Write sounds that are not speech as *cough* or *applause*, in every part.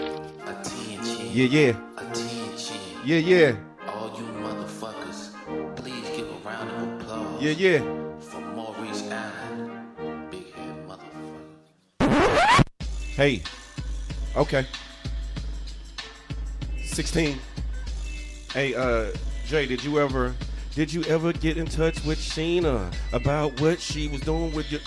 Attention. Yeah, yeah, Attention. yeah, yeah, All you motherfuckers, please give a round of applause yeah, yeah. for Maurice Allen. Big head motherfucker. Hey, okay. Sixteen. Hey, uh, Jay, did you ever, did you ever get in touch with Sheena about what she was doing with your?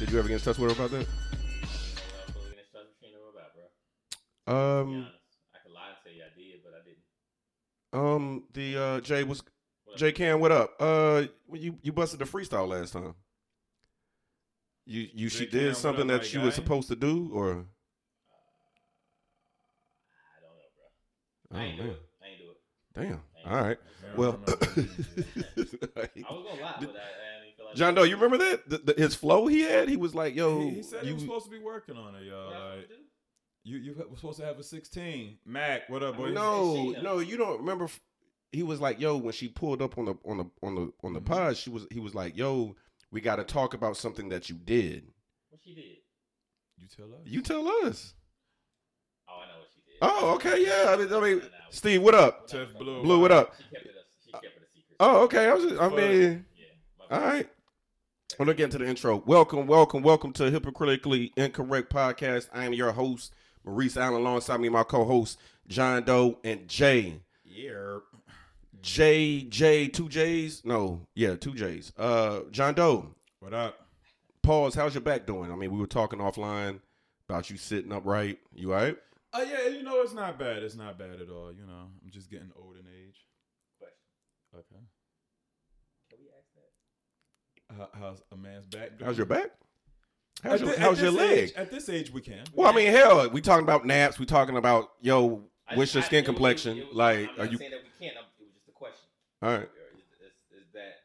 Did you ever get in touch with her about that? I'm fully gonna start the funeral about, bro. To be Um, honest, I could lie and say I did, but I didn't. um, the uh, Jay was What up? Jay Can, what up? Uh, well, you you busted the freestyle last time. You you she Jay Can, did what something up, that my she was guy? supposed to do, or I oh, don't know, bro. I ain't do man. it. I ain't do it. Damn. I ain't All right. do it. Well, *coughs* *laughs* I was gonna lie, but I, I didn't feel like John Doe, you remember that the, the, his flow he had? He was like, "Yo, he, he said he you, was supposed to be working on it, What I y'all. was Like, supposed to do? you you were supposed to have a 16. Mac, what up, boy? no, She done. no, you don't remember." f- He was like, "Yo, when she pulled up on the on the on the on the Mhm. pod, she was he was like, "Yo, we got to talk about something that you did." What she did? you tell us. You tell us. Oh, I know what she did. Oh, okay, yeah. I mean, I mean, Nah, nah, we- Steve, what up? we're not Tiff talking- Blue. Blew it up. She kept it. A, she kept it a secret. Oh, okay. I was. Just, I Fuck. mean, Yeah. my all bad. right. Well, let's get into the intro. Welcome, welcome, welcome to Hypocritically Incorrect Podcast. I am your host, Maurice Allen, alongside me, my co host, John Doe and Jay. Yeah. J, J, two J's? No, yeah, two J's. Uh, John Doe, What up? pause. How's your back doing? I mean, we were talking offline about you sitting upright. You all right? Oh, yeah, you know, it's not bad. It's not bad at all. You know, I'm just getting old in age. Question. Okay. Can we ask that? How, how's a man's back doing? How's your back? At How's your, thi- at how's your this leg? age- at this age, we can. Well, I mean, hell, we talking about naps. We talking about yo, I- what's your I- skin it was- complexion? it was- like, I'm are not you saying that we can't? I'm, it was just a question. all right? Is, is, is that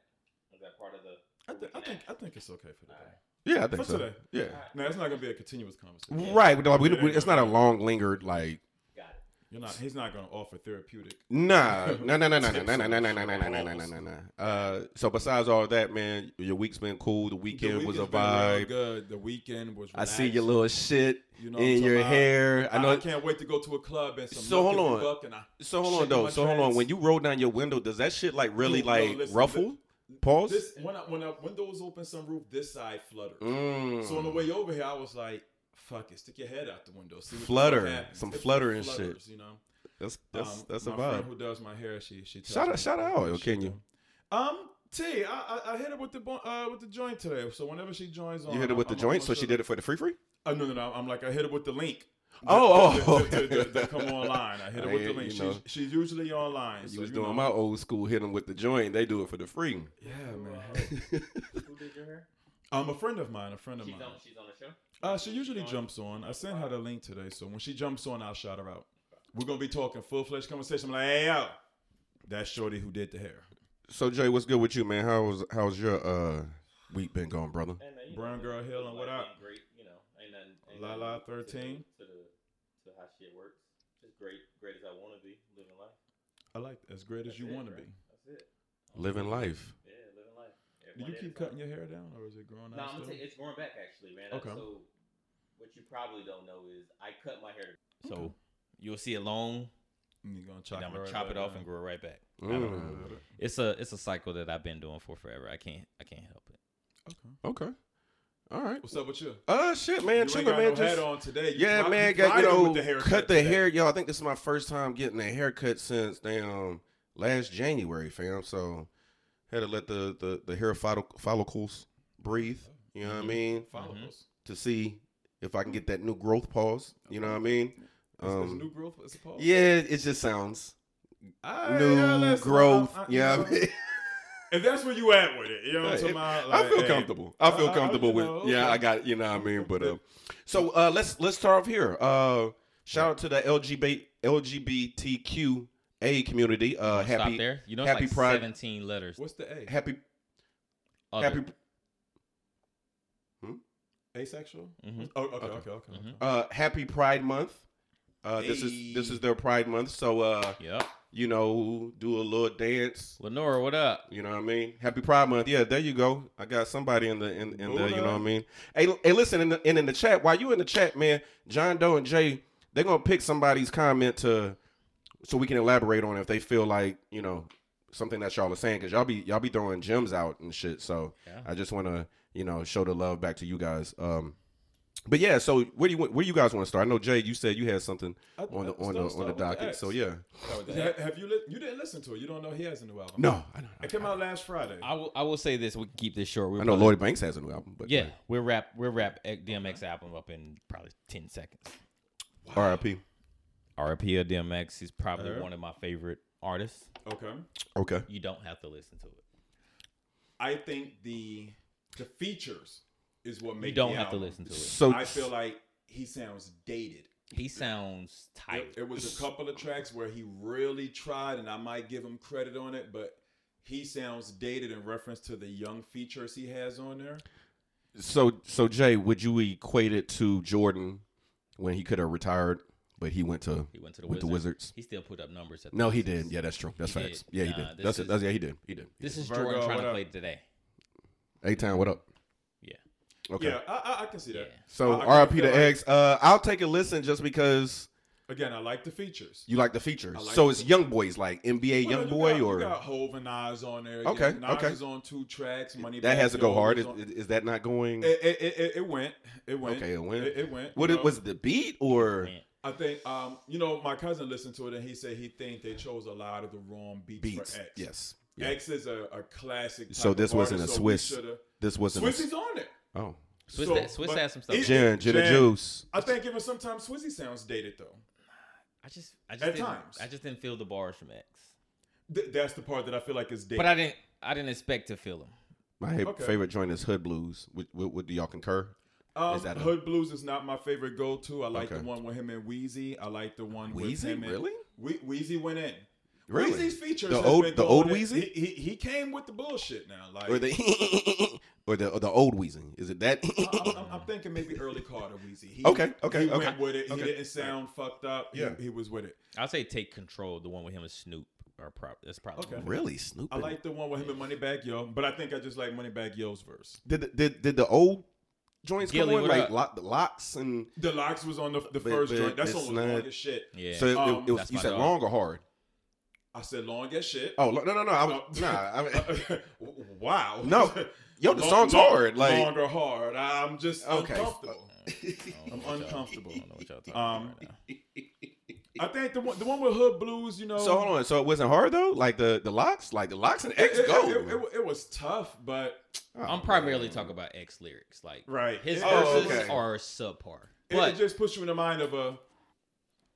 is that part of the? I, thi- I think I think it's okay for today. Alright. Yeah, I think For so. today. Yeah. All right. No, it's not gonna be a continuous conversation. Right. but, like, we- Yeah, we- it's not a yeah. long lingered like. Got it. You're not. He's not gonna offer therapeutic. *laughs* Nah, nah, nah, nah, nah, nah, nah, nah, nah, nah, nah, nah, nah, nah, nah, nah, nah. Uh, so besides all that, man, your week's been cool. The The weekend was a weekend's been real vibe. Good. The weekend was. I see relaxed. your little shit You know what I'm in your talking about? hair. I I, know. can't wait to go to a club and some. So Lucky hold on. Buck and I- So hold on shit in though. my So hold on. trance. When you roll down your window, does that shit like really Dude, no, like listen, ruffle? Pause. This when I, when I, windows open, sunroof this side fluttered. Mm. So on the way over here, I was like, "Fuck it, stick your head out the window, see what the Flutter. fuck happens." Some It fluttering flutters, You know, That's that's Um, that's a my friend vibe. Who does my hair? She she tells Shout me out- shout about out, that yo, shit, can you? know. Um, T, I, I I hit her with the bo- uh with the joint today. So whenever she joins, on, You hit it with the I'm- I'm joint, so almost she sure- did it for the free free. Oh no no no! I'm like I hit her with the link. Oh, To- oh, to, to- okay. to- to come online. I hit her I with the hear- link. you know. She's, she's usually online. so You was know. doing my old school hit them with the joint. They do it for the free. Yeah, man. uh, Who did *laughs* your hair? Um, a friend of mine, a friend of She's mine. on. She's on the show. Uh, she usually jumps on. I sent her the link today, so when she jumps on, I'll shout her out. We're gonna be talking full fledged conversation. I'm like, hey yo, that's Shorty who did the hair. So Jay, what's good with you, man? How's how's your uh week been going, brother? And, uh, you Brown know, girl it's hill just and what life up? being Great, you know, ain't nothing. Ain't La nothing la to the- To, 13. the to how shit works. Just great, great as I want to be, living life. I like that. as great as That's you it, want to right? be. That's it. Living life. Yeah, living life. Yeah, Do one you day at keep a time. cutting your hair down, or is it growing No, out I'm gonna still? say it's going back actually, man. Okay. So what you probably don't know is I cut my hair. Okay. So you'll see it long, And you're gonna chop, and I'm it, gonna right chop it back off down. and grow it right back. I don't know. Mm. It's a it's a cycle that I've been doing for forever. I can't I can't help it. Okay. Okay. All right. What's up with you? Uh shit, man. you ain't Chilling, got man. no just hat on today. You yeah, fly- man. you Got you flying know, with the haircut cut the today. hair, yo. I think this is my first time getting a haircut since damn last January, fam. So had to let the the the hair follic- follicles breathe. You know Mm-hmm. what I mean? Mm-hmm. Follicles. To see if I can get that new growth pause. You know what I mean? Is- is Um, new growth. It's a pause. Yeah, it just sounds Ah, new yeah, listen, growth. I- I- yeah, you know, If that's where you at with it, you know what I'm talking about? *laughs* I Like, feel hey, comfortable. I feel I- I- comfortable you with. know, Yeah, okay. I got you know what I mean. But uh, so uh, let's let's start off here. Uh, shout out to the LGBT LGBTQA community. Uh, Stop happy there. You know, it's happy like pride- 17 letters. What's the A? happy Other. happy Asexual? Mhm. Oh, okay, okay, Okay. okay. okay. Mhm. uh, happy Pride Month. Uh, This is Hey. this is their Pride Month. So uh, Yep. you know, do a little dance. Lenora, what up? You know what I mean? Happy Pride Month. Yeah, there you go. I got somebody in the in, in the. You know Buddha. what I mean? Hey, hey, listen, in the, and in the chat, while you in the chat, man, John Doe and Jay, they're gonna pick somebody's comment to, so we can elaborate on if they feel like you know something that y'all are saying because y'all be y'all be throwing gems out and shit. So Yeah. I just want to you know show the love back to you guys. Um, but yeah, so where do you where do you guys want to start? I know Jay, you said you had something I- on the on I- start- the start on the with docket. X. so yeah, Ha- Have you? Li- you didn't listen to it. You don't know he has a new album. no, I don't. it came out last Friday. I will. I will say this. We can keep this short. We're I know probably- Lloyd Banks has a new album, but Yeah, we'll wrap. We'll wrap DMX album up in probably ten seconds. R.I.P. R.I.P. of DMX. He's probably Alright. one of my favorite artists. Okay. Okay. You don't have to listen to it. I think the the features is what You makes. don't have to listen to it. So I feel like he sounds dated. He sounds It, tight. it was a couple of tracks where he really tried, and I might give him credit on it, but he sounds dated in reference to the young features he has on there. So so Jay, would you equate it to Jordan when he could have retired, but he went to He went to the with the Wizards. Wizards? He still put up numbers. At the No, he Wizards. did. Yeah, that's true. That's He facts. did. Yeah, he Nah, did. this That's is- it. That's yeah, he did. He did. This is Virgo, Jordan trying what to up? play today. A time. What up? Yeah. Okay. Yeah, I, I, I can see that. Yeah. So I- I R.I.P. feel to like- X. Uh, I'll take a listen just because Again, I like the features. you like the features. I like so it. it's young boys like NBA Well, young you boy got- or you got Hove and Nas on there. Okay, Nas okay. is on two tracks. Money that has to go hard. Is, It, it, is that not going? it, it, it, it went. It went. Okay, it went. It, it went. what you it know. was it the beat or Man. I think um, you know, my cousin listened to it and he said he think they chose a lot of the wrong beats, beats? for X. Yes. Yeah. X is a, a classic. type So of this wasn't a artist, so we Swiss. shoulda- This wasn't. a- Swiss is on it. oh. Swiss, So, Swiss but has some stuff. it- Gin, gin and Jan. juice. I think even sometimes Swizzy sounds dated though. I just, I just At didn't, times. I just didn't feel the bars from X. Th- that's the part that I feel like is dated. But I didn't, I didn't expect to feel them. My ha- Okay. favorite joint is Hood Blues. Would, would, would do y'all concur? Um, Is that a- Hood Blues is not my favorite go-to. I like Okay. the one with him and Wheezy. I like the one with Wheezy? him and Really? Whe- Wheezy went in. Really? Wheezy's features The has old- been the old going in- Wheezy? He, he, he came with the bullshit now. Like Or the *laughs* or the or the old wheezing? Is it that? I- *laughs* I'm, I'm, I'm thinking maybe early Carter Wheezy. He, Okay, okay, He okay, went with it. okay. He didn't sound fucked up. He- Yeah. he, was with it. I'll say take control. The one with him and Snoop are prob- that's probably. Okay. really, Snoop? I like the one with him and Moneybag Yo, but I think I just like Moneybag Yo's verse. Did the- did did the old joints Gilly, come on what like up? lock, locks and The Locks was on the, the But- first but joint. That's it's on not- long as shit. Yeah. so it, it- Um, it was. that's You my said dog. long or hard? I said long as shit. Oh lo- no no no! I was, Oh. nah, I mean, *laughs* *laughs* wow. No. *laughs* yo, the Long- song's long- hard. Like longer hard. I'm just Okay. uncomfortable. I *laughs* don't know I'm what y'all- uncomfortable. I don't know what y'all talking Um, about right now. I think the one, the one with Hood Blues, you know. *laughs* so hold on. So it wasn't hard though. Like the the locks, like the locks and X It, it- go. It, it- it was tough, but Oh, I'm primarily talking about X lyrics. Like Right. his Oh, verses okay. are subpar. it, But it just puts you in the mind of a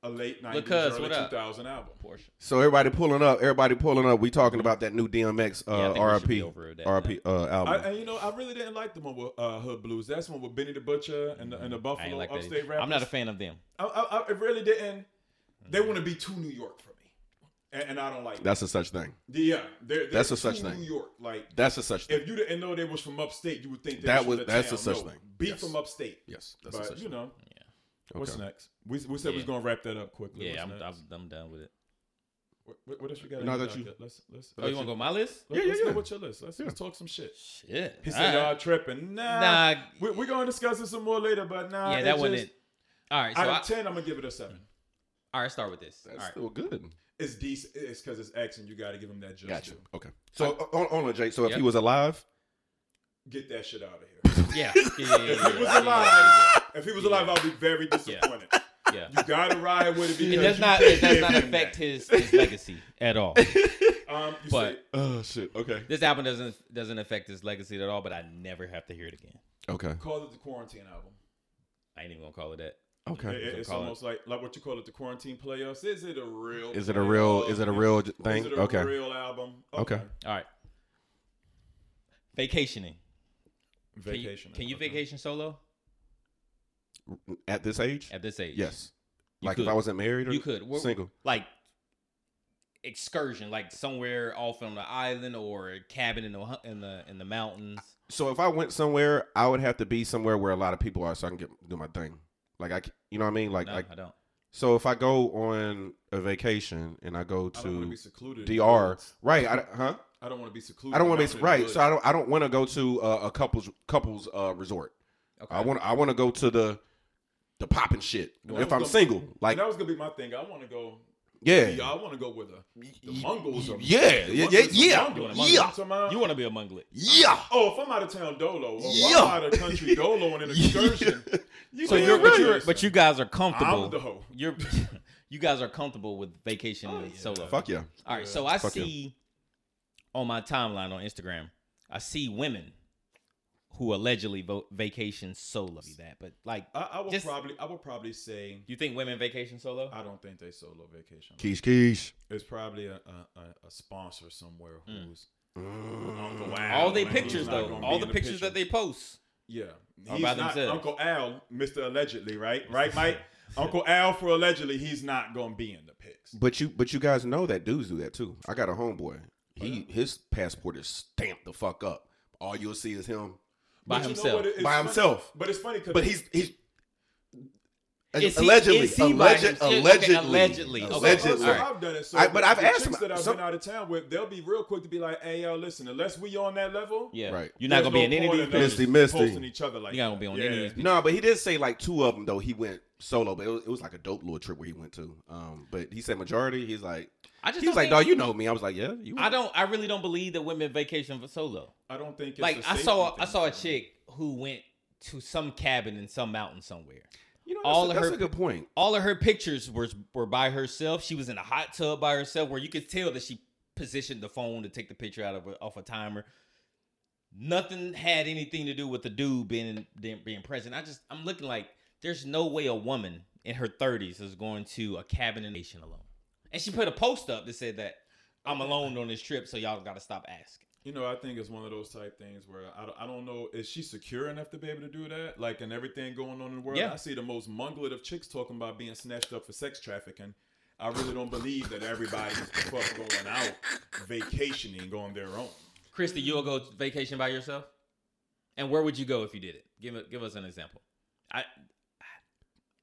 a late 90s, Because, early what up? 2000 album. portion. So everybody pulling up. Everybody pulling up. We talking about that new DMX Yeah, I uh, think we should be RIP over that RIP uh, I, album. and you know, I really didn't like the one with uh, Hood Blues. That's one with Benny the Butcher and the, and Mm, I the ain't Buffalo like upstate that. rappers. I'm not a Mm. fan of them. I, I, I really didn't. They want to be too New York for me, and, and I don't like that. That's a such thing. Yeah, they're, they're That's a too such thing. New York, like That's a such thing. if you didn't know they was from upstate, you would think they That was, was- from the that's town. a such No, thing. Be Yes. from upstate, yes, that's a but such you thing. know. Yeah. What's Okay. next? We, we said we was Yeah. gonna wrap that up quickly. Yeah, I'm, What's I'm next? I'm done with it. What, what else you got? No, in your that you- docket? Let's let's. Oh, you want to go my list? Let, Yeah, yeah, let's yeah. Go with your list. Let's, let's talk some shit. Shit. He All said y'all right. tripping. Nah, Nah. We, we're gonna discuss it some more later, but nah. yeah, it that wasn't just- it. All right, so Out I, of ten, I'm gonna give it a seven. all right, start with this. That's all right. still good. It's decent. It's because it's X, and you gotta give him that just. Gotcha. due. Okay. So on, on, Jake. So if he Yep. was alive, Get that shit out *laughs* of here. Yeah. Yeah, yeah, *laughs* yeah, if he was yeah, yeah, alive, if he was alive, I'll be very disappointed. yeah. You gotta ride with it because It does you not. It does can't not give him affect that. his, his legacy at *laughs* all. Um, you But- say- oh shit. Okay. This album doesn't doesn't affect his legacy at all. But I never have to hear it again. Okay. call it the quarantine album. I ain't even gonna call it that. Okay. It- it's call it- almost like like what you call it the quarantine playoffs. Is it a real? Is it a real? playoff? Is oh, it a real j- thing? Is it a okay. real album? Okay. All right. Vacationing. Can you- Vacation. Can you, okay. vacation solo At this age? at this age? yes. You Like could. if I wasn't married or you could. We're- single. Like excursion, like somewhere off on the island or a cabin in the hu- in the in the mountains. So if I went somewhere, I would have to be somewhere where a lot of people are, so I can get do my thing. Like I, c- you know what I mean? Like no, like I don't. So if I go on a vacation and I go I don't want to be to secluded. in the DR, woods. right? I, huh? I don't want to be secluded. I don't want to out be in the right. woods. So I don't. I don't want to go to uh, a couples couples uh, resort. Okay. I want. I want to go to the the popping shit. And that if was I'm gonna- single, Like, like that was gonna be my thing. I want to go. yeah, Yeah, I want to go with her. The Y- Mongols y- are. yeah, the yeah, Mongols are yeah, Mongols. yeah. You know what I'm talking about? You want to be a munglet? yeah. Oh, if I'm out of town dolo, or if Yeah. I'm out *laughs* of country dolo on an excursion, So Yeah, you're, right. but, you're, but you guys are comfortable. I'm the hoe. You're, *laughs* you guys are comfortable with vacation Oh, and yeah. solo. Fuck yeah. All right, Yeah. so I Fuck yeah. see on my timeline on Instagram, I see women who allegedly vote vacation solo. See That, but like, I, I would Just- probably, I would probably say, you think women vacation solo? I don't think they solo vacation. Keys, keys. It's probably a, a, a- a sponsor somewhere Mm. who's Mm. Uncle Al. all they like, pictures he's not though, gonna all be the in pictures picture. that they post. Yeah, All he's by not themselves. Uncle Al, Mister Allegedly, *laughs* right? Right, Mike. Uncle Al for allegedly, he's not gonna be in the pics. But you, but you guys know that dudes do that too. I got a homeboy. Oh, He his passport is stamped the fuck up. All you'll see is him By But you know himself. what? It- it's by funny- himself. But it's funny because But he's he's Is he- allegedly, is he by alleged, himself? Okay, allegedly, allegedly. Okay. allegedly. So, so Alright. I've done it. So I- but the- I've the asked chicks him- that I've some- been out of town with. They'll be real quick to be like, "Hey, yo, listen, unless we on that level, Yeah, Right. You're not there's gonna be no in any of point these us pictures. Misty, misty. posting each other like You're not that. gonna be on yeah. any of these. No, but he did say like two of them though. He went solo, but it was, it was like a dope little trip where he went to. Um, but he said majority. He's like I just he was don't like, think- dog, you know me. I was like, yeah, you. I don't. I really don't believe that women vacation for solo. I don't think it's like a I saw, safety I thing saw a for them. chick who went to some cabin in some mountain somewhere. You know, all all of that's her- a good point. all of her pictures were were by herself. She was in a hot tub by herself, where you could tell that she positioned the phone to take the picture out of a, off a timer. Nothing had anything to do with the dude being being being present. I just I'm looking like there's no way a woman in her 30s is going to a cabin in the nation alone. And she put a post up that said that I'm alone on this trip, so y'all got to stop asking. You know, I think it's one of those type things where I don't, I don't know is she secure enough to be able to do that? Like, and everything going on in the world, Yeah. I see the most munglet of chicks talking about being snatched up for sex trafficking. I really don't believe that everybody's the fuck going out vacationing on their own. Christy, you'll go vacation by yourself, and where would you go if you did it? Give it, give us an example. I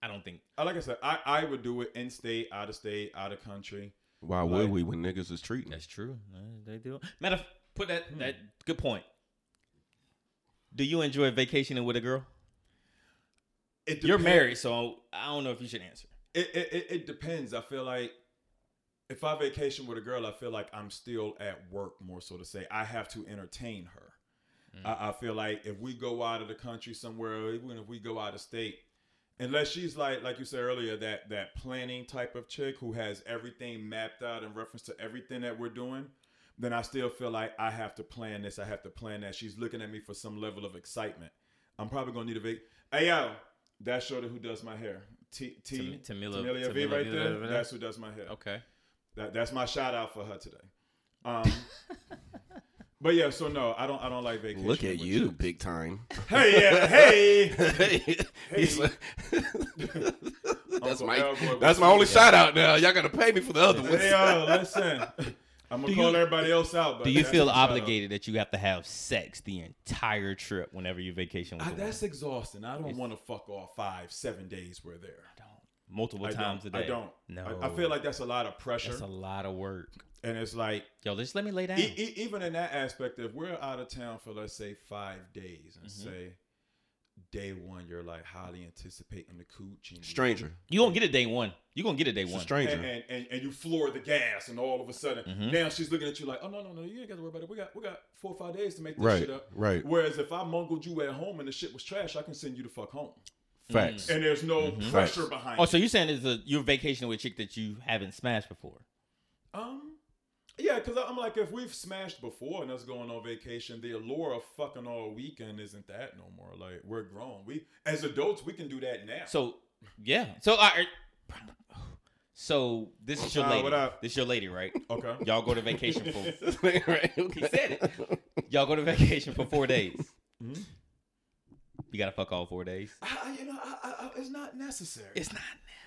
I don't think Uh, Like I said, I, I would do it in state, out of state, out of country. Why would would Like- we when niggas is treating? That's true. Uh, They do. Matter of put that Hmm. that good point. Do you enjoy vacationing with a girl? It You're depen- married, so I don't know if you should answer. It, it, it, it depends. I feel like if I vacation with a girl, I feel like I'm still at work, more so to say. I have to entertain her. Mm. I, I feel like if we go out of the country somewhere, or even if we go out of state, unless she's like like you said earlier, that that planning type of chick who has everything mapped out in reference to everything that we're doing, then I still feel like I have to plan this, I have to plan that. She's looking at me for some level of excitement. I'm probably gonna need a vac. Hey yo, that's shorty who does my hair. T T Tam- Tamila- Tamilia V Tamila right V. there. That's who does my hair. Okay. That, that's my shout out for her today. Um, *laughs* but yeah, so no, I don't. I don't like vacation. Look at with you, big *laughs* time. Hey, yeah, hey. He's like- *laughs* that's Uncle my Elroy that's was my only cool. shout out now. Y'all gotta pay me for the other one. Hey, yo, listen. *laughs* I'm gonna Do call you- everybody else out. But Do you that's feel my shout out. obligated that you have to have sex the entire trip whenever you vacation with I, a woman? that's exhausting. I don't want to fuck all five, seven days we're there. multiple I don't. times a day? I don't. No. I, I feel like that's a lot of pressure, that's a lot of work. and it's like Yo, just let me lay down. E- e- even in that aspect, if we're out of town for let's say five days, and Mm-hmm. say day one, you're like highly anticipating the cooch, and you- Stranger. you gonna get it day one. You gonna get it day It's a one. and, stranger. and, and, and you floor the gas, and all of a sudden Mhm. now she's looking at you like, oh no no no, you ain't got to worry about it. We got we got four or five days to make this Right. shit up. Right. Whereas if I mungled you at home and the shit was trash, I can send you the fuck home, Facts. and there's no pressure Facts. behind. Oh, it. so you're saying is a you're vacationing with a chick that you haven't smashed before? Um, yeah, because I'm like, if we've smashed before and us going on vacation, the allure of fucking all weekend isn't that no more. Like we're grown. We as adults, we can do that now. So yeah. So all right. So this is your Nah, lady. what up? This your lady, right? okay, Y'all go to *laughs* vacation for *laughs* Right. he said it. Y'all go to vacation for four days. Mm-hmm. Mhm. You gotta fuck all four days. I, I- you know, I, I, I, it's not necessary. It's not.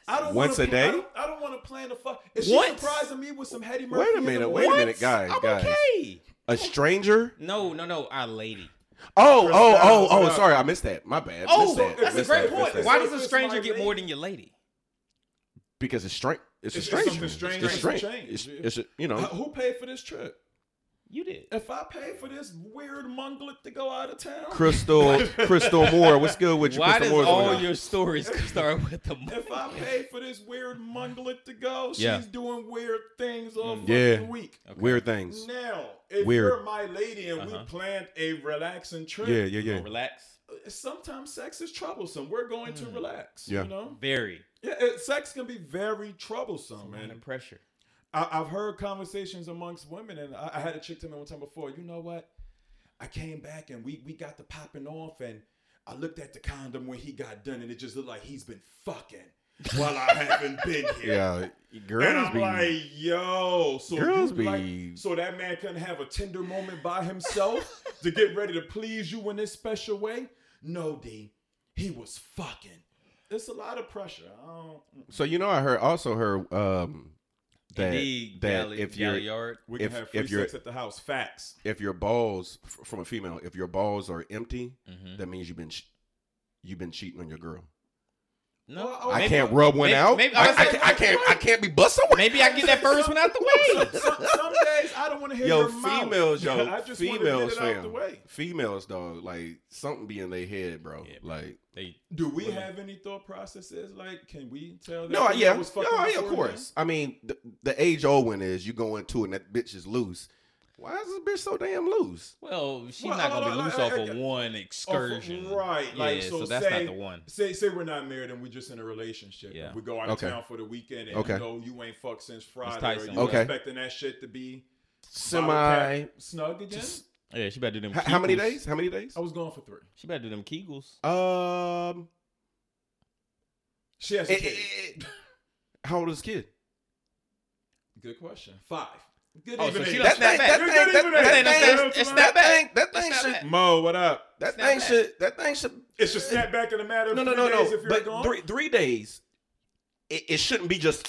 I don't Once wanna, a pl- I day? don't, I don't want to plan the fuck. Is she Once? surprising me with some Hetty Murphy? Wait a in the minute, wait morning? a minute, guys, I'm guys. okay. A stranger? No, no, no. Our lady. Oh, Chris oh, Brown, oh, oh, Brown. sorry, I missed that. My bad. Oh, missed that. that's a missed great that, point. missed Why that. does a It's stranger my get more lady. than your lady? because it's strange. It's, It's- a it's strange. something It's strange. It's strange. strange. It's, it's a, you Uh, know. Uh, Who paid for this trip? You did. If I paid for this weird munglet to go out of town, *laughs* Crystal Crystal Moore, what's good with you? Why does Crystal Moore's all on. your stories *laughs* start with the mo- if I paid for this weird munglet to go, she's Yeah. doing weird things all Mm. fucking Yeah. week. weird things? Now, if Weird. you're my lady and Uh-huh. we planned a relaxing trip, Yeah, yeah, yeah. Relax. sometimes sex is troublesome. We're going to Mm. relax. Yeah. You know? Very. Yeah, it, sex can be very Oh, troublesome, man. man. pressure. I, I've heard conversations amongst women, and I, I had a chick tell me one time before, you know what? I came back and we we got the popping off, and I looked at the condom when he got done, and it just looked like he's been fucking while I haven't been *laughs* here. Yeah, And girls I'm be like, yo, so you girls be like- so that man couldn't have a tender moment by *laughs* himself to get ready to please you in this special way? No, D, he was fucking. It's a lot of pressure. I don't, So you know, I heard also heard um, that Indeed, that Gally, if you're Yard. we can If- have free if you're- sex at the house. *laughs* Facts. if your balls f- from a female, if your balls are empty, Mm-hmm. that means you've been ch- you've been cheating on your girl. No, Well, I Oh, maybe- can't rub one maybe- out. maybe- I, I I, was can't, I can't. I can't be busting one. Maybe I get that first one out Some, the way. some- some days I don't want to hear Yo, your mouth. females, yo, *laughs* I just wanna females, get it out fam. the way. *laughs* females, dog, like something be in their head, bro. Yeah, bro. like, They, Do we Women. have any thought processes? Like, can we tell? That no, female yeah, was no, fucking yeah, of before course. I mean, the, the age old one is you go into it and that bitch is loose. Why is this bitch so damn loose? well, she's Well, not hold gonna be on, loose I- I- off I- of one excursion, right, Yeah, like, so so that's not say- the one. Say say we're not married and we're just in a relationship. Yeah. and We go out of Okay. town for the weekend and Okay. you know you ain't fucked since Friday. Or Tyson. you Okay. expecting that shit to be Semi. snug again? Yeah, she better do them. How, how many Kegels. days? How many days? I was going for three. She better do them Kegels. Um, She has a it- kid. it- it- how old is this kid? Good question. Five. Good Oh, so evening. she That That's thing, that not bad. thing, You're good that- even that at thing, that. It's that not thing, that It's thing not should, bad. Mo, what up? that It's not thing bad. should, that thing should. It's your snapback in a matter of No, no, three no, days no. if you're But gone. three, three days. It, it shouldn't be just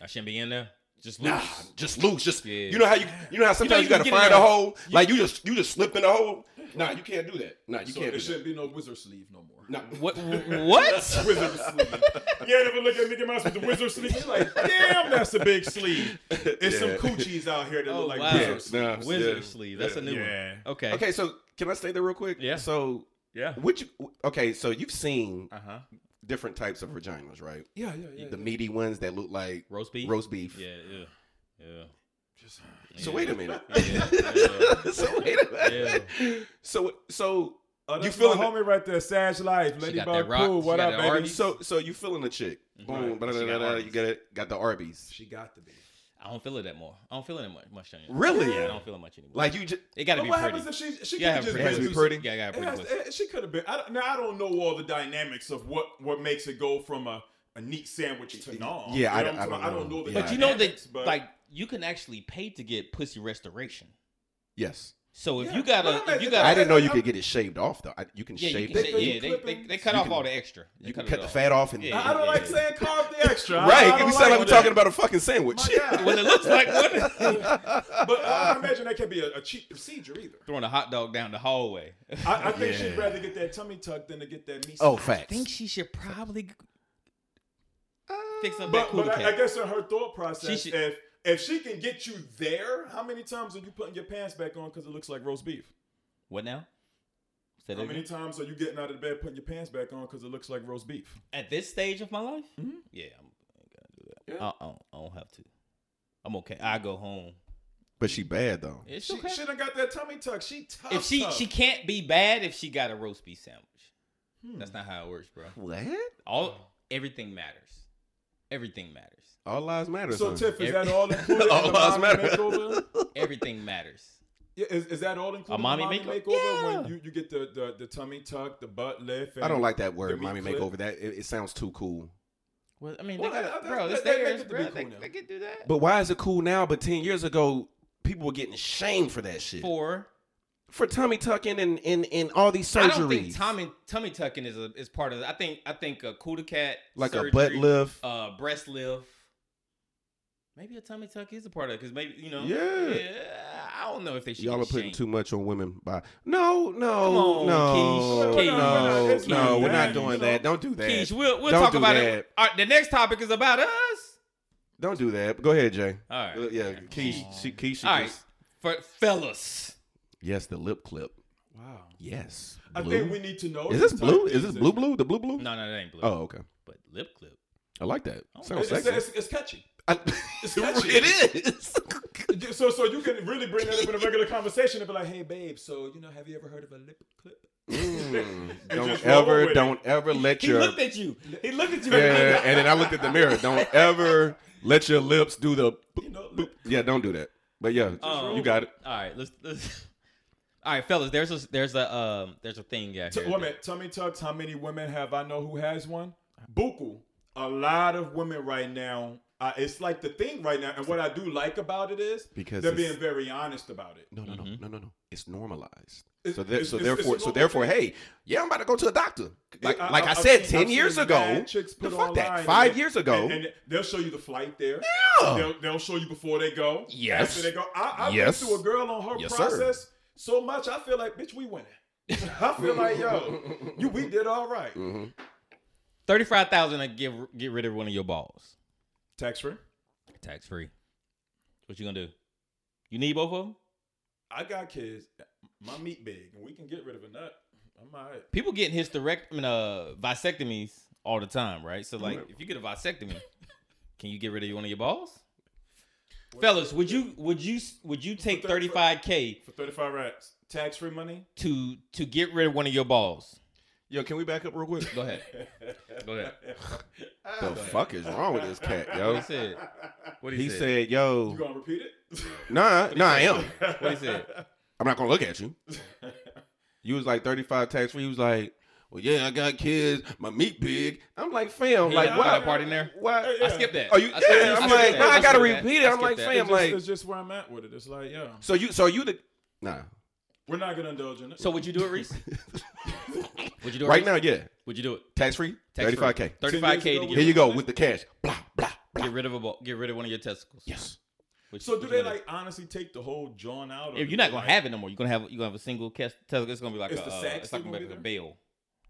I shouldn't be in there. Just loose. nah, just loose. Just Yeah. you know how you, you know how sometimes you, you gotta get in find a there. hole. like you just, you just slipped in a hole. Nah, you can't do that. Nah, you so can't do it that. shouldn't be no wizard sleeve no more. Nah. What? What? *laughs* *laughs* Wizard sleeve. You ain't ever look at Mickey Mouse with the wizard sleeve. You're like, damn, that's a big sleeve. It's some Yeah. coochies out here that Oh, look like wow. wizard sleeves. nah, Wizard yeah, sleeve. That's yeah. a new Yeah. one. Okay. Okay, so can I stay there real quick? Yeah. So Yeah. would you? Okay, so you've seen Uh huh. different types of vaginas, right? Yeah, yeah, yeah. The meaty ones that look like Roast beef. roast beef. Yeah. Yeah. Yeah. Just- So yeah. wait a minute. Yeah, yeah. *laughs* so wait a minute. So so Oh, You that's you feeling my homie right there, Sag Life, Lady got that Bug rock, Cool. she What got up, that baby? Arby's. so so you feeling a chick? Boom, Right. Mm-hmm. She got blah-da-da-da-da, you Arby's. got it. Got the Arby's. She got to be. I don't feel it that more. I don't feel it that much. much anymore. Really? Yeah, I don't feel it much anymore. Like you just it got to But be oh, what pretty. happens if she she Yeah, could just pretty. It has to been be too- pretty. Yeah, I got it pretty has- pussy. it- She could have been. I don't, now I don't know all the dynamics of what what makes it go from a, a neat sandwich to non. Yeah, I You know don't- I what I'm talking about? don't know. the Yeah. But you know that, dynamics, but- like, you can actually pay to get pussy restoration. yes. So if Yeah. you got Well, a, I'm if you at- got, I a, didn't know you could get it shaved off though. I, you can yeah, you shave can, it. say- yeah, they, they, clipping. they cut You off can- all the extra. They You can it cut the off. fat off and Yeah, I don't like saying carve the extra. I- I right. don't You sound like we're that. talking about a fucking sandwich. My God. well, it looks like *laughs* one But I can imagine that can't be a, a cheap procedure either. throwing a hot dog down the hallway. *laughs* I, I think she'd rather get that tummy tuck than to get that meat. *laughs* oh, sandwich. I facts. think she should probably fix up that But, cooler but I, I cat. guess in her thought process, She should- if if she can get you there, how many times are you putting your pants back on because it looks like roast beef? What now? Say that How many again. times are you getting out of the bed putting your pants back on because it looks like roast beef? At this stage of my life, Mhm. yeah, I'm, I ain't gotta do that. Yeah. I, I, don't, I don't have to. I'm okay. I go home. But she bad though. It's she okay. she done got that tummy tuck. She tough. if she tough. she can't be bad if she got a roast beef sandwich. That's not how it works, bro. What? All everything matters. Everything matters. All lives matter. so So Tiff, Every- is that *laughs* all included? in All the lives mommy matter. makeover? Everything matters. Yeah, is, is that all included? in the mommy makeover, makeup? when Yeah. you, you get the, the the tummy tuck, the butt lift. And I don't like that word, meat mommy clip. makeover. That it, it sounds too cool. Well, I mean, Well, they that- got, that- bro, it's that- that theirs, could be bro. cool They, now. they could do that. But why is it cool now? But ten years ago, people were getting shamed for that shit. For for tummy tucking and and, and all these surgeries. I don't think tummy tummy tucking is a, is part of. I think I think a cooler cat like surgery, a butt lift. uh, breast lift. Maybe a tummy tuck is a part of it because maybe you know. Yeah. I I don't know if they should. Y'all are get putting shamed. too much on women by no, no, on, no, no, Keish. Keish. no, We're not- it's no, not We're not that, doing you know? that. Don't do that. Keish, we'll we'll Don't talk do about that. it. All right, the next topic is about us. Don't do that. Go ahead, Jay. All right. Uh, Yeah, Keish, she, Keish, she All right. just- For fellas. yes, the lip clip. Wow. Yes, I blue. think we need to know. Is this type blue? of Is this things blue? that- Blue? The blue? Blue? No, no, that ain't blue. Oh, okay. But lip *laughs* clip. I like that. Sounds It's, sexy. it's, it's catchy. I- *laughs* It's catchy. it *laughs* is. So, so you can really bring that up in a regular conversation and be like, "Hey, babe, so you know, have you ever heard of a lip clip?" Mm, And don't just roll with ever, it. don't ever let He your looked at you. He looked at *laughs* you. yeah. And then I looked at the mirror. Don't ever let your lips do *laughs* the. You know, boop. Yeah, don't do that. But yeah, Um, you got it. All right, let's. let's *laughs* all right, fellas. There's a there's a um there's a thing out T- here. wait a minute, tummy tucks. How many women have I know who has one? Buku. A lot of women right now. Uh, it's like the thing right now, and what I do like about it is Because they're it's- being very honest about it. No, no, no, Mhm. no, no, no. It's normalized. It's- so that, it's- so it's- therefore, it's a so normal therefore, thing. hey, yeah, I'm about to go to a doctor. Like, I- like I, I've said, seen- ten I've years seen ago. mad chicks The put fuck online that. Five and- years ago. and, and they'll show you the flight there. Yeah. They'll, they'll show you before they Oh. go. Yes. After they go, I, I Yes. went through a girl on her Yes, sir. process so much. I feel like, bitch, we winning. *laughs* I feel like, yo, you, we did all right. Mhm. Thirty five thousand to get get rid of one of your balls, Tax free. tax free. What you gonna do? You need both of them. I got kids. My meat big, and we can get rid of a nut. I'm all right. People getting hysterect, I mean, uh, vasectomies all the time, right? So like, if you get *laughs* a vasectomy, can you get rid of one of your balls? Fellas, would you would you would you take For thirty- thirty five k For 35 racks, tax free money? *laughs* to to get rid of one of your balls? Yo, can we back up real quick? Go ahead. Go ahead. Ah. the fuck is wrong with this cat, yo? What he said? What He said, yo, You gonna repeat it? nah, nah, I *laughs* am. What he said? I'm not gonna look at you. You was like 35 tax free. He was like, well, yeah, I got kids. My meat big. I'm like, fam, He like, got why? that part in there. Why? I skipped that. Oh, you- I skipped- yeah, I'm skipped like, that. nah, I skipped gotta that. repeat it. I I'm like, skipped that. fam, It's, like- just, it's just where I'm at with it. It's like, yeah, So you, so you the *laughs* nah. we're not gonna indulge in it. So would you do it, Reese? would you do it Right Reese? now, yeah, Would you do it? tax free, Tax free. 35k. 35k to Ten get, Here you go with the cash. Blah blah blah. get rid of a ball, get rid of one of your testicles. Yes. Which- So do which they one it- like honestly take the whole joint out? If you're not gonna have it no more, you're gonna have you're gonna have a single cas- testicle. It's gonna be like Is a, the uh, sack it's like still gonna be gonna like a be bail.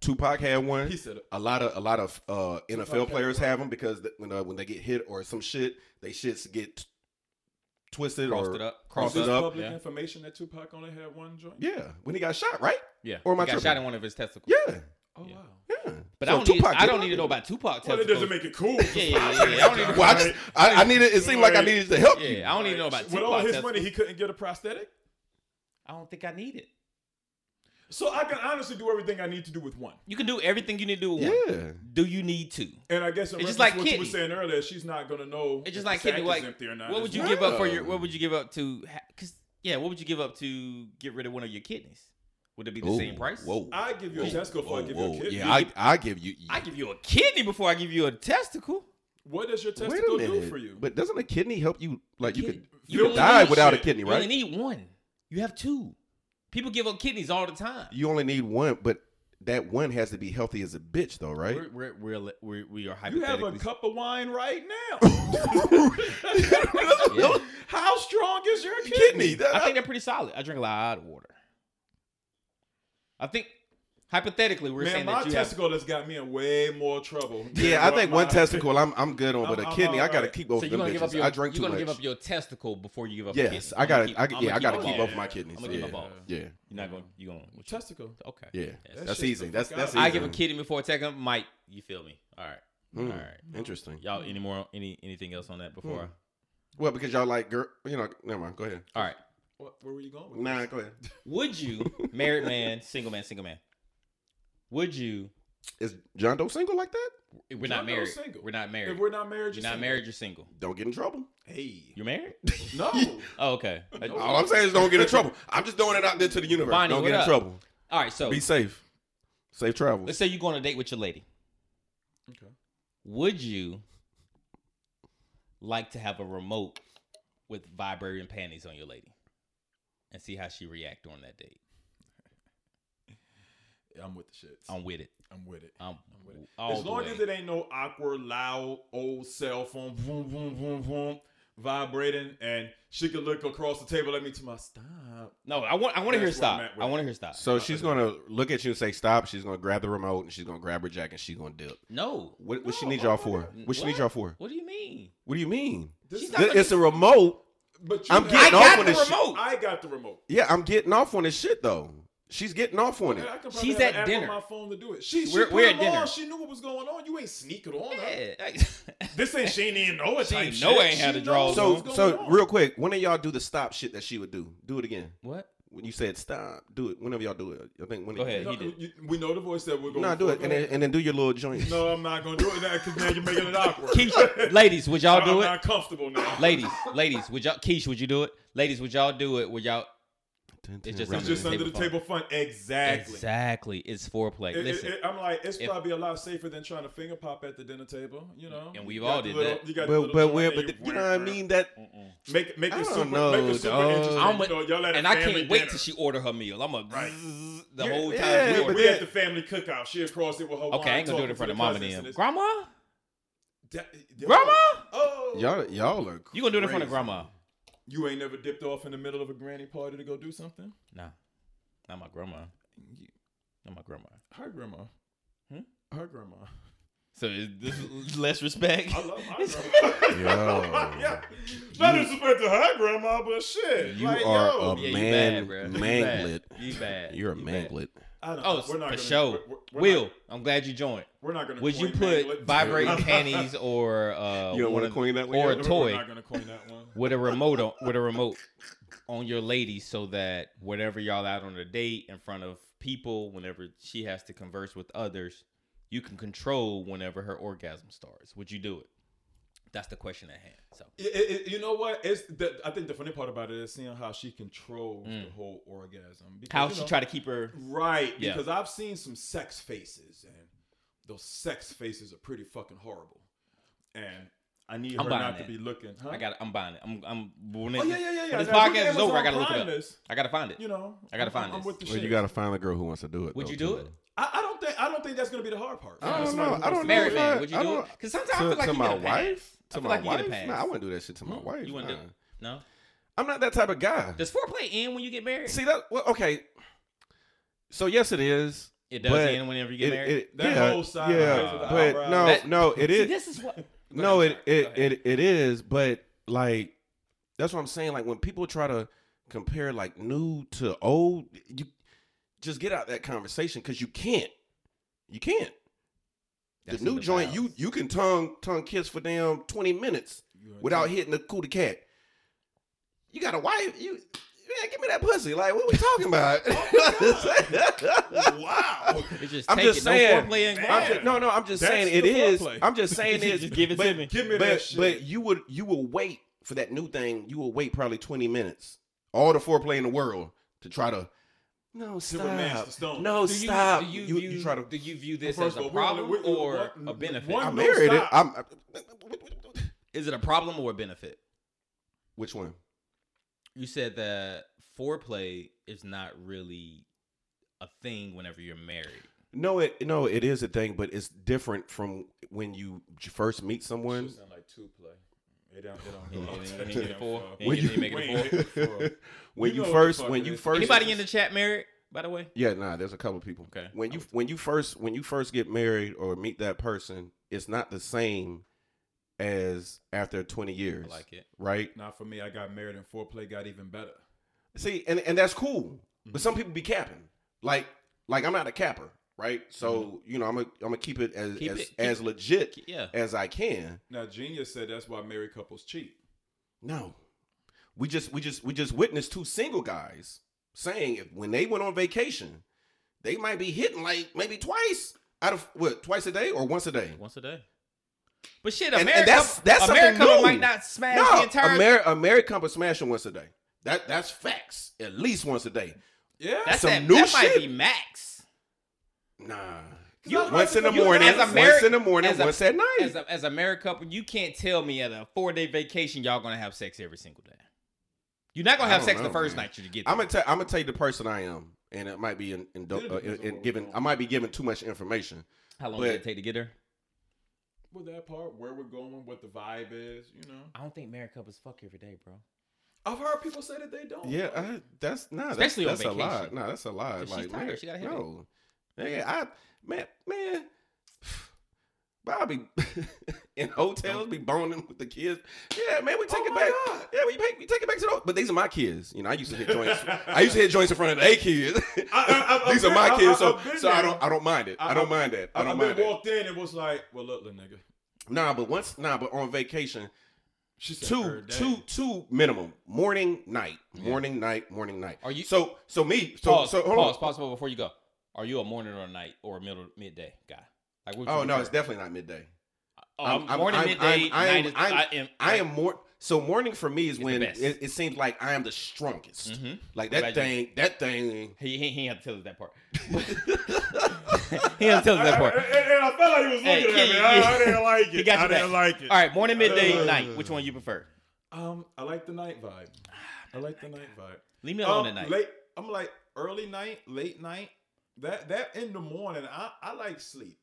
Tupac had one. He said it. a lot of a lot of uh, NFL had players have them because th- when uh, when they get hit or some shit, they shits get t- twisted Crossed or it up, crossed crossed Is it this up. public yeah. information that Tupac only had one joint? Yeah, when he got shot, right? Yeah, Or am he I got tripping? shot in one of his testicles. Yeah, Oh wow. yeah. but So I don't need Tupac I did don't it. need *laughs* to know about Tupac Well, it testicles. Oh, doesn't make it cool. yeah, yeah, yeah, yeah. I don't need to. Well, I just I, I needed. It seemed like I Right. needed to help you. yeah, I don't need to know about With Tupac all his testicles. money, he couldn't get a prosthetic. I don't think I need it. So I can honestly do everything I need to do with one. You can do everything you need to do. With one. Yeah. Do you need to? And I guess in It's just reference like to what you were kidney. saying earlier, she's not gonna know. It's just if like the sack kidney. is Like, empty or not. what would It's you not- give up for your? No. What would you give up to? Because yeah, what would you give up to get rid of one of your kidneys? Would it be the Ooh, same price? Whoa. I give you a Whoa, testicle before I whoa, give you a whoa. kidney. Yeah, I I give you. I give you a kidney before I give you a testicle. What does your Wait testicle a do minute. for you? But doesn't a kidney help you? Like you Kidney- could you you could only die need without a shit. kidney, You only right? need one. You have two. People give up kidneys all the time. You only need one, but that one has to be healthy as a bitch, though, right? We're, we're, we're, we're, we are you have a hypothetically. cup of wine right *laughs* now. *laughs* Yeah. How strong is your kidney? Kidney. that- I think they're pretty solid. I drink a lot of water. I think hypothetically we're Man, saying my that you have. testicle has got me in way more trouble. than Yeah, I what think one my- *laughs* testicle I'm I'm good on, I'm- but a I'm kidney I alright. gotta keep both So of you're them gonna bitches. give up your. I drink you're too gonna much. give up your testicle before you give up. your yes, kidney. I I'm gonna gotta. keep- I, I'm gonna yeah, I gotta my keep ball. both my kidneys. I'm gonna yeah, keep my ball. yeah, You're not gonna. You gonna. Testicle. Okay. yeah. That's That's just easy. the That's fuck that's out. easy. I give a kidney before I take him. Mike, you feel me? All right. Mm, All right. Interesting. Y'all any more any anything else on that before? Hmm. Well, because y'all like girl, you know. Never mind. Go ahead. I... All right. What, where were you going with Nah, this? go ahead. Would *laughs* you married man, single man, single man? Would you? Is John Doe single like that? We're John not Doe's married. single. We're not married. If we're not married, You're not you're single. married. You're single. Don't get in trouble. *laughs* Hey. *laughs* You're married. No. Oh, okay. All I'm saying is don't get in trouble. I'm just throwing it out there to the universe. Bonnie, don't what get in up? trouble. All right. So Be safe. Safe travels. let's say you go on a date with your lady. okay. Would you like to have a remote with vibrating panties on your lady, and see how she react during that date? Yeah, I'm with the shits. I'm, I'm with it. with it. I'm, I'm with it. all as the long way. as it ain't no awkward, loud, old cell phone, boom, boom, boom, boom. vibrating, and she could look across the table at me to my stop. No, I want I want to hear That's where I'm stop. at with I it. want to hear stop. So she's gonna look at you and say stop. She's gonna grab the remote and she's gonna grab her jacket and she's gonna dip. No. What, what she No, need I y'all wanna- for? What she need What? y'all for? What do you mean? What do you mean? This She's is- not gonna- It's a remote. but I'm have- getting I off got on the this shit. remote. I got the remote. Yeah, I'm getting off on this shit though. She's getting off on it. I could probably She's have an at app dinner. On my phone to do it. She, she We're- put we're at them on. dinner. She knew what was going on. You ain't sneak it on her. Yeah. *laughs* This ain't she didn't know it. She type ain't know shit. ain't had She to draw knows So what's going so on. real quick, when of y'all do the stop shit that she would do? Do it again. what? When you said stop, do it. Whenever y'all do it, I think. When Go ahead. No, he did. you- we know the voice that we're going. No, do it and then, and then do your little joint. no, I'm not gonna do it now because now you're making it awkward. Keisha, *laughs* ladies, would y'all I'm do it? not comfortable now. Ladies, ladies, would y'all Keisha, would you do it? Ladies, would y'all do it? Would y'all It's just it's under just the under the table fun. table fun. Exactly. Exactly. It's foreplay. It- it- Listen. it- I'm like, it's if- probably a lot safer than trying to finger pop at the dinner table, you know. And we've You all got the did little- that. You got the But little but joint where that but you the, you know what I mean? That Mm-mm. Make make I it don't super, know, make it super dog. interesting. I'm a- you know, y'all at a and I can't family wait dinner. till she order her meal. I'm a Right. zzz the Yeah, whole time. yeah, she but order. We at the family cookout. She'll cross it with her. okay, I ain't gonna do it in front of mom and them. Grandma, grandma, Grandma. Oh, y'all y'all are you gonna do it in front of crazy. grandma? You ain't never dipped off in the middle of a granny party to go do something. No, not my grandma. Not my grandma. Her grandma. Hmm? Her grandma. So is this less respect? I love my *laughs* grandma. *laughs* Yo. *laughs* yeah. Not disrespect to her grandma, but shit. You like, are yo. a Yeah, you man, bad, bruh. You manglet. bad. You bad. You're a You bad. manglet. I don't, Oh, we're not for gonna, sure. We're, we're Will, Not, I'm glad you joined. we're not gonna. Would you coin put manglet. vibrating *laughs* panties or uh, You don't one want to of- clean that or way. a up? We're- toy? We're not gonna coin that one. with a remote on, with a remote on your lady so that whenever y'all out on a date in front of people, whenever she has to converse with others, you can control whenever her orgasm starts. Would you do it? That's the question at hand. So It- it- it- you know what? It's the, I think the funny part about it is seeing how she controls the Mm. whole orgasm. Because, how you she know- try to keep her Right, Yeah. because I've seen some sex faces, and those sex faces are pretty fucking horrible. And I need I'm her buying not to that. be looking. Huh? I got I'm buying it. I'm I'm when, Oh it- yeah, yeah, yeah. yeah. when this Now, if you podcast is over, I Amazon gotta look it Prime up. this, I gotta find it. You know, I gotta I'm- find I'm, this. I'm with the Well, shit. you gotta find a girl who wants to do it. Would though, you do too. it? I, I don't think I don't think that's gonna be the hard part. I don't Finding somebody know. who I wants don't to do know. Married it. man, I- would you I do it? don't- Because sometimes I To, feel like to you my get a pass. wife? I To feel my like you get a wife? pass. Nah, I wouldn't do that shit to my wife. Hmm. You wouldn't do nah. it? No. I'm not that type of guy. Does foreplay end when you get married? See that? Well, okay. So yes, it is. it does but end whenever you get It- married. it- That yeah, whole side yeah, raise of the but eyebrows. no, That- no, *laughs* it See, is. this is what No, ahead, it sorry. Go it, it it is, but like that's what I'm saying. Like when people try to compare like new to old, you just get out that conversation because you can't. You can't. That's the new under joint, you vows. you can tongue tongue kiss for damn twenty minutes You- without hitting the cootie cat. You got a wife, you man, give me that pussy. Like what we talking *laughs* about? *laughs* *laughs* Wow. It's just I'm take just it. saying. No foreplay and I'm grinding. just, no, no, I'm just That's saying it the is. foreplay. I'm *laughs* just saying is. Just give it to but- me. Give me that but, shit. but you would you will wait for that new thing. You will wait probably twenty minutes, all the foreplay in the world to try to. No romance stop. the stone. No Do you, stop. Do you, you, view, you try to. do you view this First as of a all, we're only- problem we're- we're- or one- a benefit? one- I no, married it. stop. I'm. Is it a problem or a benefit? Which one? You said that foreplay is not really a thing whenever you're married. No, it no, it is a thing, but it's different from when you first meet someone. Should sound like two play. It don't. It You don't. know go what I mean? out. You ain't get *laughs* a four. You When ain't get- you- you ain't we *laughs* make it ain't a four. hit it before. When You you, know what the first, fuck when it you is. first, Anybody in the chat married? By the way, Yeah, nah, there's a couple people. Okay. When you when you first when you first get married or meet that person, it's not the same as after 20 years. I like it. Right? Not for me. I got married and foreplay got even better. See, and and that's cool. But Mhm. some people be capping. Like like I'm not a capper, right? So, you know, I'm a, I'm going to keep it as Mm-hmm. Keep as, it- keep as it- legit Yeah, as I can. Now Genius said that's why married couples cheat. No. We just we just we just witnessed two single guys saying if, when they went on vacation, they might be hitting like maybe twice out of what, twice a day or once a day? once a day. But shit, And- and America, that's- that's something America new. might not smash the entire. a married, a married couple smashing once a day. That that's facts. At least once a day. Yeah. that's some that, new that might shit. be max. Nah. You- once in the you- morning, as a once married- in the morning, as a- once at night. As a, as a married couple, you can't tell me at a four day vacation y'all gonna have sex every single day. You're not gonna I have don't sex the know, first man. night you get. There. I'm gonna tell I'm gonna tell you the person I am, and it might be in, in, uh, It depends in, on what giving. we're I might be giving too much information. How long but- did it take to get there? Well, that part, where we're going, what the vibe is, you know. I don't think married couples fuck every day, bro. I've heard people say that they don't. Yeah, I, that's not. Especially on that's, that's a lie. vacation. No, that's a lie. 'Cause Like, she's tired. man, She got a headache. no. Yeah, I man, man, Bobby *laughs* in hotels be boning with the kids. Yeah, man, we take it Oh my back. God. Yeah, we, take- we take it back to the. But these are my kids. You know, I used to *laughs* hit joints. I used to hit joints in front of their kids. *laughs* I- I- these I've are my been- kids, I- so I've been so I there. don't I don't mind it. I, I- don't mind that. I I, don't I mind been that. walked in and was like, "Well, look, little nigga." Nah, but once nah, but on vacation, She said, two "Her day." two two minimum morning night morning night morning night. Are you- so so me so Pause. so hold on. pause. Pause. Pause. Before you go, are you a morning or a night or a middle midday guy? Like, what Um, Oh no, it's definitely not midday. I'm- I'm- morning, I'm- I'm- midday, I am- night. Is, I'm- I am. I am more so morning for me is It's the when best. it, it seems like I am the strongest. hmm Like What that about thing, that thing. He, he, he ain't have to tell us that part. *laughs* he ain't have to tell us that *laughs* part. And, and- and I felt like he was looking Hey, at me. yeah, I, I yeah. didn't like it. He got I you back. didn't like it. All right, morning, midday, Uh, night. Which one you prefer? Um, I like the night vibe. Ah, I like the night vibe. Leave me alone Um, at night. Late, I'm like early night, late night. That that in the morning, I I like sleep.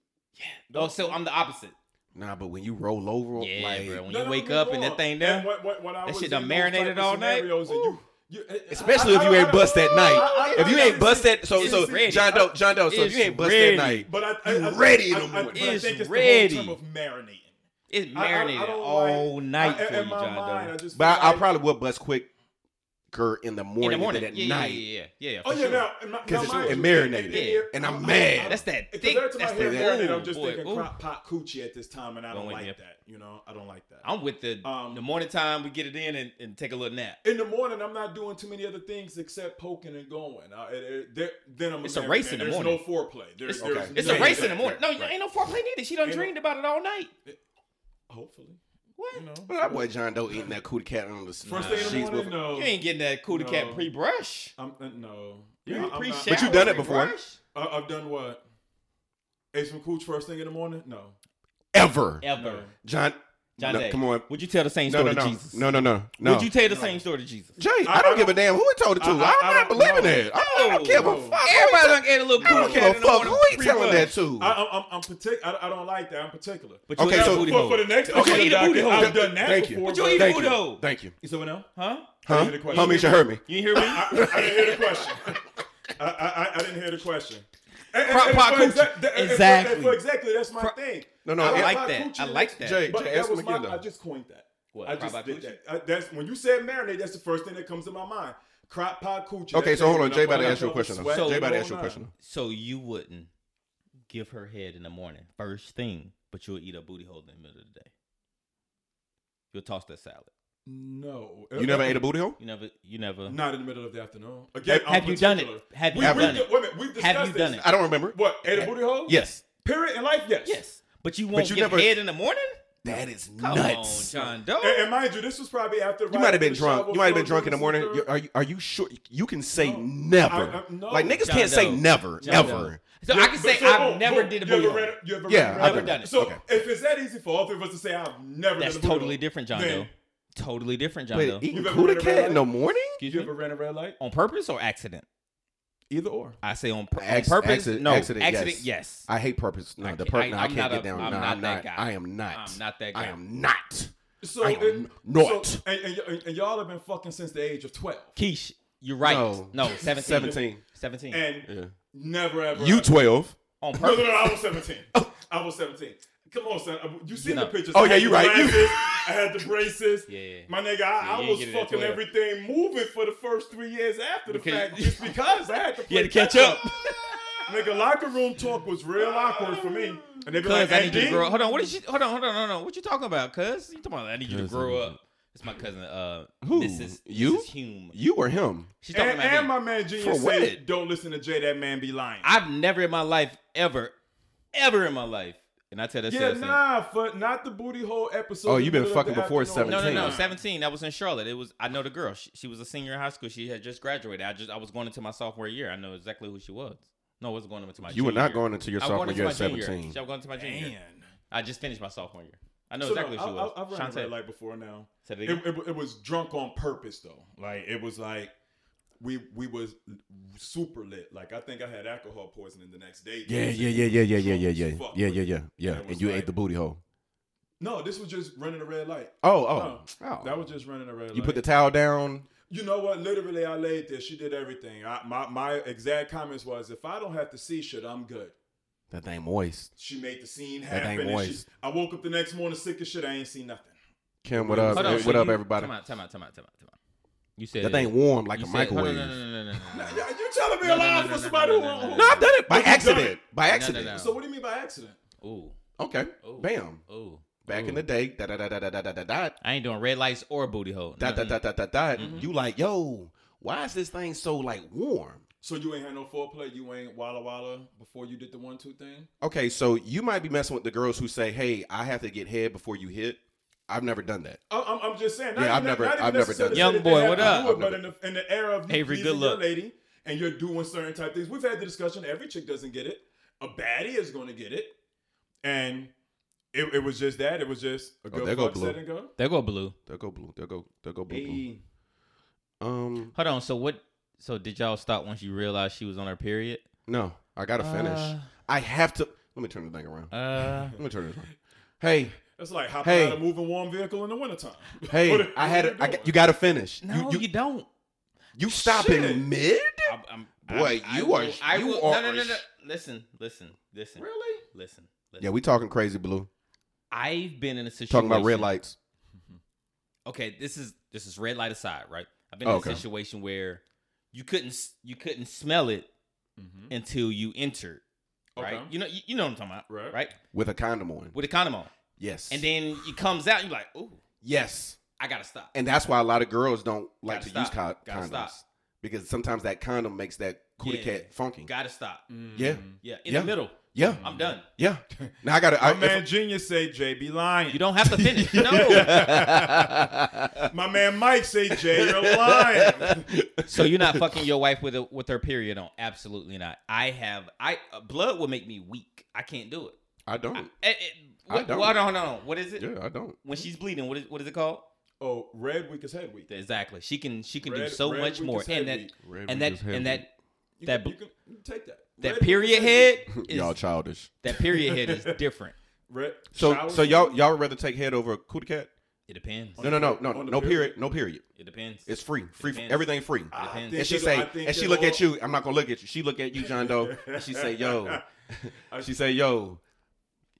Oh, so I'm the opposite. Nah, but when you roll over, Yeah, like bro. When Oh, No, you no, wake keep up and that going. thing there, And when- when- when I that was shit in done those marinated type of all night? scenarios and you- you- I- especially I- if you I- ain't I- bust that I- night. I- If you I- ain't bust that, so it's so ready. John Doe, John Doe. So if It's you ain't bust ready. that night, But I, I, You I- ready in I- the I- morning. but I It's think it's ready. the whole term of marinating. it's I- I- I marinated don't all like- night I- for in you, my John mind, Doe. I just but I, feel I like- probably would bust quicker in the morning, in the morning, than at yeah, night. yeah, yeah, yeah, yeah. Oh for yeah, sure. now and my- now it's- mind it you, marinated. it- it- And I'm mad. That's that Because thick. every time That's I hear that marinated, ooh, I'm just boy, thinking ooh. crock pot coochie at this time, and I Don't don't wake me like up. that. You know, I don't like that. I'm with the Um, the morning time. We get it in and, and take a little nap. in the morning, I'm not doing too many other things except poking and going. I, it, it, there, then I'm It's a married race man. in the There's morning. no foreplay. There's, It's, there's okay. it's no- a race in the morning. No, right, right. ain't no foreplay needed. She done Ain't no- dreamed about it all night. Hopefully, What? you know. Well, that boy John Doe eating that cootie cat on the First sheets thing in the with morning, no. You ain't getting that cootie cat No. pre brush. I'm uh, no. You I- I'm Pre not- shower. But you done it before. I, I've done what? Ate some cooch first thing in the morning? No. ever. Ever. John, John no, Day, come on. Would you tell the same No, story no, to no, Jesus? no, no, no, no. Would you tell the No. same story to Jesus? Jay, I, I- don't I give a damn who he told it to. I, I- I- I am not don't believing know. that. I don't, I don't give a No. fuck. Everybody done ate a little I cootie don't cat. give a in the fuck morning who he pre-brush. telling that to. I, I'm, I'm, I'm partic- I, I don't like that. I'm particular. But you Okay, ate a so- booty for, hole. for the next Okay, person eat a that I booty did- hole. I've done that Thank you. before. But you eat a Thank booty you. hole. Thank you. You said what now? Huh? I Huh? didn't hear the question. Homie, you should hear me. You hear me? I, I didn't hear the question. I, I, I didn't hear the question. And- and- Crock and pot for coochie. exact- and for- and Exactly. for exactly, that's my Crock- thing. No, no, I I like my that. coochie I in like it, that. Jay, But Jay, that ask him was my, again. I though. just coined that. What, I crock just pot did coochie? that. I, that's when you said marinade. That's the first thing that comes to my mind. Crock pot coochie. Okay, That so thing hold on. when Jay I'm about to on ask you a the question. sweat, Though. So- Jay about to going ask you a on. question. So you wouldn't give her head in the morning, first thing, but you'll eat a booty hole in the middle of the day. You'll toss that salad. No. though. You never ate a booty hole? You never, you never. Uh, Not in the middle of the afternoon. Again, Have I'm you done particular. it? Have you We- we- done it? Wait a minute. We've discussed Have you done this. it? I don't remember. What? Ate a booty hole? Yes. Period in life? Yes. Yes, but you won't you give never- head in the morning. That is Come nuts. on, John Doe. And, and mind you, this was probably after. You might have been drunk. You might have been drunk in the morning. You- Are you, are you sure? You can say No. never. I- I- no. Like niggas John can't say Doe. never, John ever. So I can say I've never did a booty hole. You ever Yeah, ran- I've ran- done it. So Okay. if it's that easy for all three of us to say I've never, That's done a booty totally hole, different, John then Doe. Totally different, John Doe. Wait, eating You've ever cootie been cat in the around? morning? You Excuse ever me. ran a red light? On purpose or accident? Either or. I say on, pur- on Acc- purpose. accident- no, accident, yes. yes. I hate purpose. No, I the can't- I- purpose. No, I I'm can't not get a- down. I'm no, not I'm that not. guy. I am not. I'm not that I guy. am not. So I am it- not. so- and, and, y- and y'all have been fucking since the age of twelve, Keish, you're right. No. No, 17. 17. 17. and Yeah. never ever. You 12. *laughs* on No, no, purpose. no. I was seventeen. *laughs* I was seventeen. Come on, son. You seen No. the pictures? Oh, I yeah, had you the right. You- glasses, I had the braces. *laughs* Yeah. My you nigga, I, I ain't was get it at fucking 12. everything moving for the first three years after the Because- fact, just because I had to. *laughs* You had to play catch up. Nigga, locker room talk was real awkward for me. And they be Cuz like, I need you to "Andy?" grow up. Hold on, what is she? Hold on, hold on, hold on. What you talking about, cuz? You talking about I need you to grow up. It's my cousin, uh, Who? Mrs. You? Mrs. Hume. You or him? She's talking And, about me. and my man For Genius said, what? don't listen to Jay, that man be lying. I've never in my life, ever, ever in my life, and I tell that yeah, Sarah, saying, nah, for not the booty hole episode. Oh, in you the been middle of fucking the before afternoon. No, no, no. 17. Seventeen. That was in Charlotte. It was. I know the girl. She, she was a senior in high school. She had just graduated. I just. I was going into my sophomore year. I know exactly who she was. No, I wasn't going into my. You were junior not year. going into your I was going sophomore into year my at junior year. 17. I was going into my junior. year. Man. I just finished my sophomore year. I know So, exactly no, who she I- was. I- I've run a red Shantae. light before now. Said it It, again. it, it was drunk on purpose though. Like it was like we we was super lit. Like I think I had alcohol poisoning the next day. Yeah, yeah, yeah, yeah, yeah, yeah, yeah, Drunk yeah, as fuck yeah, with yeah, it. yeah, yeah. That And was you like- ate the booty hole. No, this was just running a red light. Oh, oh, No, oh. That was just running a red light. you put the towel down. You know what? Literally, I laid there. She did everything. I, my my exact comments was, if I don't have to see shit, I'm good. That thing moist. She made the scene That happen. ain't and she- moist. I woke up the next morning sick as shit. I *sighs* ain't seen nothing. Kim, what up? Hold on, Hey, so what up, you- everybody? Come on, come on, come on, come on, come on. You said That thing warm like you a said- hold microwave. on, No, no, no, no, no, no, Now, no. y- You're telling me No, a no, lie no, for no, no, somebody no, who. no, no, who- no. No, I've done it by But you done accident. it. By no, accident. no. So what do you mean by accident? *laughs* Ooh. Okay. Ooh. Bam. Ooh. Back ooh. in the day, da da da da da da da da da I ain't doing red lights or booty hole. da da Nothing. da da da da. Mm-hmm. You like, yo, why is this thing so like warm? So you ain't had no foreplay. You ain't walla walla before you did the one two thing. Okay, so you might be messing with the girls who say, "Hey, I have to get head before you hit." I've never done that. I- I'm, I'm just saying. not Yeah, I've even- never- not even I've never necessarily done Young that they boy, have what to up? do it, I've but never- in the, in the era of you Avery, pleasing good your luck. lady, and you're doing certain type things. We've had the discussion. Every chick doesn't get it. A baddie is going to get it, and it, it was just that. It was just a Oh, girl there go fuck, blue. set and go. There go blue. They'll go blue. They'll go. They'll go blue. blue. Hey, Um, Hold on. So what? So did y'all stop once you realized she was on her period? no, I gotta finish. Uh. I have to. Let me turn the thing around. Uh, Let me turn this around. Hey, that's like hopping Hey. out of moving warm vehicle in *laughs* the wintertime. hey, What- I what had. you it. I doing? got- you gotta finish. *laughs* no, you, you, you, don't. you stop Shit. in mid. I'm, I'm, Boy, I'm- I you will- are- I you will, are No, no, a no, no. sh- Listen, listen, listen, Really? listen. listen. Yeah, we talking crazy blue. I've been in a situation. Talking about red lights. Okay, this is this is red light aside, right? I've been in Oh, Okay. a situation where you couldn't s- you couldn't smell it Mm-hmm. until you entered, right? Okay. You know you, you know what I'm talking about, Right. Right? with a condom on. With a condom on, Yes. and then it comes out, you're like, ooh, yes, I gotta stop. and that's why a lot of girls don't like to Gotta use co- condoms stop. Gotta stop. because sometimes that condom makes that cootie Yeah. cat funky. Gotta stop. Mm-hmm. Yeah. Yeah, in Yeah. the middle. yeah, I'm done. yeah. Now I gotta. I, My man Genius say Jay be lying. You don't have to *laughs* finish. No. *laughs* My man Mike say Jay you're lying. so you're not fucking your wife with a, with her period on. Absolutely not. I have I uh, blood would make me weak. I can't do it. I I, don't. eh, eh, I what, don't. what- hold on, hold on. What is it? Yeah, I don't. When she's bleeding, what is what is it called? *laughs* Oh, red week is head week. Exactly. She can she can do Red- so red much week more. is And head that week. and that and that You that can, bl- you can- you can take that. that Red week period is head week. is y'all childish. that period head *laughs* is different. Red, So shower so head y'all week. y'all would rather take head over a cootie cat? It depends. No no no no On the no period period. no period. It depends. It's free free Depends. everything free. I depends. think And she it'll- say I think and she it'll look at all- you. I'm not gonna look at you. She look at you, John Doe, and she say, *laughs* "Yo," I- she say, "Yo,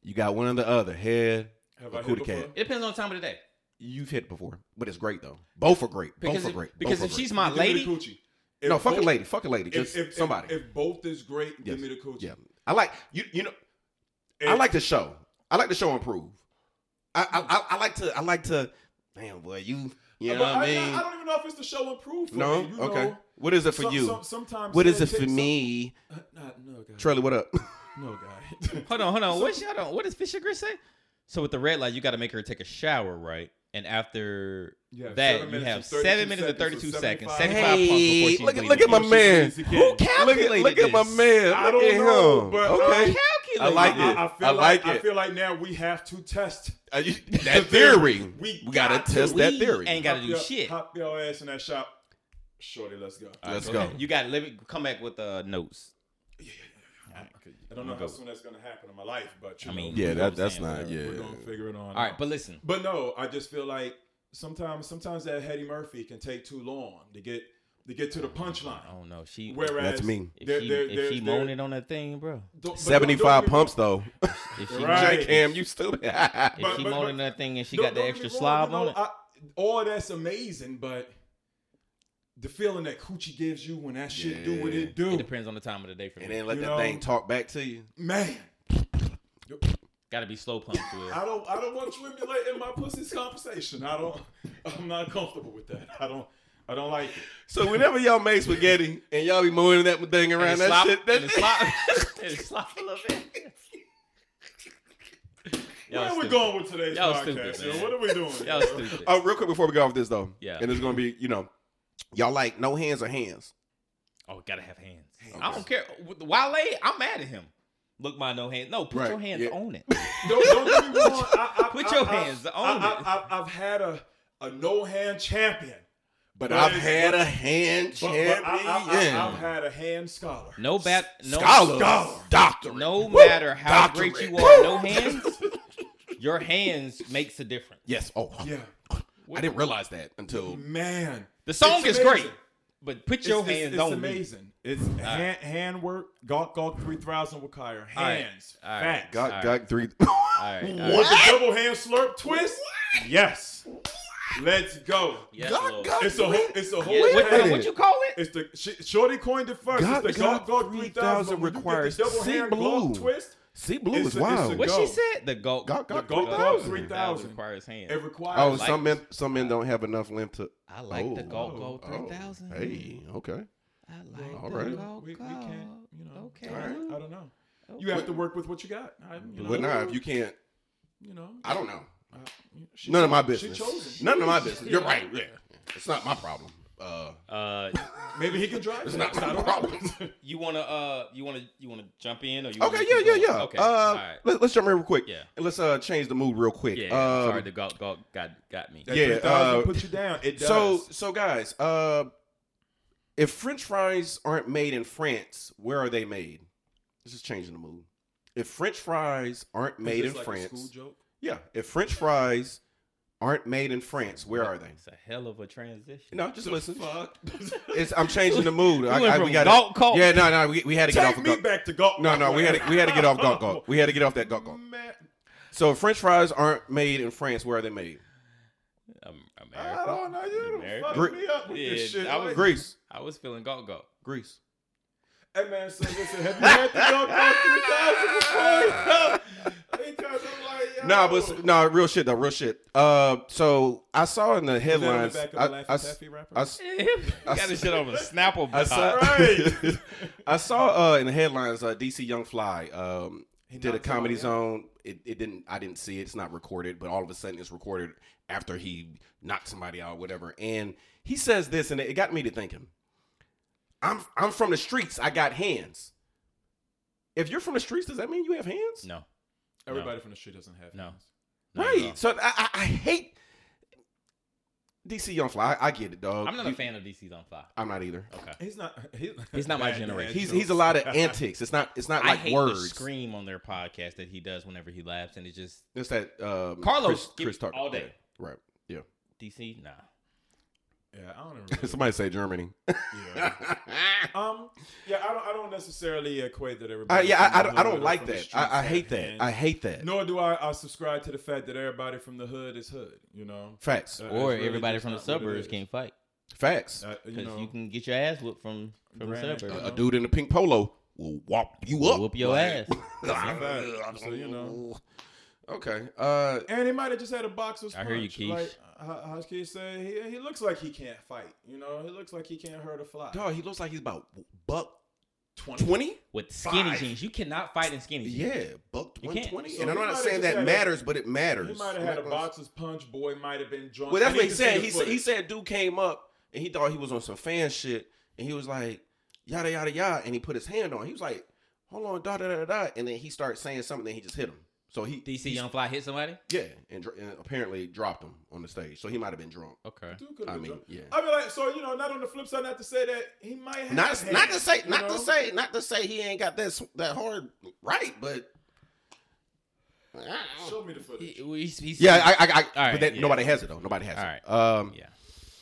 you got one or the other head." uh, Have a I hit cootie before? cat. it depends on the time of the day. You've hit before, but it's great though. Both are great. Because Both are if, great. because Both if are she's great. my Give me the lady, coochie. If no, fuck a both- lady, fuck a lady, If, just if, if- somebody. If, both is great, Yes. give me the coochie. yeah, I like you. You know, I If- like the show. I like the show improve. I I, I I like to I like to. Damn boy, you you know Uh, but what I mean? I, I don't even know if it's the show improved. For no, me. You okay. Know, what is it for some- you? some- sometimes what is head it for takes some- *laughs* me? Uh, not- no, guy. Trelly, what up? No, guy. *laughs* hold on, hold on. What hold on. What does Fisher Grit say? So with the red light, you got to make her take a shower, right? And after You have that, seven you minutes have and 32 seven minutes and seconds, thirty-two so seconds, 75 seventy-five pumps before she's look, at- bleeding. look at my She man. needs to get- Who calculated Look at, look at my this? man. I Look don't at know, him. but, uh, okay. I like I, it. I, feel I like like, I it. feel like now we have to test. Are Uh, *laughs* you- that The theory. theory. We, We gotta got to. test that We theory. ain't got to Hop do your- shit. Hop your ass in that shop, shorty. Let's go. All right, Let's go. You got to live it. Come back with uh, notes. Okay. I don't know how soon that's gonna happen in my life, but you I mean, know, Yeah, we're that- gonna- that's not- We're gonna figure it on. All right, out. but listen. But no, I just feel like sometimes sometimes that Hetty Murphy can take too long to get to get to the punchline. I don't know. She Whereas That's me. if they're- she, they're- if they're- she they're- moaning on that thing, bro. don't- but don't- don't Seventy-five get me pumps though. *laughs* If she Right. J Cam, you stupid. *laughs* if But- she but- moaning on but- that thing and she don't- got the don't get extra me wrong, slob you on know, it. I- all that's amazing, but the feeling that coochie gives you when that shit do what it do, It depends on the time of the day for and me. then let You that know- thing talk back to you. man. Got to be slow pump to it. *laughs* I don't I don't want you emulating my pussy's conversation. I don't *laughs* I'm not comfortable with that. I don't I don't like it. So whenever y'all make spaghetti and y'all be moving that thing around, And that it slop- shit, that and it slop- *laughs* and it slop a little *laughs* bit. Y'all Where are we stupid. going with today's Y'all podcast? stupid, yo? man. what are we doing? Y'all yo? stupid. *laughs* Oh, real quick before we go off this though, Yeah. and it's gonna be you know, y'all like no hands or hands. Oh, gotta have hands. I don't care. With Wale, I'm mad at him. Look, my no hands. No, put Right, your hands yeah. on *laughs* it. Don't, don't get me wrong. I, I, *laughs* Put I- your I- hands I, on I, it. I, have had a, a no hand champion. But, But I've it's- had but- a hand But, but champion. I, have had a hand scholar. No bat. No Scholar, Scholar. doctor, No matter how Doctorate. *laughs* great you are, no hands. Your hands makes a difference. Yes. Oh, Yeah, I didn't realize that until man. The song is It's great, amazing. but put It's, your it's, hands it's on me. amazing. It's hand, hand work. Gawk Gawk three thousand with Kyra. right. Hands, All right. facts. got All got *laughs* three. All right, all right. With the double hand slurp twist. Yes. Let's go. Yes, God, Lord. God. It's a whole- it's a whole. What, minute. what, what you call it? It's the sh- Shorty coined it first. God- it's the God God God 3000 3000 when you get the requires double sea hand blue. Glock twist. See, blue It's is a- it's wild. a What go. she said? The goat. Got The got Gawk Gawk three three thousand. thousand. requires hands. It requires. Oh, like some this. men some men don't have enough limb to. I like the Oh, gold gold oh, three thousand. Hey, okay. I like All the right. gold We, we can't. You know. Okay. I don't- I don't know. You Okay. have to work with what you got. I, you know, But nah, if you can't, You know. I don't know. I- she None of chose- my She chose business. it. None of my business. You're right. Yeah, it's not my problem. Uh, Uh, Maybe he can drive. it's it. not I my don't *laughs* know. problem. you wanna uh, you wanna you wanna jump in or you? wanna Okay, yeah, keep yeah, going? yeah. Okay, Uh, all right. let, us jump in real quick. Yeah. and let's uh change the mood real quick. Yeah, Um, sorry, the goat goat got got me. That Yeah, 3000 uh, put you down. It does. so so guys, uh, if French fries aren't made in France, where are they made? This is changing the mood. If French fries aren't Is made this in like A school France, joke? yeah. If French fries aren't made in France, where are they? It's a hell of a transition. No, just listen. Fuck. It's, I'm changing the *laughs* mood. I, went I, from we got Galt Cult- Yeah, no, no, we, we had to get Take off. Of me Galt- back to Gawk. no, no, we had to, we had to get off Galt Galt. We had to get off that Galt Galt. *laughs* Man, So if French fries aren't made in France, where are they made? Um, America. I don't know. You done America. fucked Gre- me up with Yeah, this shit. I was- like- Greece. I was feeling goat *laughs* goat. *laughs* Greece. Hey man, so listen, have you had the Gawk Gawk 3000 before? *laughs* because I'm like, yo. Nah, but no, real shit though, real shit. Uh, so I saw in the Was that on the headlines. back of the I- Laffy I s- Taffy wrapper? I s- got this shit on a Snapple. I *laughs* saw, Right. I saw uh, in the headlines uh, DC Young Fly um, He did a knocked it comedy out, yeah. zone. It, it didn't. I didn't see it. It's not recorded, but all of a sudden it's recorded after he knocked somebody out, whatever. And he says this, and it got me to thinking. I'm I'm from the streets. I got hands. If you're from the streets, does that mean you have hands? no, Everybody from the street doesn't have No. hands. not at right. all. So I, I, I hate DC Young Fly. I, I get it, dog. I'm not a You- fan of DC's on fire. I'm not either. Okay. He's not. He, He's *laughs* not my Bad generation. dad He's jokes. he's a lot *laughs* *laughs* of antics. It's not it's not I like hate words. the scream on their podcast that he does whenever he laughs, and it's just It's that um, Carlos, give Chris me Tucker. all day. Yeah, right. *laughs* Yeah. DC. Nah, Yeah, I don't really. Somebody say *laughs* Germany. Yeah. Um. Yeah, I don't. I don't necessarily equate that I, Uh, everybody. yeah, I, I, don't- from the I hood don't or like from the that. streets I, I have hate that. hands. I hate that. Nor do I, I subscribe to the fact that everybody from the hood is hood. You know. Facts. Uh, or it's really everybody just from the not what it suburbs is. can't fight Facts. Uh, because you you, know. can get your ass whooped from from the Granted, suburbs. a, uh, a dude in a pink polo will whoop you up. *laughs* Whoop your Like, ass. So, you know. Okay. Uh, and he might have just had a boxer's I punch. hear you, Keesh. Like, uh, how, how's Keesh say? He, he looks like he can't fight. You know, he looks like he can't hurt a fly. dog, he looks like he's about buck 20. twenty. with skinny Five. jeans. You cannot fight in skinny jeans. Yeah, buck You one can't. twenty. So And I'm he might not have saying just that had a- matters, but it matters. He might have I'm had a not gonna- boxer's punch. Boy might have been drunk. Well, that's I what he need to see said. the He said, he footage. said dude came up and he thought he was on some fan shit, and he was like yada yada yada, and he put his hand on. He was like, hold on, da da da da, da," and then he started saying something, and he just hit him. So he DC he- Young Fly hit somebody. yeah, and, dr- and apparently dropped him on the stage. So he might have been drunk. Okay. Dude could've I been mean, drunk. yeah. I mean, like, so you know, not on the flip side, not to say that he might have Not, had not it, to say, you not know? to say, not to say he ain't got that s- that hard right, but Show me the footage. He- he's- he's- yeah, I, I, I but right, that, yeah. nobody has it though. Nobody has All it. right. Um, yeah.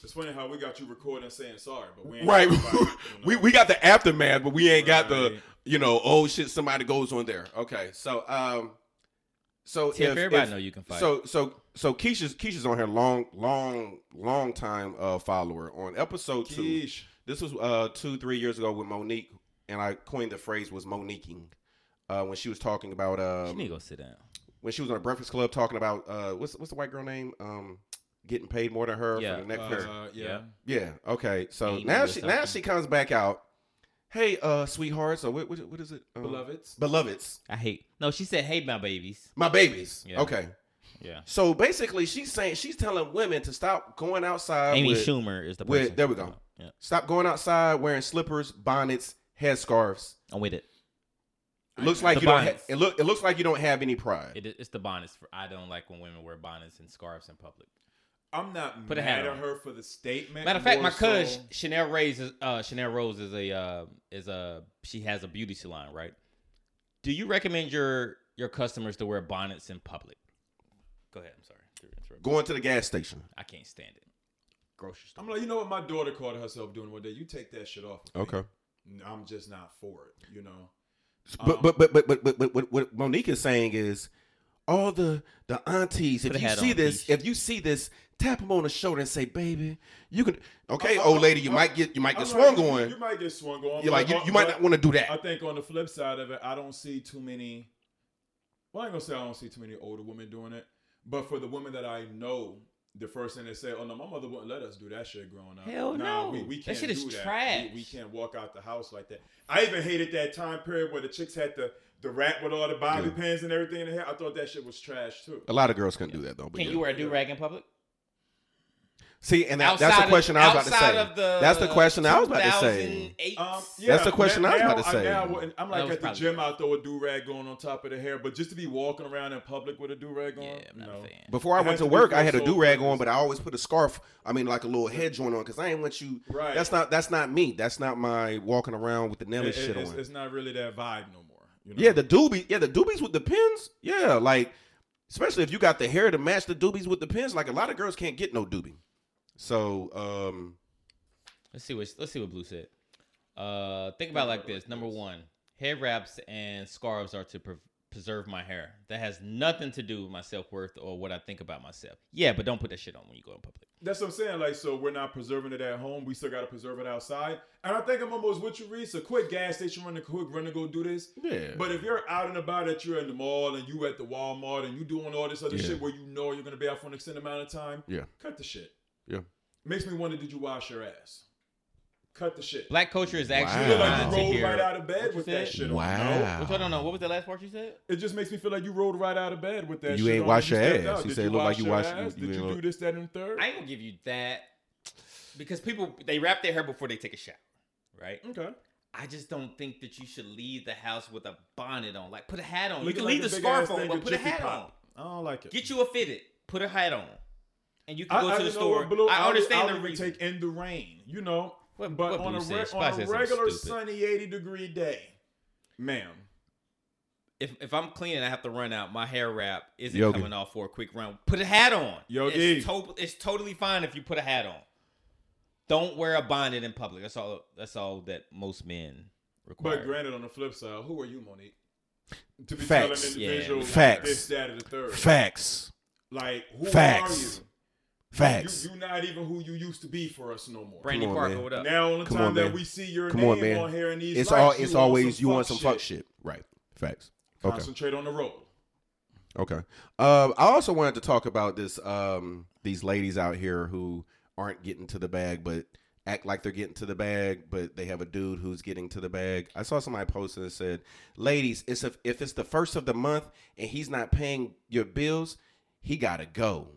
It's funny how we got you recording saying sorry, but we ain't Right. *laughs* talking about it, you we know? we got the aftermath, but we ain't got the Right. you know, oh shit, somebody goes on there. Okay. So um so Tiff, if, everybody if- know you can fight. So so so Keisha's Keisha's on her long, long, long time uh follower on episode two. Keesh. This was uh two, three years ago with Monique, and I coined the phrase was Moniquing. Uh, when she was talking about She need to um, go sit down. when she was on a Breakfast Club talking about uh, what's what's the white girl name um, getting paid more than her Yeah, for the neck Uh, hair. yeah. Yeah. Okay. So Amy now or she now something. she comes back out. Hey, uh, sweethearts. So what what, what is it? Um, Beloveds. Beloveds. I hate. No, she said, "Hey, my babies." My babies. Yeah. Okay. Yeah. So basically, she's saying she's telling women to stop going outside. Amy with, Schumer is the with- person. there we go. Yeah. Stop going outside wearing slippers, bonnets, headscarves. I'm with it. It looks like The you don't. Ha- bonnets. it look. It looks like you don't have any pride. it it's the bonnets. For, I don't like when women wear bonnets and scarves in public. I'm not Put a hat mad on. at her for the statement. Matter of fact, my more cousin so- Chanel Rose is uh, Chanel Rose is a uh, is a she has a beauty salon, right? Do you recommend your your customers to wear bonnets in public? Go ahead. I'm sorry. to interrupt. Going to the gas station. I can't stand it. Grocery store. I'm like, you know what? My daughter called herself doing one day. You take that shit off. of me. Okay. I'm just not for it. You know. Um, But but but but but but, but what, what Monique is saying is all the the aunties. If Put a you hat see on, this, Keisha. if you see this, tap them on the shoulder and say, "Baby, you can." Okay, I- I- old lady, you I- might get you might get I'm swung like, you- on. You might get swung on. You're like you, but- uh, you might but not want to do I that. think on the flip side of it, I don't see too many. Well, I ain't gonna say I don't see too many older women doing it, but for the women that I know, the first thing they say, "Oh no, my mother wouldn't let us do that shit growing up." Hell nah, no. we, we That can't shit is do that. trash. We, we can't walk out the house like that. I even hated that time period where the chicks had the the rat with all the bobby Yeah. pins and everything in their hair. I thought that shit was trash too. A lot of girls can do that though. but Can yeah. you wear a do rag in public? See, and that, that's the of- question I was about to outside say. of the that's the question I was about to say. 2008 Um, That's the question I was about to say. now wouldn't- I'm That like was at the probably gym, right. I throw a do rag on on top of the hair, but just to be walking around in public with a do rag on, yeah, I'm not no. a fan. Before I It went has to to be work, for I had a sole do rag on, purpose. but I always put a scarf. I mean, like a little head joint on, because I ain't want you. Right. That's not. That's not me. That's not my walking around with the It- Nelly it- shit it's, on. it's not really that vibe no more. You know? yeah, the doobie. Yeah, the doobies with the pins. Yeah, like especially if you got the hair to match the doobies with the pins. Like a lot of girls can't get no doobie. So, um, Let's see what let's see what Blue said. Uh, think about it like this. Number one, hair wraps and scarves are to pre- preserve my hair. That has nothing to do with my self worth or what I think about myself. Yeah, but don't put that shit on when you go in public. that's what I'm saying. Like, so we're not preserving it at home. We still got to preserve it outside. And I think I'm almost with you, Reese. A quick gas station run, a quick run to go do this. yeah. But if you're out and about, that you're in the mall and you at the Walmart and you doing all this other Yeah. shit where you know you're gonna be out for an extended amount of time, Yeah. cut the shit. Yeah. makes me wonder: Did you wash your ass? Cut the shit. Black culture is Wow. actually You look like trying you to rolled hear. right out of What bed you with said? that shit on. No? Wow. Which, hold on, no. What was that last part you said? It just makes me feel like you rolled right out of bed with that. You shit ain't on. wash your stepped ass. out. He Did said you it looked like wash you your washed- ass? you- you Did you ain't- do this, that, and the third? I ain't gonna give you that because people they wrap their hair before they take a shower, right? Okay. I just don't think that you should leave the house with a bonnet on. Like, put a hat on. you Looking can like leave a the big scarf ass on, thing but with put a Jiffy hat Pop. on. I don't like it. Get you a fitted. Put a hat on, and you can I, go I- to the you know what, store. Blue, I I'll- understand I'll the even reason. Take in the rain, you know. What- what but on, a, Blue re- said. Spy on said a something regular stupid. sunny 80 degree day, ma'am. if if I'm cleaning, I have to run out. My hair wrap isn't Yogi. coming off for a quick run. Put a hat on. Yogi. it's, to- it's totally fine if you put a hat on. Don't wear a bonnet in public. That's all. That's all that most men require. But granted, on the flip side, who are you, Monique? To be Facts. telling Yeah. individuals Facts. this, that, and the third. facts, Like, who Facts. are you? facts. you? You're not even who you used to be for us no more. Brandy Come on, Parker, man. what up? Now, on the Come time on, that man. we see your Come name on, man. on, here in these it's all. lights, It's you always you want some fuck fuck shit. Right. Facts. Okay. Concentrate on the road. Okay. Um, I also wanted to talk about this. Um, these ladies out here who aren't getting to the bag, but act like they're getting to the bag, but they have a dude who's getting to the bag. I saw somebody posted and said, "Ladies, it's if if it's the first of the month and he's not paying your bills, he gotta go."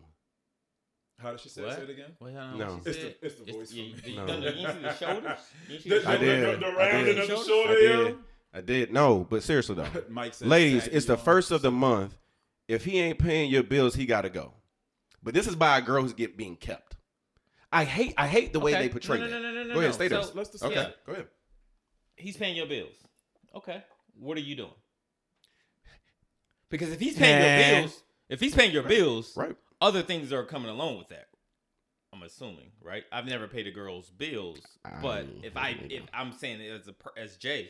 How does she say, What? say it again? Well, I don't No. know what she It's said. the, it's the voice. you, for you, me. No. done the- you see the *laughs* shoulders? You see The- the the- I shoulders? did. the- the I rounding did. of the I shoulder, did. yo. I did. No, but seriously though, Mike said, ladies, "Tag it's you the on." first of the month. If he ain't paying your bills, he gotta go. But this is by a girl who's get being kept. I hate. I hate the way Okay. they portray No, no, that. no, no, no, Go no. ahead, stay there. So, Let's discuss. Okay, yeah. go ahead. He's paying your bills. Okay. What are you doing? Because if he's paying Nah. your bills, if he's paying your bills, Right. other things are coming along with that. I'm assuming, right? I've never paid a girl's bills, but I- if I if I'm saying it as a per- as Jay,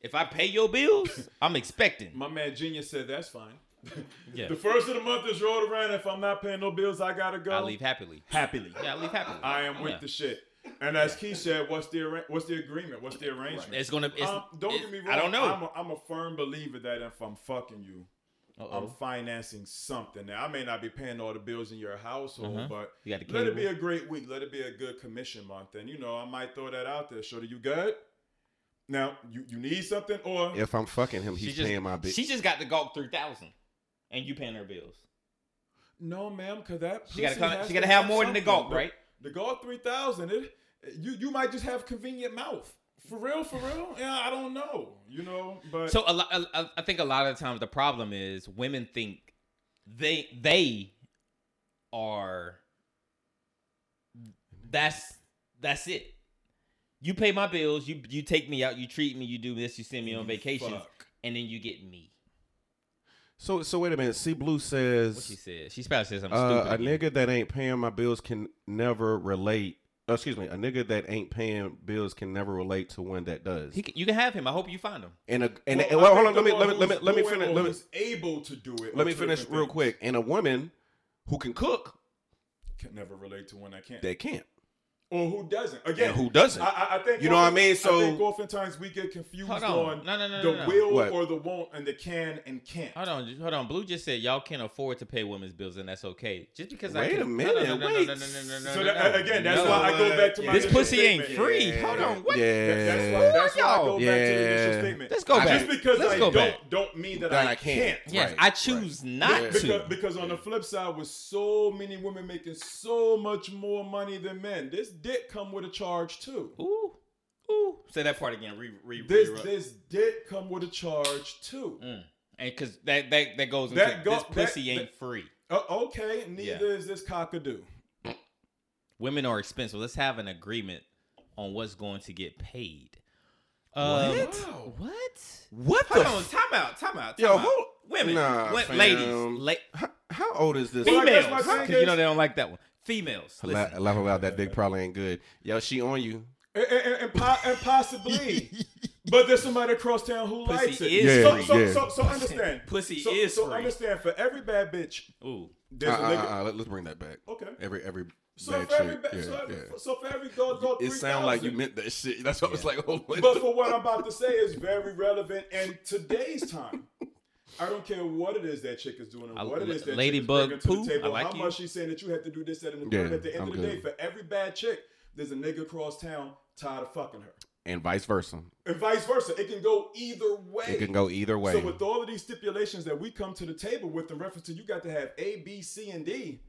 if I pay *laughs* your bills, I'm expecting. My man Genius said, that's fine. *laughs* Yeah. The first of the month is rolled around. If I'm not paying no bills, I gotta go. I leave happily. happily. Yeah, I leave happily. I am Yeah. with the shit. And as Key said, what's the arra- what's the agreement? What's the arrangement? It's gonna. It's, um, don't it- get me wrong. I don't know. I'm a, I'm a firm believer that if I'm fucking you, I'm Uh-oh. financing something. Now I may not be paying all the bills in your household, Uh-huh. but You got the let it be cable. a great week. Let it be a good commission month. And you know, I might throw that out there. So do you good? Now you, you need something or If I'm fucking him, She he's just- paying my bill. She just got the gulp three thousand, and you paying her bills. no, ma'am, cause that She gotta pussy come- has she to gotta have more than the something. Gulp, right? The Gulp three thousand. It you you might just have convenient mouth. For real, for real. Yeah, I don't know. You know, but So a lot, a- a- I think a lot of times the problem is women think they they are that's that's it. You pay my bills, you you take me out, you treat me, you do this, you send me on vacation, Fuck. and then you get me. So so wait a minute. C Blue says What she said? She probably said something Uh, a stupid. again. nigga that ain't paying my bills can never relate. uh, excuse me, a nigga that ain't paying bills can never relate to one that does. He can, you can have him. I hope you find him. and a and, Well, and- I well, think hold on, the let me one let me let me who's let me doing finish or let me, who's able to do it. let me are two finish different real things. quick. And a woman who can cook Can never relate to one that can't. that can't. or who doesn't? Again, And who doesn't? I, I- I think You know what I often- mean? So- I think oftentimes we get confused Hold on, on. No, no, no, the no, no. will What? or the won't and the can and can't. Hold on, just- hold on. Blue just said y'all can't afford to pay women's bills, and that's okay. Just because I Wait can, a minute, No, no, no, wait. No, no, no, no, no, So no, that- no. again, that's No. why I go back to my This initial pussy ain't statement. free. Hold on, what? Yeah. That- That's why, that's why I go back to the Yeah. initial statement. Let's go back. Just because Let's I go don't back. don't mean that, That I, I can't. can't. Yes, Right, I choose not Yeah. to. Because, because on the flip side, with so many women making so much more money than men, this dick come with a charge too. Ooh, ooh. Say that part again. Re, re, This re, this dick come with a charge too. Mm. and because that that that goes That into go- this that- pussy ain't that- free. Uh, okay, neither is this cockadoo. Women are expensive. Let's have an agreement on what's going to get paid. Uh, Wow. What? What Hold on. Time out. Time out. Yo, time out. who- Women, Nah, what, fam. ladies, la- How, how old is this? Well, I guess females. my Because thing you know is- they don't like that one. Females. Laugh Listen, laugh out. That dick probably ain't good. Yo, she on you. and, and, and, and po- and *laughs* possibly. but there's somebody across town who Pussy likes it. is so, free. so, Yeah. so, so understand. *laughs* Pussy so, is so free. understand for every bad bitch, ooh. Uh, uh, there's a nigga. uh, uh, let, us bring that back. Okay. Every every so, bad for every, chick, ba- yeah, so, every, yeah. so for every go go It sounded like you 3,000. meant that shit. That's what I was like, oh, what But the- for what I'm about to say is very relevant in today's time. I don't care what it is that chick is doing, I- or what it is that chick is Ladybug bringing to poo, the table, I like how you. much she's saying that you have to do this, that, and the Yeah, third. At the end I'm of the good. day, for every bad chick, there's a nigga across town tired of fucking her, and vice versa. and vice versa. It can go either way. It can go either way. So with all of these stipulations that we come to the table with in reference to you got to have A, B, C, and D.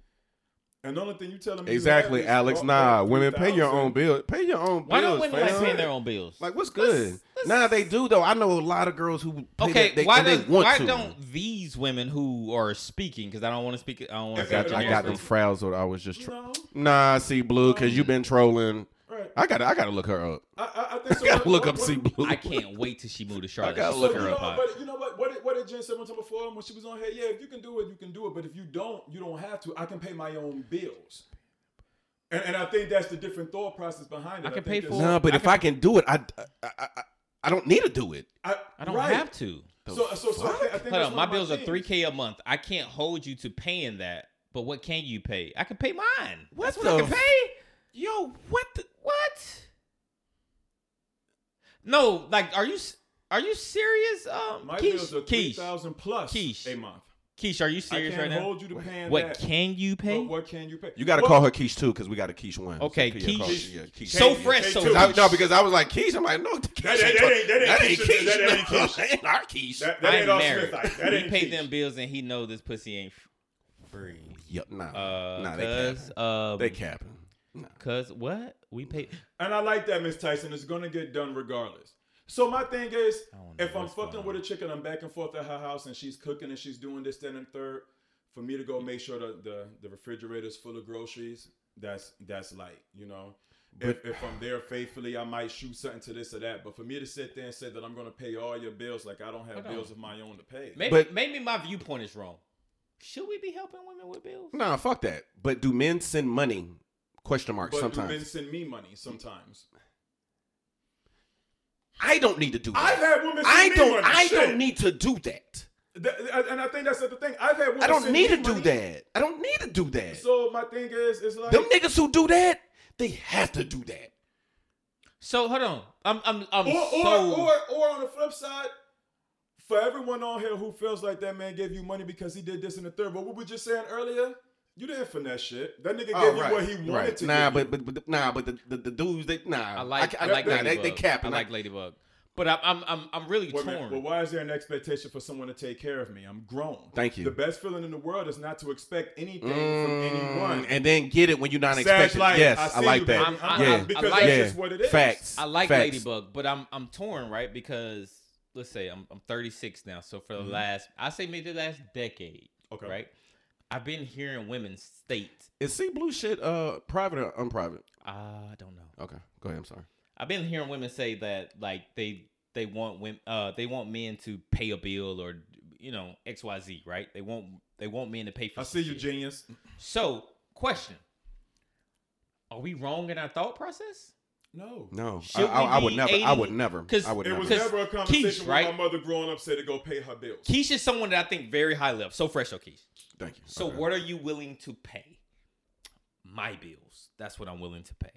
And the only thing you telling me you Exactly, have is Alex. brought Nah, back women pay your 3,000. own bill. Pay your own bills. Why don't women like fam. paying their own bills? Like, what's good? nah, they do though. I know a lot of girls who pay Okay, that- they, why and they does, want why to. don't these women who are speaking? Because I don't want to speak. I don't want I to. Got- I got them frazzled. I was just tr- No. nah. See, blue, because you've been trolling. Right. I got. to I got to look her up. I, I, I think so. I gotta look What- up what- see blue. I can't wait till she moved to Charlotte. gotta She's look so you her good know, up, about it. But you know what? What did, what did Jen say one time before when she was on here? Yeah, if you can do it, you can do it. But if you don't, you don't have to. I can pay my own bills. And, and I think that's the different thought process behind it. I can think pay it's- for it. No, but if I can do it, I, I, I, I don't need to do it. I, I don't right. have to. So, so, so I think, I think Hold that's on, one my of bills are things. three k a month. I can't hold you to paying that. But what can you pay? I can pay mine. What That's what I the can f- pay. Yo, what? The, what? No, like, are you s- are you serious? Um, My Keish, bills are three Keish, thousand plus Keish. a month. Keish, are you I serious can't right now? hold you to paying What that. can you But pay? what can you pay? You got to Well, call her Keish too, because we got a Keish one. Okay, So, yeah, call her- Keish. yeah, Keish. So Yeah. fresh, take so two. I, Keish. no, because I was like Keish. I'm like, no, Keish That- that- ain't- that ain't- that ain't Keish. Keish. That ain't no. Keish. That ain't our Keish. That, that I'm ain't all married. Smith. That We ain't pay Keish. them bills, and he know this pussy ain't free. Yup, nah, Uh, nah, they cause, capping. um, They capping. Nah. cause what we pay? And I like that, Miss Tyson. It's gonna get done regardless. So my thing is, I don't know if I'm what's fucking going with a chick and I'm back and forth at her house and she's cooking and she's doing this, that, and third, for me to go make sure that the the refrigerator's full of groceries, that's that's light, you know. If, if I'm there faithfully, I might shoot something to this or that. But for me to sit there and say that I'm gonna pay all your bills, like I don't have Hold on. bills of my own to pay. *laughs* Maybe, But- maybe my viewpoint is wrong. Should we be helping women with bills? Nah, fuck that. But do men send money? Question mark. but sometimes do men send me money sometimes? I don't need to do that. I've had women. Send I me don't. Money. I Shit. don't need to do that. Th- th- and I think that's the thing. I've had. Women I don't send need to me do money. that. I don't need to do that. So my thing is, it's like Them niggas who do that, they have to do that. So hold on, I'm I'm I'm or, or, so or, or on the flip side, for everyone on here who feels like that man gave you money because he did this and the third, but what we were just saying earlier, you didn't finesse shit. That nigga gave you what he wanted Oh, right. to Nah, give you. but, but but nah, but the, the, the dudes they nah. I like ca- I, like nah, Ladybug. they, they capping. I like Ladybug, but I'm I'm I'm, I'm really Wait a minute, torn. but why is there an expectation for someone to take care of me? I'm grown. Thank you. The best feeling in the world is not to expect anything Mm, from anyone. and then get it when you're not Sad expecting. life. Yes, I I, see like you, that. baby. I'm- yeah, I'm- I because like that's it. just what it is. Facts. I like Facts. Ladybug, but I'm I'm torn right because let's say I'm I'm 36 now, so for Mm-hmm. the last I say maybe the last decade, Okay. right? I've been hearing women state, Is C blue shit uh private or unprivate? I don't know. Okay, go ahead. I'm sorry. I've been hearing women say that like they they want women, uh they want men to pay a bill or you know xyz right they want they want men to pay for I some see you, shit. genius. so question are we wrong in our thought process No. No, I, Should I, we I would be never. I aiding- would never. 'cause I would It never. was Because never a conversation Keith, where right? my mother growing up said to go pay her bills. Keisha's someone that i think very high level so fresh on Keisha. Thank you. So Okay. what are you willing to pay? My bills. That's what I'm willing to pay.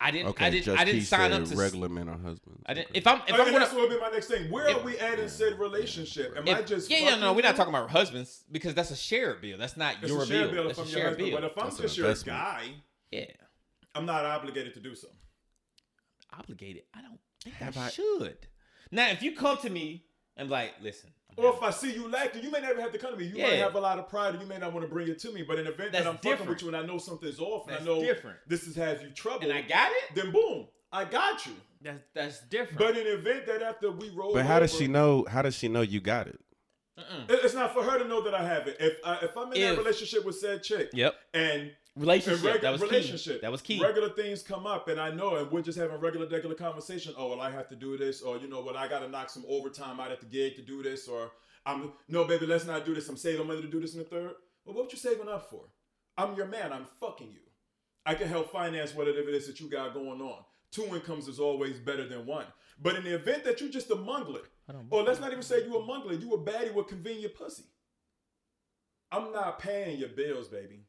I didn't. Okay, I didn't. Just I didn't Keith sign up said to. regular men are husbands. I didn't. Okay. If I'm. If And I'm gonna. that's what would be my next thing. Where are we at in said relationship? Am I if- just yeah, yeah, no, fucking we're you? not talking about husbands because that's a shared bill. That's not It's your a shared bill. if That's I'm a your shared husband, bill. but if I'm That's an just your investment. guy, yeah, I'm not obligated to do so. obligated. I don't think Have I, I- should. Now, if you come to me and be like, listen, I'm Or having- if I see you lacking, you may never have to come to me. You Yeah. might have a lot of pride, and you may not want to bring it to me. But in the event That's that I'm fucking different. with you and I know something's off, and That's I know different. this is has you trouble, and I got it, then boom, I got you. that's that's different. But in the event that after we roll, But how does over- she know? How does she know you got it? Mm-mm. It- It's not for her to know that I have it. If I, if I'm in If- that relationship with said chick, yep, and relationship. and reg- that was relationship. key. That was key. Regular things come up, and I know, and we're just having regular, regular conversation. Oh, well, I have to do this, or you know, well, I got to knock some overtime out at the gig to do this, or I'm no, baby, let's not do this. I'm saving money to do this in the third. Well, what you saving up for? I'm your man. I'm fucking you. I can help finance whatever it is that you got going on. Two incomes is always better than one. But in the event that you just a munglet, or let's not even say you a munglet, you a baddie with convenient pussy. I'm not paying your bills, baby.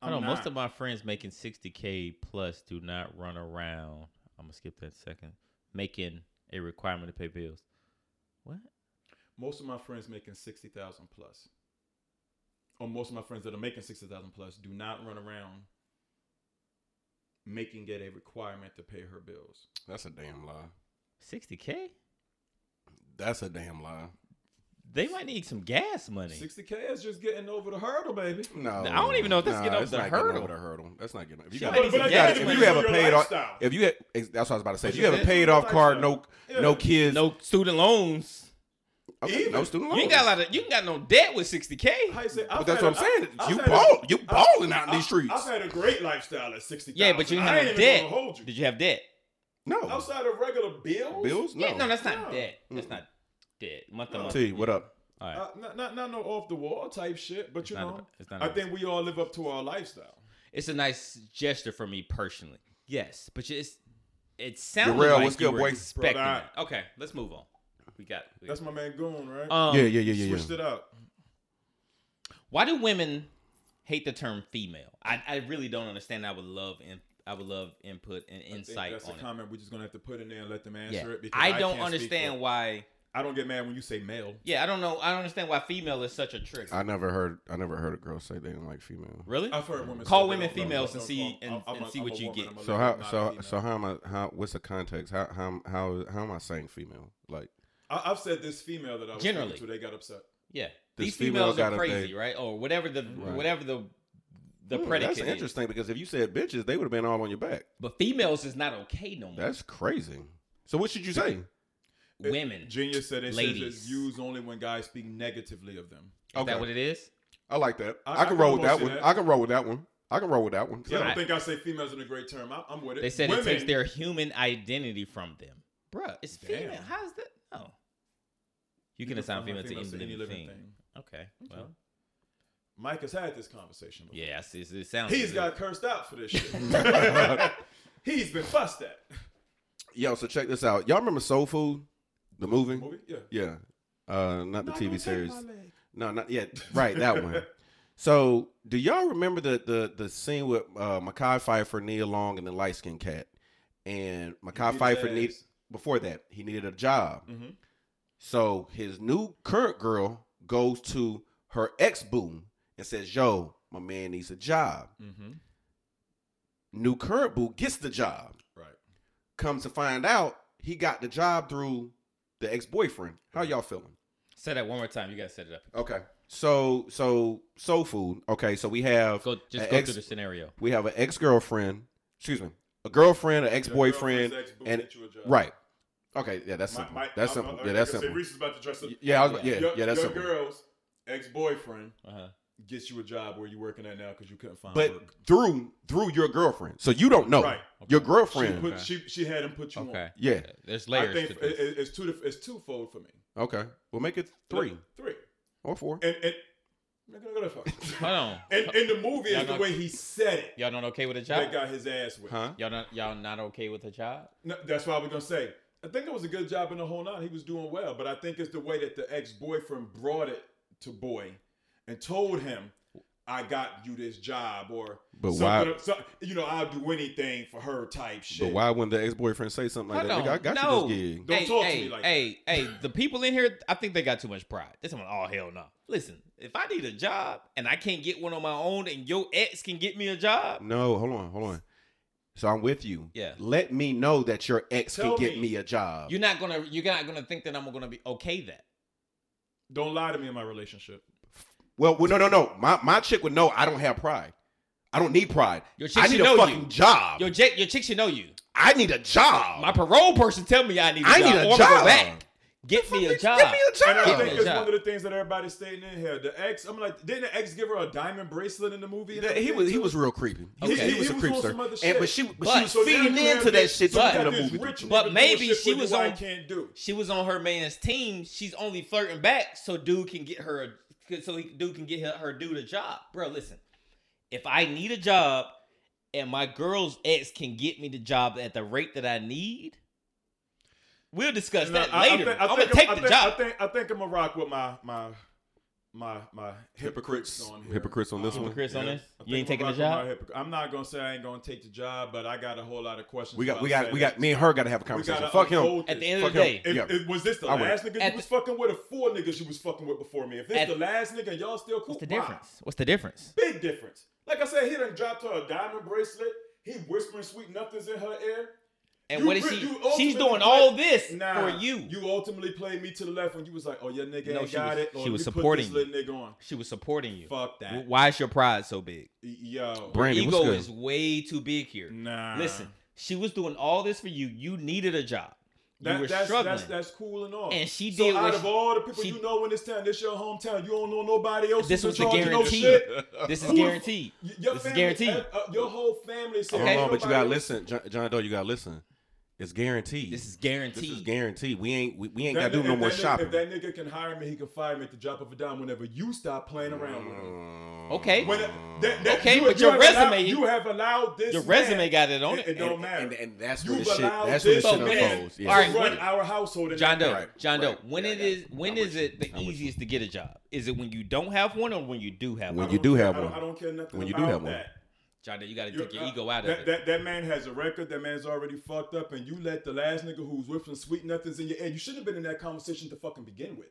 I I'm know most not. of my friends making 60k plus do not run around. I'm gonna skip that second. Making a requirement to pay bills. What? most of my friends making 60,000 plus or most of my friends that are making 60,000 plus do not run around making it a requirement to pay her bills. That's a damn lie. 60k? That's a damn lie. They might need some gas money. 60k is just getting over the hurdle, baby. No, I don't even know if that's getting over it's the not getting hurdle. over the hurdle. That's not getting. If you Sure. got, But- if but I you, think got, it if depends you have a on your paid off, lifestyle. if you had, ex- that's what I was about to say. If It you have a depends on paid your off car, no, lifestyle. Yeah. no kids, No student loans. okay, no Even. student You loans. ain't got a lot of. You ain't got no debt with 60k. How you say, But I've that's had what I'm saying. I- I've You had ball- you I- balling out in these I- streets. I've had a great lifestyle at 60. Yeah, but you ain't have no debt. debt. Hold you. Did you have debt? no Outside of regular bills, bills. No. Yeah, no, that's not No. debt. That's Mm-mm. not debt. Month to No. month. T, what up? All right. uh, not, not not no off the wall type shit, but It's you not know, about- it's not I about- think we all live up to our lifestyle. It's a nice gesture for me personally. Yes, but it's it sounds Darrell, like what's you good, were boy? expecting Brother, I- it. Okay, let's move on. We got. we- That's my man Goon, right? um, yeah, yeah, yeah, yeah, Switched yeah. it up. Why do women hate the term female? I, I really don't understand. I would love in, I would love input and I think insight That's on a it. comment we're just gonna have to put in there and let them answer Yeah. it because I don't can't speak understand for- why. I don't get mad when you say male. Yeah, I don't know. I don't understand why female is such a trigger. I never heard. I never heard a girl say they didn't like female. really? I've heard women Call say they women don't- don't- females and don't see- call- and- and see a what you woman, get. I'm a So lady, how I'm not a so female. so how am I how what's the context? How how how how am I saying female? Like I, I've said this female that I was Generally. Generally. to, they got upset. yeah. This These female females are gotta crazy, date. right? Or whatever the Right. whatever the the hmm, predicate. That's is. interesting because if you said bitches, they would have been all on your back. But females is not okay Mm. no more. That's crazy. So what should you say? Women. Genius said it says Ladies. it's used only when guys speak negatively of them. Is that what it is? I like that. I, I- I can can roll with almost that see one. that. I can roll with that one. I can roll with that one. Yeah, I Right. don't think I say females in a great term. I, I'm with it. They said Women, it takes their human identity from them. Bruh, it's Damn. female. How's that? No. You can can assign find female my to any females to any living living thing. thing. Okay. Well, Mike has had this conversation. Before. yeah, I see, it sounds. He's good. got cursed out for *laughs* this shit. *laughs* He's been fussed at. Yo, so check this out. Y'all remember Soul Food, the movie? Movie? Yeah. Yeah, uh, not the Nah, TV don't take series. my leg. No, not yet. *laughs* Right, that one. So, do y'all remember the the the scene with uh, Mackay Pfeiffer, Nia Long, and the light skinned cat? And Mackay beat his Pfeiffer ass. need before that he needed a job, Mhm. so his new current girl goes to her ex boo and says, "Yo, my man needs a job." Mhm. New current boo gets the job. Right. Comes to find out, he got the job through the ex boyfriend. How y'all feeling? Say that one more time. You gotta set it up. Okay. So so soul food. Okay, so we have Go just an go ex- through the scenario. we have an ex girlfriend. Excuse me, a girlfriend, an ex boyfriend, Your girlfriend's ex-boo and get you a job. right. Okay, yeah, that's uh, My- simple. my- that's I- simple. I- yeah, I that's can say simple. Reese is about to dress up. Yeah, I was, yeah, yeah, your, that's your simple. girl's ex boyfriend Uh-huh. gets you a job where you're working at now because you couldn't find But work. through through your girlfriend, so you don't know Right. your She, girlfriend. put, she she had him put you Okay. on. yeah, There's I layers think to it, this. it- it's two it's twofold for me. Okay. We'll make it three Three. or four. And and I'm not gonna go that *laughs* far. Hold on. and in the movie Y'all is the not- way he said it. Y'all not okay with a job? That got his ass whipped. Huh? Y'all not y'all not okay with a job? No, that's why we're gonna say. I think it was a good job in the whole nine. He was doing well, but I think it's the way that the ex boyfriend brought it to boy and told him, "I got you this job," or But something- so- you know, I'll do anything for her type shit. But why wouldn't the ex boyfriend say something like that? Hold Nigga, on. I got No. you this gig. Don't hey, talk to hey, me like hey, hey, the people in here, I think they got too much pride. This one, oh hell no. Listen, if I need a job and I can't get one on my own, and your ex can get me a job, No, hold on, hold on. So I'm with you. Yeah. Let me know that your ex Tell can get me. me a job. you're not gonna you're not gonna think that I'm gonna be okay that. Don't lie to me in my relationship. well, well, no, no, no. My my chick would know I don't have pride. I don't need pride. Your chick I should need a know fucking you. job. Your chick, your chick should know you. I need a job. My parole person tell me I need a I job. need a or I'ma go job. back. Get me a Give job. me a And I job. think it's Yeah. one of the things that everybody's stating in here. The ex, I'm like, didn't the ex give her a diamond bracelet in the movie? and That- he everything, was he too? was real creepy. He, he Okay. was a He was on some creepster. other And shit. but she but, But- she was so now feeding you have into that this- shit you but- but, got in the this movie. rich too. nigga But doing maybe shit for she you was I on- can't do. She was on her man's team. She's only flirting back so dude can get her a, so he dude can get her, her dude a job. Bro, listen. If I need a job and my girl's ex can get me the job at the rate that I need, we'll discuss And that I- I later. think- I I am think gonna take I the think- job. I think I think I'm gonna rock with my my my my hypocrites Hypocrites. on here. Hypocrites on this one? Hypocrites on this? I You ain't think taking I'm the gonna rock job? with my hypocr- I'm not gonna say I ain't gonna take the job, but I got a whole lot of questions. We got about we got that. we got me and her got to have a We conversation. gotta Fuck him. unfold At the this. end of the Fuck him. day, If, Yeah. if- was this the I would. last nigga At you was fucking with, or four niggas you was fucking with before me? If this At- the last nigga and y'all still cool, what's the why? difference? What's the difference? Big difference. Like I said, he done dropped her a diamond bracelet. He whispering sweet nothings in her ear. And You what is re- she? you ultimately She's doing play- all this Nah, for you. You ultimately played me to the left when you was like, "Oh, your nigga No, ain't she got was- it." Or she was "You put supporting this little nigga on. She was supporting you. Fuck that, Why is your pride so big? yo. Brandon, what's Ego good? is way too big here. nah, Listen, she was doing all this for you. You needed a job. You That, were that's, struggling. that's that's cool and all. And she so did out what of she- all the people she- you know in this town, this your hometown. You don't know nobody else. This who's was in the charge of no guarantee. *laughs* shit. this is *laughs* Who the f- guaranteed. Y- Your This is family- guaranteed. uh, uh, your whole family. said Hold Okay. on, but you nobody gotta else- listen, John, John Doe. You gotta listen. It's guaranteed. This is guaranteed. This is guaranteed. We ain't we, we ain't That gotta do nigga- no if more that nigga- shopping. If that nigga can hire me, he can fire me at the drop of a dime. Whenever you stop playing around with Mm. him. okay. When, uh, that, that, Okay, you, but you your have allowed- resume- you have allowed this. Your man- resume got it on It, it. it don't And- matter. And, and that's You've when the shit. allowed That's when the this shit man- unfolds. Yeah. All right, to run what- our household. in John that Doe. manner. John Doe. Right. When Yeah, it yeah. is when I'm is with you. it the I'm with you. easiest to get a job? Is it when you don't have one or when you do have When one? you do have I don't, one. I don't care nothing When you do about have one. that. John Doe, you got to You're- take your uh, ego out of that, it. That, that man has a record. That man's already fucked up, and you let the last nigga who's whipping sweet nothings in your ear. You shouldn't have been in that conversation to fucking begin with.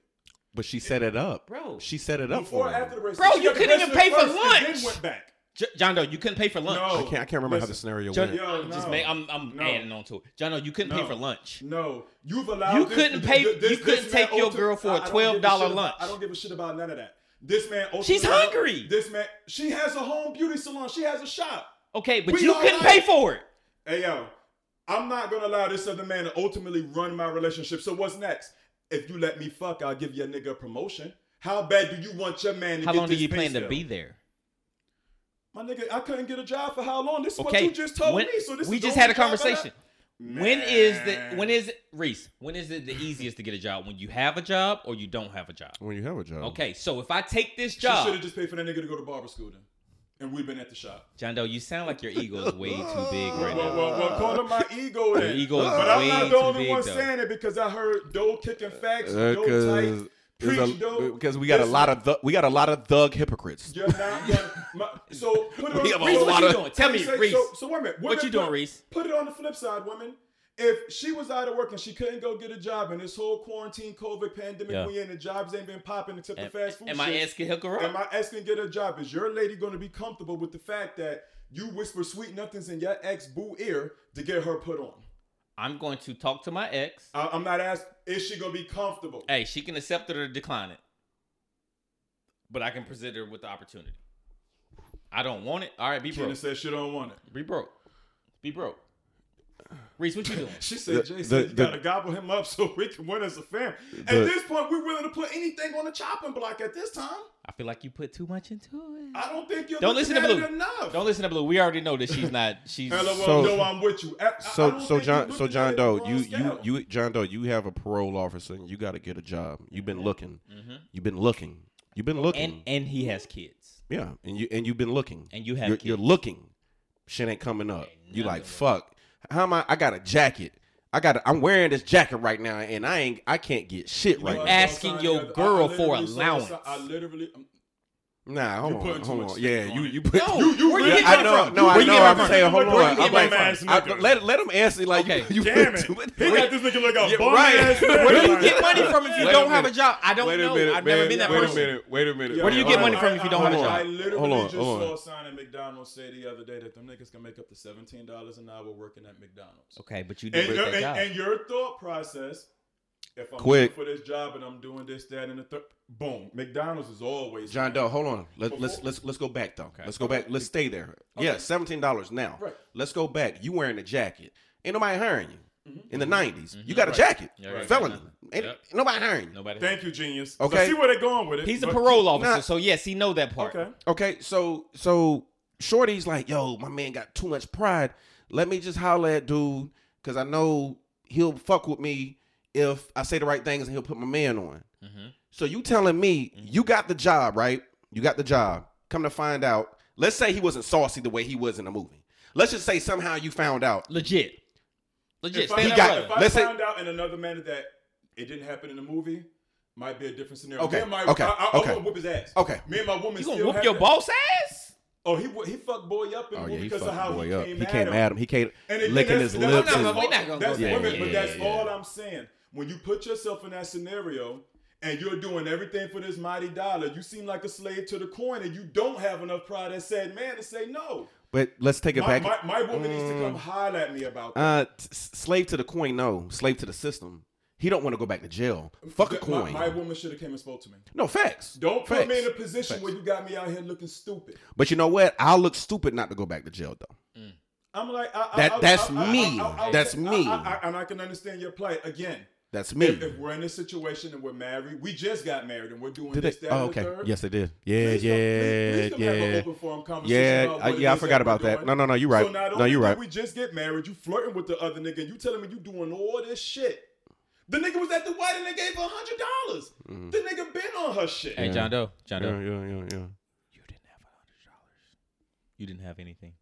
But she set it up, Bro. She set it up Before for or after him. the race, Bro, she you got the couldn't even bracelet pay for first And lunch. then went back. J- John Doe, you couldn't pay for lunch. No. I can't. I can't remember how Listen, the scenario John- went. Yo, I'm just no. ma- I'm, I'm No. adding on to it. John Doe, you couldn't pay No. for lunch. No, you've allowed. You this- couldn't pay- th- this- you couldn't this man take your ulti- girl for a I- I don't give a $12 shit about- lunch. I don't give a shit about none of that. This man. She's ultimately- hungry. This man. She has a home beauty salon. She has a shop. Okay, but We you all couldn't right. pay for it. Hey yo, I'm not gonna allow this other man to ultimately run my relationship. So what's next? If you let me fuck, I'll give your nigga a promotion. How bad do you want your man to How get long do this you pay plan to stub? be there? My nigga, I couldn't get a job for how long? This is what Okay, you just told when- me. So this we is the just had only a job I got? conversation. When is the when is it, Reese? When is it the easiest to get a job? When you have a job or you don't have a job? When you have a job. Okay, so if I take this She should job, have just paid for that nigga to go to barber school then. And we've been at the shop. John Doe, you sound like your ego is way too big right Well, now. well, well, call him my ego Your then. ego is but I'm way not too the only big, one though. saying it because I heard Doe kicking facts, Uh, Doe Because tight, preach Doe. because uh, we got a Listen, lot of thug, we got a lot of thug hypocrites. You're not gonna. My, so put it on. We have a so whole lot you of- doing? Tell let me, say- Reese. So, so wait a minute. What Women- you doing, put- Reese? Put it on the flip side, woman. If she was out of work and she couldn't go get a job, and this whole quarantine, COVID pandemic, Yeah. we in the jobs ain't been popping except Am, the fast food. am I shit. asking Hooker Am up? I asking to get a job? Is your lady going to be comfortable with the fact that you whisper sweet nothings in your ex boo ear to get her put on? I'm going to talk to my ex. I, I'm not asking. Is she going to be comfortable? Hey, she can accept it or decline it, but I can present her with the opportunity. I don't want it. All right, be Kenna broke. said she don't want it. Be broke. Be broke. Reese, what you *laughs* doing? She The- said, Jason, the- you the- gotta gobble him up *laughs* so we can win as a family. The- at this point, we're willing to put anything on the chopping block at this time. I feel like you put too much into it. I don't think you're Don't looking listen to at it Blue. enough. Don't listen to Blue. We already know that she's not. She's Hello, So- so, no, I'm with you. I- I- I So don't so think you're John so looking at John it Doe, broad you you scale. you John Doe, you have a parole officer and you got to get a job. You've Mm-hmm. been looking. You've been looking. You've been looking. and and he has kids. yeah, and you and you've been looking. And you have you're, kids. you're looking. Shit ain't coming up. Ain't You like nothing fuck. How am I? I got a jacket. I got. A, I'm wearing this jacket right now, and I ain't. I can't get shit You know right what, now. ask- asking Sonya, your I- I girl for literally said this, allowance. I literally, um, Nah, hold You're on, putting too hold much on. faith Yeah, on you it. you put. No, You- you where really- you I get get know, from? no, Where I you know. get I'm from? saying, You hold put- on. where you I'm get like, my ass I, nigga? let, let him answer like Okay. *laughs* you. you damn put it, too much- he got this nigga like a Yeah, bum right. *laughs* ass. Where do you bitch. get money from if you Wait a don't have a minute. job? I don't know. I've never been that wait person. a minute. Wait a minute. Yeah, Where do you hold get on. money from if you don't I- have a I- job? I literally Hold on, just hold on. saw a sign at McDonald's say the other day that them niggas can make up to seventeen dollars an hour working at McDonald's. Okay, but you And, did your, that and, job. and your thought process, if I'm Quick. looking for this job and I'm doing this, that, and the third, boom, McDonald's is always John Doe, hold on. Let, let's let's let's go back though. Let's go back. Let's stay there. Yeah, seventeen dollars now. Right. Let's go back. You wearing a jacket? Ain't nobody hiring you. In the 90s you got a jacket. Yeah, Mm-hmm. right. Felony. Ain't Yep. nobody hiring you. Nobody. Thank you, genius. Okay. so see where they're going with it. He's a but- parole officer, Nah. so yes, he know that part. Okay, Okay, so so Shorty's like, yo, my man got too much pride. Let me just holler at dude, cause I know he'll fuck with me if I say the right things and he'll put my man on. So you telling me you got the job, right? You got the job. Come to find out, let's say he wasn't saucy the way he was in the movie. Let's just say somehow you found out. Legit. Legit. if I, Stand He up. got- brother. if I let's say- found out in another manner that it didn't happen in the movie, might be a different scenario. Okay, Me and my, okay, I, I, I okay. would whoop his ass. Okay. Me and my woman You still gonna whoop have your to- boss ass? Oh, he wa- he fucked boy Oh, up in the movie because of how he came He at came him. at him. He came And again, licking that's- his that's- lips. No, and- no, that's we're not gonna that's go there. women, Yeah, but yeah, that's yeah. all I'm saying. When you put yourself in that scenario and you're doing everything for this mighty dollar, you seem like a slave to the coin, and you don't have enough pride as said man to say no. But let's take it My, back. my, my woman needs to Mm. come holler at me about that. Uh, t- s- slave to the coin, no. Slave to the system. He don't want to go back to jail. Fuck a My- coin. My, woman should have came and spoke to me. no facts. Don't facts. put me in a position Facts. where you got me out here looking stupid. But you know what? I'll look stupid not to go back to jail though. I'm like, I, I- That- I- that's I- I- me. I- I- I- That's I- me. I- I- and I can understand your plight. Again, That's me. If, if we're in this situation and we're married, we just got married and we're doing did this, they? that, Oh, and okay. the third. Yes, they did. Yeah, Please don't- yeah, please- please don't have an yeah. open forum conversation Yeah, about I, what it yeah, I is forgot we're about that. doing. No, no, no, you're So right. not no, only you're did right. we just get married, you flirting with the other nigga, and you telling me you doing all this shit. The nigga was at the wedding and gave her hundred dollars. Mm. The nigga been on her shit. Hey, John Doe. John Doe. Yeah, yeah, yeah, yeah. You didn't have hundred dollars. You didn't have anything.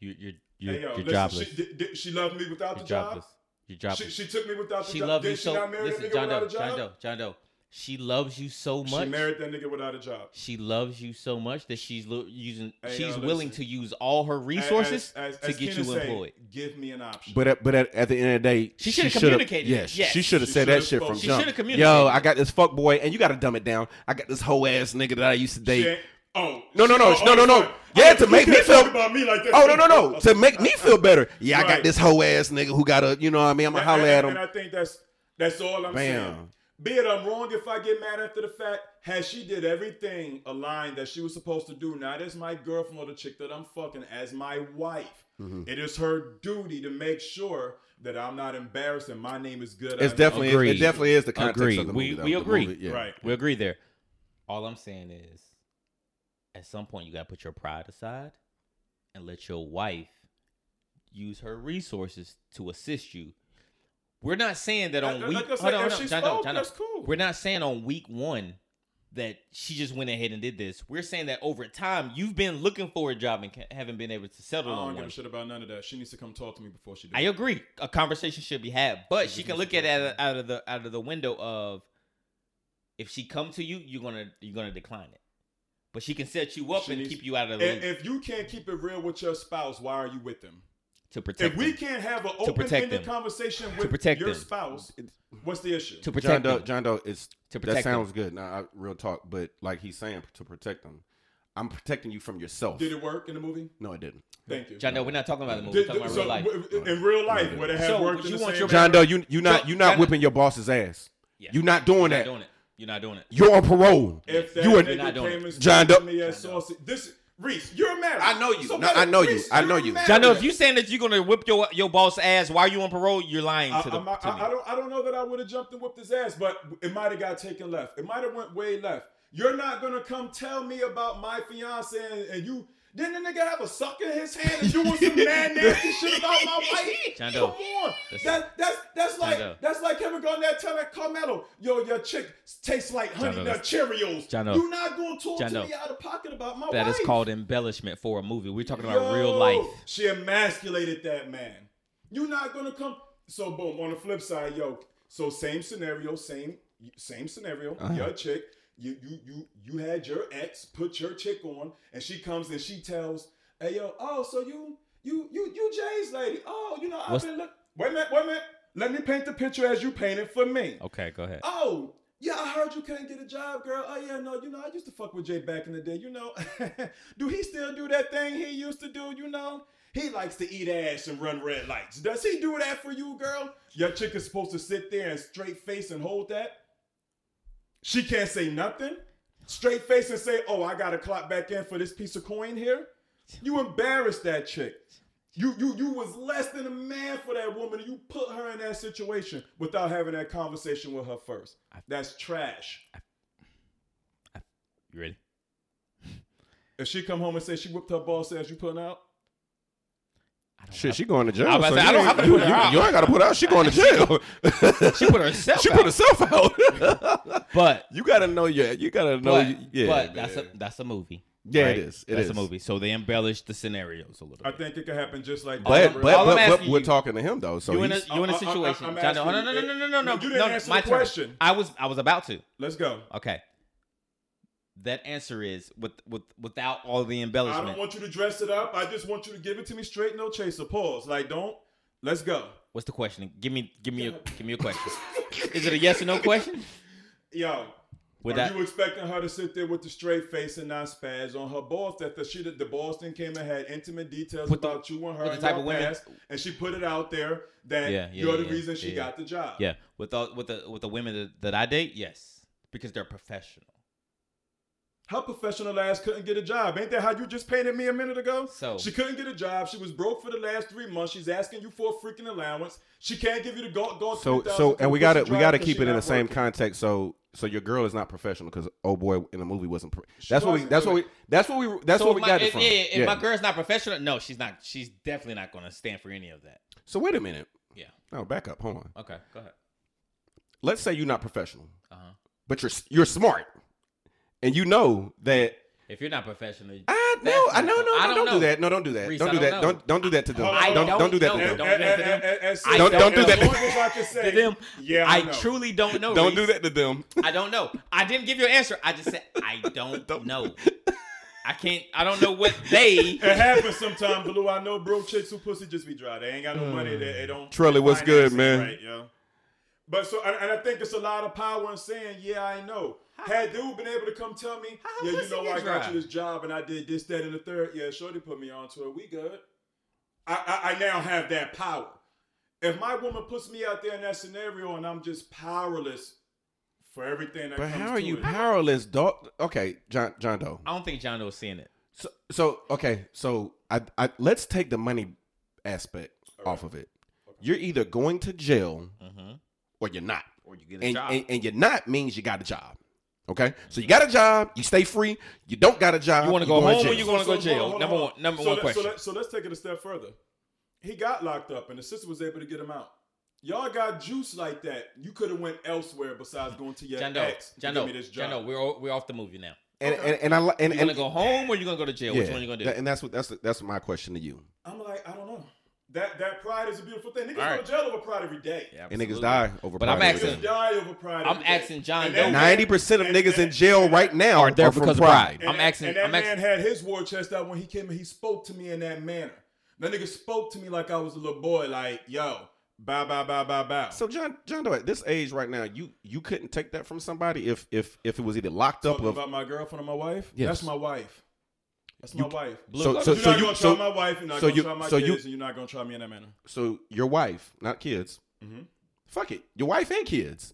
You you're you're, Hey, yo, you're listen, jobless. She, did, did she loved me without the you're job. jobless. You're jobless. She, she took me without the She job. loves Did you she so. not marry Listen, a nigga John without Doe, a job? John Doe, John Doe. She loves you so She much. married that nigga without a job. She loves you so much that she's lo- using. Hey, she's yo, willing to listen. use all her resources As- as- to as get Kenan you say, employed. Give me an option. But at, but at, at the end of the day, She shoulda shoulda- communicated. Yes, Yes. she should have She said that shoulda shit from spoke. She jump. shoulda communicated. Yo, I got this fuck boy, and you got to dumb it down. I got this whole ass nigga that I used to date. She ain't- Oh No, no, no, oh, no, no, no. oh, sorry. Yeah, Oh, to you make me can't talk feel- about me like that. Oh no no *laughs* no! To make me feel better. Yeah, I got Right. this hoe ass nigga who got a you know what I mean. I'ma And- holler and, at And him. I think that's that's all I'm Bam. saying. Be it I'm wrong if I get mad after the fact. Had she did everything aligned that she was supposed to do, not as my girlfriend or the chick that I'm fucking, as my wife, Mm-hmm. it is her duty to make sure that I'm not embarrassed and my name is good. I It's know- definitely Agreed. it definitely is the context Agreed. of the We- movie. though. we The agree. movie, yeah. right. We agree there. All I'm saying is, at some point, you got to put your pride aside and let your wife use her resources to assist you. We're not saying that on Like- week. like I said, hold on, if hold on, she's John Doe, spoke, John Doe. that's cool. We're not saying on week one that she just went ahead and did this. We're saying that over time, you've been looking for a job and ca- haven't been able to I settle don't on give one. a shit about none of that. She needs to come talk to me before she does. I agree. A conversation should be had, but she can look at it out of the out of the window of if she come to you, you're gonna you're gonna decline it. But she can set you up She and needs- keep you out of the And loop if you can't keep it real with your spouse, why are you with them? to protect If we them, can't have an open-ended them. conversation with protect your them. spouse, what's the issue? to John protect Doe, them. John Doe, it's To that protect them. sounds good. Now, I, real talk, but like he's saying, to protect them, I'm protecting you from yourself. Did it work in the movie? No, it didn't. Thank you. John Doe, we're not talking about the movie. Did- We're talking about so real life. w- in real life, No. where they have So, worked you in the want same your- John Doe, you you not John- you not John- whipping your boss's ass. Yeah. You not doing You're not that. doing it. You're not doing it. You're on parole. If that You you are nigga not doing came it. and John Doe- John me as saucy, this Reese, you're married. I know you. So No, matter- I know you. Reese, I you're know you. married. John, no, if you saying that you're gonna whip your your boss ass while you on parole, you're lying I, to the I'm not- to me. I- I don't. I don't know that I would have jumped and whipped his ass, but it might have got taken left. It might have went way left. You're not gonna come tell me about my fiance and, and you. Didn't the nigga have a sucker in his hand and doing some *laughs* mad nasty shit about my wife? John Come Doe. on, That's- that, that's that's like Doe. that's like Kevin Garnett telling Carmelo, yo, your chick tastes like honey Doe, nut that's- Cheerios. John Doe. You're not gonna talk John to Doe. me out of pocket about my That wife. is called embellishment for a movie. We're talking about real Yo, life. She emasculated that man. You're not gonna come. So boom. On the flip side, yo. So same scenario, same same scenario. Uh-huh. Your chick, you you you you had your ex put your chick on, and she comes and she tells, "Hey yo, oh so you you you you Jay's lady? Oh, you know I've What's- been look. Wait a minute, wait a minute. Let me paint the picture as you painted for me. Okay, go ahead. Oh, yeah, I heard you can't get a job, girl. Oh, yeah, no, you know, I used to fuck with Jay back in the day. You know, *laughs* do he still do that thing he used to do? You know, he likes to eat ass and run red lights. Does he do that for you, girl? Your chick is supposed to sit there and straight face and hold that? She can't say nothing? Straight face and say, oh, I got to clock back in for this piece of coin here? You embarrassed that chick. You you you was less than a man for that woman, and you put her in that situation without having that conversation with her first. That's trash. You ready? If she come home and say she whipped her boss ass, you putting out? Shit, she going to jail. I was about to say, I you ain't- don't have to put her you- out. You ain't got to put her out. She going to jail. *laughs* She put *laughs* herself. she out. put herself out. *laughs* But you got to know your. You got to know. but, your- yeah, but that's a man. that's a movie. Yeah, it is. It that's is. a movie. So they embellish the scenarios a little. I Bit. think it could happen just like But I'm- but, all but, I'm but asking we're you- talking to him though. So you in a he's- you in I- a I- I- situation? I'm John, no, no, asking no, you- no, no, no, no. You didn't no, answer my the turn. question. I was I was about to. Let's go. Okay. That answer is with with without all the I don't embellishment. want you to dress it up. I just want you to give it to me straight, no chaser. Pause. Like, don't. Let's go. What's the question? Give me give *laughs* me a give me a question. is it a yes or no *laughs* question? Yo, With Are that, you expecting her to sit there with the straight face and not spaz on her boss that the she the boss then came and had intimate details With the- about you and her with the and type your of women- past, and she put it out there that Yeah, yeah, you're the yeah, reason she yeah. got the job. yeah, with all with the with the women that, that I date, yes, because they're professional. Her professional ass couldn't get a job. Ain't that how you just painted me a minute ago? So- she couldn't get a job. She was broke for the last three months. She's asking you for a freaking allowance. She can't give you the go go. so so and we gotta we gotta keep it in the same context. So so your girl is not professional because oh boy in the movie wasn't. Pro- that's what we. wasn't That's what we. doing That's what we. That's So what we if my- got it if- from. Yeah, if Yeah. my girl's not professional, no, she's not. She's definitely not going to stand for any of that. So wait a minute. Yeah. No, back up. Hold on. Okay. Go ahead. Let's say you're not professional, Uh huh. but you're you're smart, and you know that. If you're not professional, I That's no, I not no, no, cool. no, I don't don't, know. do that. No, don't do that. Reese, don't I do don't that. know. Don't don't do that to them. I Don't don't do that don't to know. them. Don't do that to them. I Don't- don't do that to As long *laughs* as I can say to them, Yeah, I, I, know. truly don't know. Don't Reese. do that to them. I don't know. I didn't give you an answer. I just said *laughs* I don't, Don't- know. I can't. I don't know what *laughs* they. *laughs* It happens sometimes, Blue. I know broke chicks who pussy just be dry. They ain't got no money. They, they don't. Trilly, they what's finance good, it man? Right, yo. But so, and, and I think it's a lot of power in saying, "Yeah, I know." Had dude been able to come tell me, How "Yeah, you pussy know, get I got dry? you this job, and I did this, that, and the third. Yeah, Shorty put me onto it. We good. I, I, I now have that power. If my woman puts me out there in that scenario, and I'm just powerless for everything that But comes how are to you it, powerless, dog? Okay, John John Doe. I don't think John Doe's seeing it. So, so okay, so I, I let's take the money aspect off of it. You're either going to jail Mm-hmm. or you're not. Or you get a And, job. and and you're not means you got a job. Okay, so you got a job, you stay free. You don't got a job. You wanna to go home jail. or you gonna go to jail? hold on, Number hold on. one- number So one let- question. So, let, so let's take it a step further. He got locked up, and the sister was able to get him out. Y'all got juice like that. You could have went elsewhere besides going to your John Doe. ex. to John give Doe. me this John job. Doe. We're all, we're off the movie now. and, and and I li- and You and gonna go home or you gonna go to jail? Which one you gonna do? And that's what that's that's my question to you. I'm like, I don't know. That that pride is a beautiful thing. Niggas All go right. to jail over pride every day. Yeah, And niggas absolutely. die over. But I'm pride. asking- Niggas die over pride. I'm every day. asking John And Doe. that man- Ninety percent of and- niggas in and- jail right now are there from because of pride. pride. I'm that- asking- And that I'm man asking- had his war chest out when he came and he spoke to me in that manner. That nigga spoke to me like I was a little boy. Like, yo, bow, bow, bow, bow, bow. So John John Doe, at this age right now, you you couldn't take that from somebody if if if it was either locked up Talking or about my girlfriend or my wife? Yes. That's my wife. That's my wife. so so you're so not you gonna so, try my wife, and not so gonna you- try my so kids, you- and you're not gonna try me in that manner. so Mm-hmm. your wife, not kids. Fuck it, your wife and kids.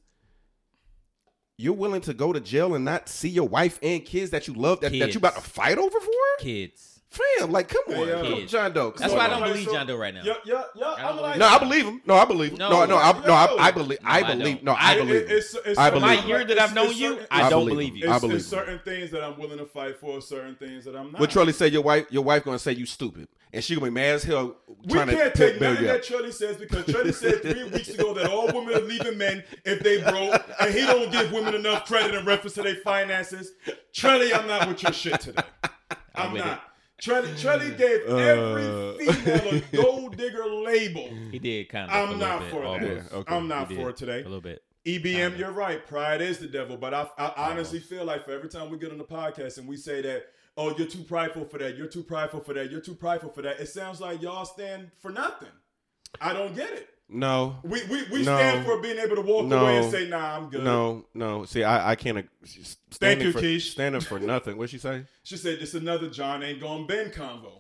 you're willing to go to jail and not see your wife and kids that you love that, that Kids. you about to fight over for? kids. Fam, like come on, Yeah. come- Kids. John Doe. come That's on, why I man. don't Okay, believe so- John Doe right now. Yeah, yeah, yeah. I don't I'm like, No, I believe him. No, I believe him. No, No. no, no, I, no, I, I believe. I No, I believe. don't. no, I I- it- believe. it- him. it's- it's I certain- believe My year that I've it's- known it's you, certain- I I don't believe believe him. you. I it's- believe it's certain things that I'm willing to fight for, certain things that I'm not. What Trulli said, your wife, your wife gonna say you stupid, and she gonna be mad as hell We trying can't to take bail nothing you that out. Trelly says because Trelly said three weeks ago that all women are leaving men if they broke, and he don't give women enough credit in reference to their finances. Trelly, I'm not with your shit today. I'm with not. Trelly, Trelly gave Uh. every female a gold digger label. He did kind of. I'm not for that. Yeah, okay, I'm not he for did. it today. A little bit. EBM, E you're right. Pride is the devil. But I, I honestly feel like for every time we get on the podcast and we say that, oh, you're too prideful for that, you're too prideful for that, you're too prideful for that, it sounds like y'all stand for nothing. I don't get it. No, We we, we No. stand for being able to walk No. away and say, nah, I'm good. no, no. See, I, I can't. ag- s- Thank standing you, for, Keish. Standing for nothing. What she say? She said, this another John ain't gonna bend convo.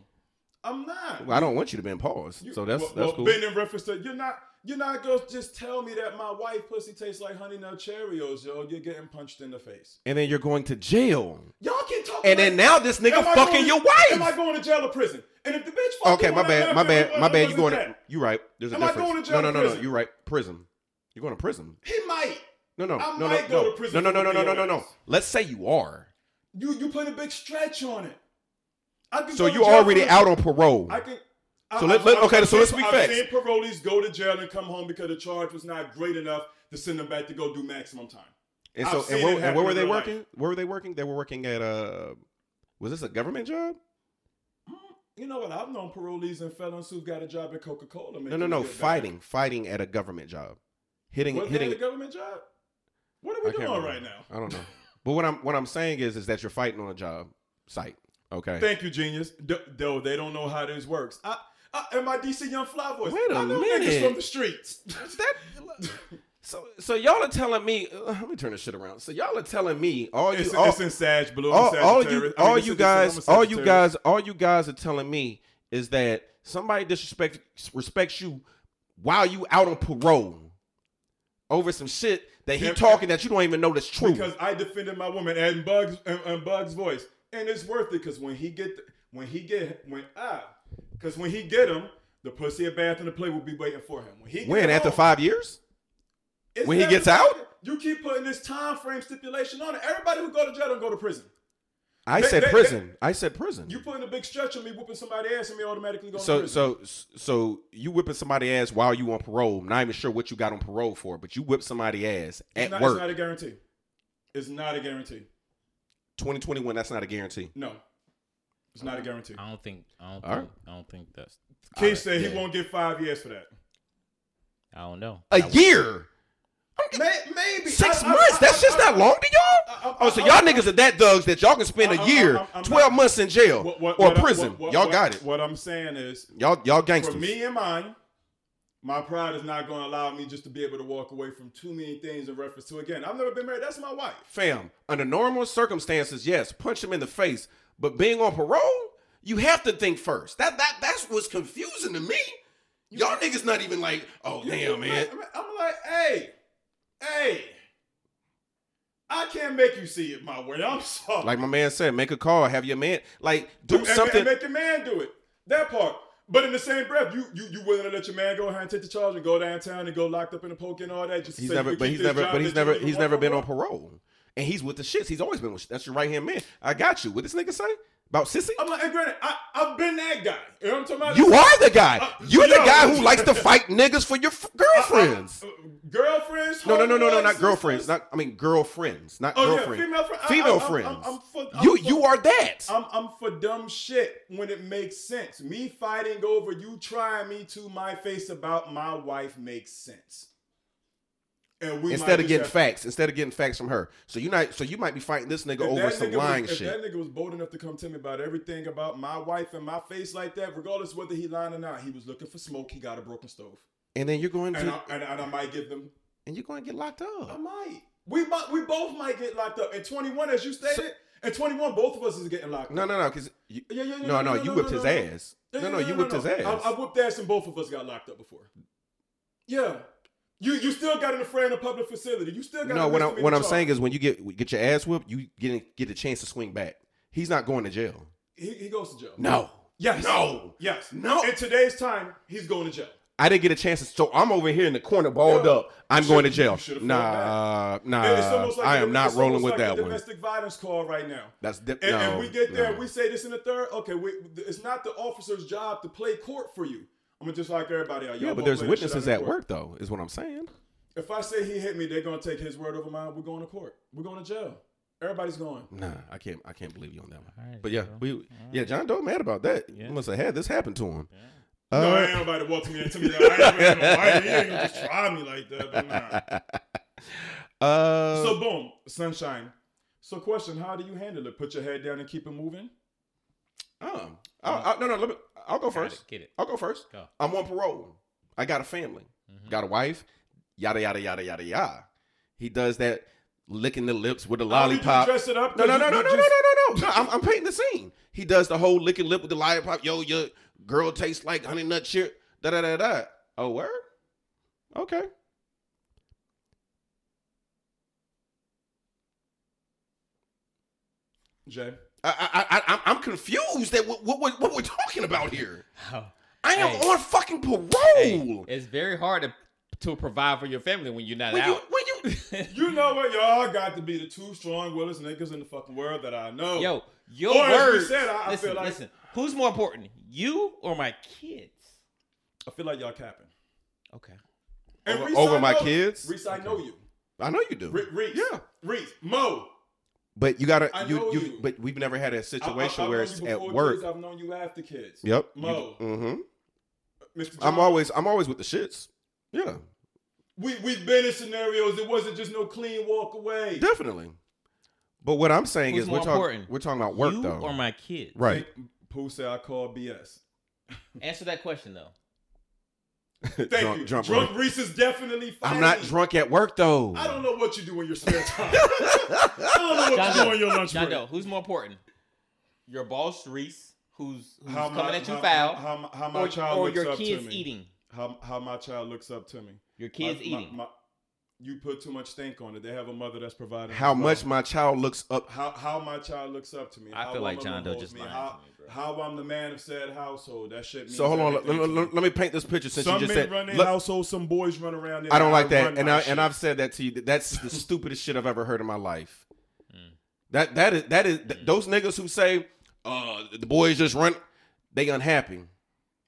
I'm not. Well, I don't want you to be in pause, You- so that's well, that's well, cool. Bend in reference to you're not you're not gonna just tell me that my wife pussy tastes like honey nut Cheerios, yo. You're getting punched in the face. and then you're going to jail. Y'all can talk. And then like- now this nigga Am I fucking going- your wife. Am I going to jail or prison? And if the bitch fuck Okay, you, my I'm bad, not my gonna bad, my feel bad. You like going? that. To, you right. There's a Am I difference. going to jail no, or no, no, no. prison? You right. Prison. You're going to prison. He might. No, no, I no, no, might go no. to prison no, no, for no, no, no, being no, no. honest. Let's say you are. You you put a big stretch on it. I could So go to you jail already for- out on parole. I can. So let- let- okay, I've so let's seen- speak I've facts. seen parolees go to jail and come home because the charge was not great enough to send them back to go do maximum time. And I've so, seen and it where, and happen where were in they real life. working? Where were they working? They were working at uh, was this a government job? You know what? I've known parolees and felons who've got a job at Coca Cola. No, no, no. Fighting, fighting at a government job, hitting, Was that hitting. a government job? What are I we can't doing remember. right now? I don't know. But what I'm what I'm saying is is that you're fighting on a job site. Okay. Thank you, genius. D- though they don't know how this works. I, I am my DC Young Fly voice. Wait a I know minute. niggas from the streets. Is that so? So y'all are telling me. Uh, let me turn this shit around. So y'all are telling me all you it's, all, it's in Sag Blue. all, I'm all Sagittarius. you I mean, all it's- you it's- I'm a guys all you Sagittarius. guys all you guys are telling me is that somebody disrespect respects you while you out on parole over some shit that he Yeah, talking that you don't even know that's true. Because I defended my woman and Bugs and, and Bugs' voice, and it's worth it. Because when he get the, when he get when I, because when he get him, the pussy at bath and the play will be waiting for him. When he when get after home, five years, it's when he never- gets out? you keep putting this time frame stipulation on it. Everybody who go to jail don't go to prison. I They- said they- they- prison. I said prison. You putting a big stretch on me, whooping somebody's ass, and me automatically going to so prison. so so you whipping somebody ass while you on parole. Not even sure what you got on parole for, but you whip somebody ass It's at not, work. It's not a guarantee. It's not a guarantee. 2021. That's not a guarantee. No. It's not a guarantee. Uh, I don't think. I don't All think. I don't think that's. Keith uh, all said yeah. he won't get five years for that. I don't know. A year, May- maybe. six I- I- months. I- That's just I- not long to y'all. I- I- Oh, so I- y'all I- niggas are that thugs that y'all can spend I- a I'm- year, I'm- I'm twelve not- months in jail What- what- Oh. or what I- prison. what- what- y'all what- got it. What I'm saying is, y'all y'all for gangsters. me and mine, my pride is not going to allow me just to be able to walk away from too many things in reference to, again, I've never been married. That's my wife. Fam, under normal circumstances, yes, punch him in the face. But being on parole, you have to think first. That that that's what's confusing to me. Y'all niggas not even like, oh damn man. I'm, I'm like, hey, hey, I can't make you see it my way. I'm sorry. Like my man said, make a call, have your man like do and, something. and make your man do it. That part. But in the same breath, you you you willing to let your man go ahead and take the charge and go downtown and go locked up in the poke and all that? Just to he's say you never, can but keep he's this never, job but he's that you never, even he's want never for been on work. parole, and he's with the shits. He's always been with. That's your right hand man. I got you. What this nigga say about sissy? I'm like, and granted, I I've been that guy. You know what I'm talking about? You are the guy. Uh, You're the yo. guy who likes to fight niggas for your f- girlfriends. Uh, girlfriends. No, no, no, no, no, homeboys, not girlfriends. sisters. Not I mean girlfriends, not oh yeah, girlfriend. female, friend, I- I- Female I'm- friends. I'm, I'm for, I'm you for- you are that. I'm I'm for dumb shit when it makes sense. Me fighting over you trying me to my face about my wife makes sense. And we might instead of just getting have- facts, instead of getting facts from her. So you not so you might be fighting this nigga If over that some nigga was- lying If that shit. nigga was bold enough to come to me about everything about my wife and my face like that, regardless whether he lying or not, he was looking for smoke. He got a broken stove, And then you're going to and and, I, and, and I might give them. you're going to get locked I up. might. We might. We both might get locked up. At 21, as you stated, at 21, both of us is getting locked. No, up. no, no, cuz Yeah, yeah, yeah, no, no, you whipped his no, no. ass. Yeah, No, yeah, no, you whipped his I, I ass. whipped ass, and both of us got locked up before. Yeah, You you still got to defray in a public facility. You still got No, what I'm what I'm saying is when you get get your ass whooped, you get get a chance to swing back. He's not going to jail. he, he goes to jail. No, Yes. No. Yes. No. In today's time, he's going to jail. I didn't get a chance. To, so I'm over here in the corner, balled Yeah. up. I'm You going to should've- jail. you should've Nah, nah. And it's almost like Uh, I the- am not it's rolling almost with like that the one. Domestic violence call right now. That's di- And, and no, we get there, no. and we say this in the third. Okay, we, it's not the officer's job to play court for you. I'm gonna just like everybody else. yeah, Y'all but both there's playing the shit witnesses out in at work though. Is what I'm saying. If I say he hit me, they're gonna take his word over mine. We're going to court. We're going to jail. Everybody's going. Nah, I can't. I can't believe you on that one. All right, but yeah, John Doe. we yeah, John Doe mad about that. Yeah. Must have had this happen to him. no, Uh, ain't nobody walking me into me. Like, I ain't gonna fight. He ain't gonna just try me like that. But *laughs* nah. uh, So boom, sunshine. So question: How do you handle it? Put your head down and keep it moving. um, I, I, no, no. Let me. I'll go Got it. first. Get it. I'll go first. Go. I'm on parole. I got a family. Got a wife. Yada yada yada yada yada. He does that licking the lips with a How Oh, did you lollipop. Dress it up. No, no, no, You- no, you no, no, no, just- no, no. no I'm, I'm painting the scene. He does the whole licking lip with the lollipop. Yo, your girl tastes like honey nut chip. Da da da da. Oh, word. Okay. Jay. I, I, I, I'm- I'm confused at what, what, we're- what we're talking about here. Oh. I am Hey. on fucking parole. *laughs* Hey, it's very hard to, to provide for your family when you're not when you, out. when *laughs* you, You know what? Y'all got to be the two strong willest niggas in the fucking world that I know. *laughs* Yo, your Or as we words. said, I- I listen, feel like- listen. Who's more important, you or my kids? I feel like y'all capping. Okay. Over- Reese, over I my know- kids? Reese, I know you. I know you do. Re- Reese. Yeah, Reese. Mo. but you gotta. I you, know you, you. But we've never had a situation I- I- I've known where you it's at before work. Kids, I've known you after kids. yep. Mo. hmm Mr. John, I'm always. I'm always with the shits. Yeah, We, we've been in scenarios. It wasn't just no clean walk away. definitely. But what I'm saying Who's is, we're more talking. important? We're talking about work you though. or my kids? right. Pooh said I called BS. Answer that question though. Thank you. Drunk, Reese is definitely fine. I'm not drunk at work though. I don't know what you do in your spare *laughs* time. I don't John know what you Doe. do in your lunch John break. Doe, who's more important, your boss Reese, who's, who's How coming my- at you how- foul, How, my- how my or, child or looks your up kids to me. eating? How, how my child looks up to me. Your kids My- my- eating. my- you put too much stink on it. They have a mother that's providing. How as well. much my child looks up. how how my child looks up to me. I how feel like my John mother Doe holds just me, lying How, to me, bro. how I'm the man of said household. That shit. Means So hold on. Let, everything let- to me. let- let me paint this picture since some you just men said. run their Look, household. Some boys run around. I don't like run that, and my I shit. and I've said that to you. that- That's the stupidest shit I've ever heard in my life. Mm. That that is that is th- those niggas who say uh, the boys just run, they unhappy.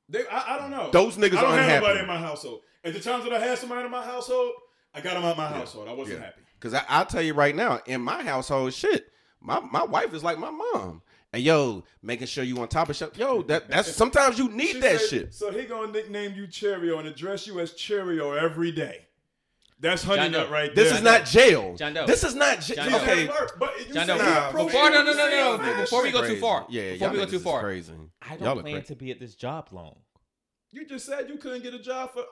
They, I, I don't know. Those niggas I don't are have unhappy. nobody in my household. At the times that I had somebody in my household, I got them out my household. I wasn't Yeah. happy. Cause I, I'll tell you right now, in my household, shit, my, my wife is like my mom, and yo, making sure you on top of shit. Yo, that that's sometimes you need She that said- shit. So he gonna nickname you Cheerio and address you as Cheerio every day. That's honey John Doe. nut right there. This is not jail. John Doe. This is not jail. John Doe. Okay, But you John said Doe, he Nah, approached before- you no, in no, the no, no, same no, fashion. before we go too Crazy. far, Yeah, before we y'all go too niggas is far, crazy. I Y'all don't are plan crazy. to be at this job long. You just said you couldn't get a job for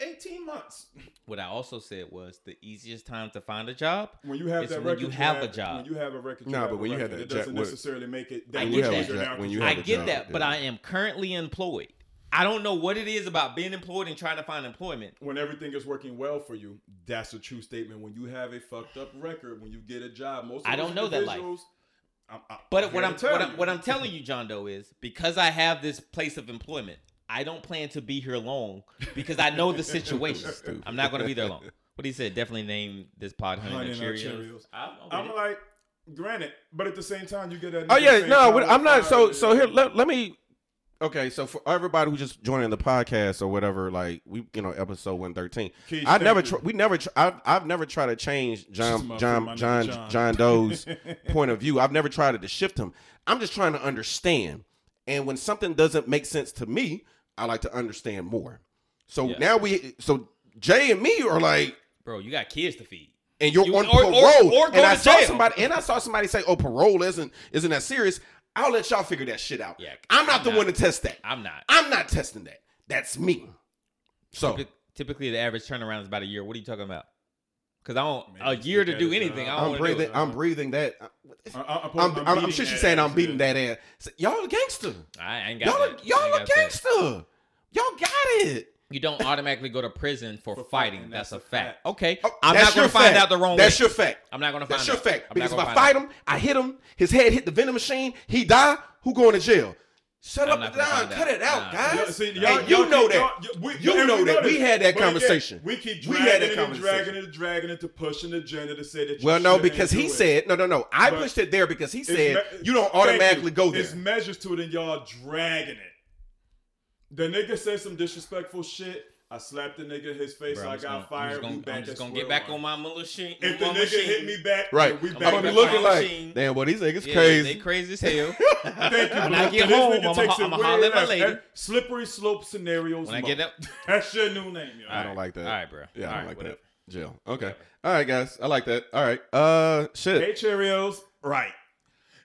18 months. What I also said was the easiest time to find a job When you have It's that when record, you have a it. job. When you have a record, Nah, have but a when you have record. that it job- doesn't what- necessarily make it. I get that much that. easier now When you because I have a get job, that, but yeah. I am currently employed. I don't know what it is about being employed and trying to find employment. when everything is working well for you, that's a true statement. When you have a fucked up record, when you get a job, most of I don't those know that life. individuals- I'm, I'm But here what to I'm, tell what I'm you. what I'm telling you, John Doe, is because I have this place of employment, I don't plan to be here long because I know *laughs* the situation. I'm not going to be there long. What he said, definitely name this pod Honey, Honey Nut Nut Cheerios. Cheerios. I'm, I'm like, granted, but at the same time, you get that. Oh nigga yeah, saying, no, "Power, we- I'm not. So power, so yeah." here, let, let me. Okay, so for everybody who just joining the podcast or whatever, like we, you know, episode one thirteen. Keith, I thank never, you. tr- we never, tr- I've, I've never tried to change She's John, my John, friend, my John, nigga John, John. *laughs* Doe's point of view. I've never tried to shift him. I'm just trying to understand. And when something doesn't make sense to me, I like to understand more. So Yeah. now we, so Jay and me are like, bro, you got kids to feed. and you're You- on or- or- parole. or go and I to saw jail. somebody and I saw somebody say, "Oh, parole isn't isn't that serious." I'll let y'all figure that shit out. Yeah, I'm not I'm the not- one to test that. I'm not. I'm not testing that. That's me. So Typ- Typically, the average turnaround is about a year. What are you talking about? Because I don't Man, a just year look to at do it, anything. John. I don't I'm wanna do it. breathing. I'm breathing that. I- I- I'm, I'm, I'm, uh, beating sure she's that saying I'm ass, beating yeah. that ass. Y'all a gangster. I ain't got Y'all a, that. I y'all ain't a got that. gangster. Y'all got it. You don't automatically go to prison for, For fighting. fighting, That's, that's a a fact. fact. Okay, Oh, I'm that's not going your to find fact. out the wrong That's way. your fact. I'm not going to find That's out. your fact. I'm not because if gonna I find out. fight him, I hit him, his head hit the vending machine, he die, who going to jail? Shut up I'm not and gonna down. find Cut out. it out, Nah. Yeah, guys. see, And y'all- you y'all know keep- that. y'all- y- we- You and know we that. We this. had that But again, conversation. We keep We dragging had that it and conversation. dragging it and dragging it to pushing it, dragging it to say that. you Well, no, shouldn't because he do it. said no, no, no. I But pushed it there because he It's said me- you don't thank automatically you. go there. It's measures to it, and y'all dragging it. The nigga said some disrespectful shit. I slapped the nigga in his face. Bro, I I'm got just gonna- I'm fired. just we gonna, back I'm just at gonna square get back one. on my machine. If the my nigga machine. hit me back, Right. then we I'm back gonna be at looking my- like, machine. damn, well, these niggas Yeah, crazy. They crazy as *laughs* hell. Thank you. When I Bluff. get This home, nigga I'ma- takes it I'ma way holler at my left. lady. Slippery slope scenarios. When I get up, *laughs* That's your new name, yo. I don't like that. All right, bro. Yeah, All I right, don't like whatever. that. Jail. Okay. All right, guys. I like that. All right. Uh, shit. Hey, Cheerios. Right.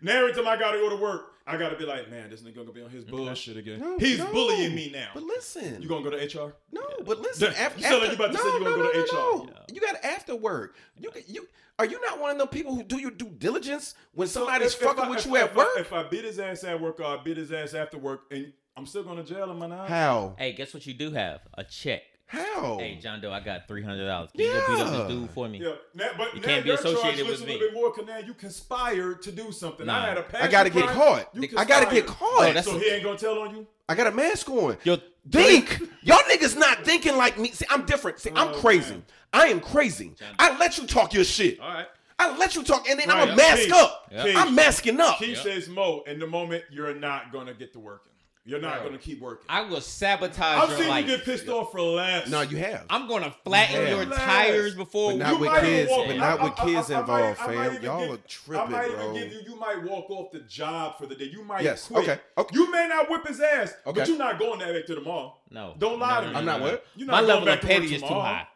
Now every time I gotta go to work, I gotta be like, man, this nigga gonna be on his bullshit again. No, He's no. bullying me now. But listen, You gonna go to HR? no, but listen. You after, sound like you about to no, say you no, gonna no, go to no, HR. no. You got after work. You you are you not one of them people who do your due diligence when somebody's If- if fucking I- with if- you at if I- work? If I beat his ass at work or I beat his ass after work, and I'm still going to jail, am I not? How? Hey, guess what you do have? A check. How? Hey, John Doe, I got three hundred dollars. Can you go beat up Yeah. this dude for me? Oh. Yeah, now, but You now can't be your charge associated looks with a me. little bit more because now you conspired to do something. Nah. I had a passion I gotta get crime, caught. you I gotta get conspired. caught. Bro, that's so a- he ain't gonna tell on you. I got a mask on. Yo, Think y'all niggas not thinking like me. See, I'm different. See, I'm Oh, crazy. man. I am crazy. I let you talk your shit. All right. I let you talk, and then I'm Right. a mask Keith, up. Keith, I'm masking up. Keith says, "Mo, in the moment you're not gonna get to working. You're not Bro. gonna keep working. I will sabotage I've your seen life. you get pissed off for less. No, you have. I'm gonna flatten Yeah. your tires before But we not You with might even kids, walk- but I- not I- with I- kids I- I involved, might- I might fam. even Y'all give- are tripping, I might bro. even give you. You might walk off the job for the day. You might Yes, quit. okay, okay. You may not whip his ass, Okay. but you're not going that back to the mall. No. Don't lie to me. I'm not what? You're My not level of going back to work petty is too tomorrow. high.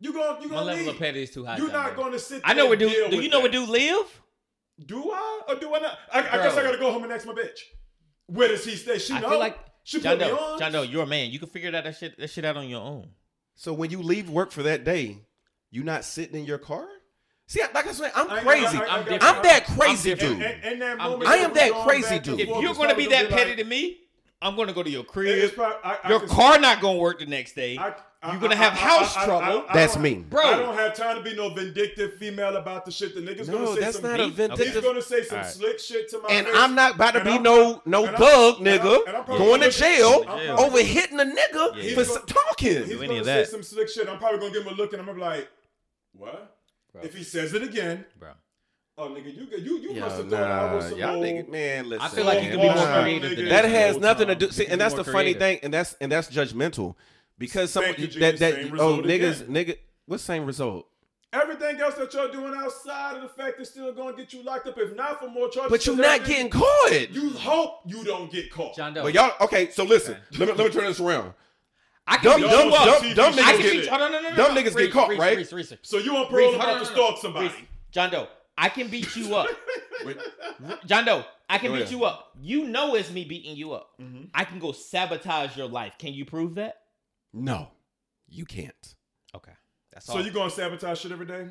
You going you My gonna level leave. of petty is too high. You're John not Doe. going to sit. I know we where dude. Do you know where dude live? Do I or do I not? I, I guess Bro. I gotta go home and ask my bitch. Where does he stay? She I know. feel like she John put Doe. me on. John Doe, you're a man. You can figure that, that shit that shit out on your own. So when you leave work for that day, you not sitting in your car? See, like I said, I'm I- I- crazy. I- I I'm, I'm got- different. that crazy I'm dude. different. And, and, and that I'm- moment I that am we're that going crazy back and dude. If forth, you're it's gonna be probably that be petty like- to me, I'm gonna go to your It's crib. probably, I, I Your can- car not gonna work the next day. I- I- You're gonna I- have I- house I- I- trouble. I- I- I That's don't- me. Bro. I don't have time to be no vindictive female about the shit. The niggas No, gonna say that's some not a heat. vindictive- He's gonna say some Alright. slick shit to my And face. I'm not about to And be I'm- no no and I'm- thug and I'm- nigga and I'm probably going to gonna- jail I'm Yeah. probably- over hitting a nigga Yeah. for some He's talking. any gonna of say that. some slick shit. I'm probably gonna give him a look, and I'm gonna be like, "What?" Bro. If he says it again, Bro. oh nigga, you you you must Yo, have thought I was some y'all old- nigga, man, listen. I feel like you can be Well, more well, creative. nigga. than that this has whole nothing to time. do. See, You can and be that's the more funny creative. thing, and that's and that's judgmental because some Thank you, Gene. that that Same oh result niggas again. nigga what's same result? Everything else that you're doing outside of the fact is still gonna get you locked up. If not for more charges, But you're because not everything- getting caught. You hope you don't get caught. John Doe. But y'all okay? So listen, let me let me turn this around. I can Dumb be dumb you up. dumb, dumb I I niggas can be, get oh, no, no, no, no, dumb no. niggas get Reese, caught, Reese, right? Reese, Reese, Reese. So you on Reese, parole hold on, no, about to no, stalk no. somebody? Reese, John Doe, I can beat you up. Wait. John Doe, I can Go beat ahead. you up. You know it's me beating you up. I can go sabotage your life. Can you prove that? No, you can't. Okay. That's all. So you gonna sabotage shit every day?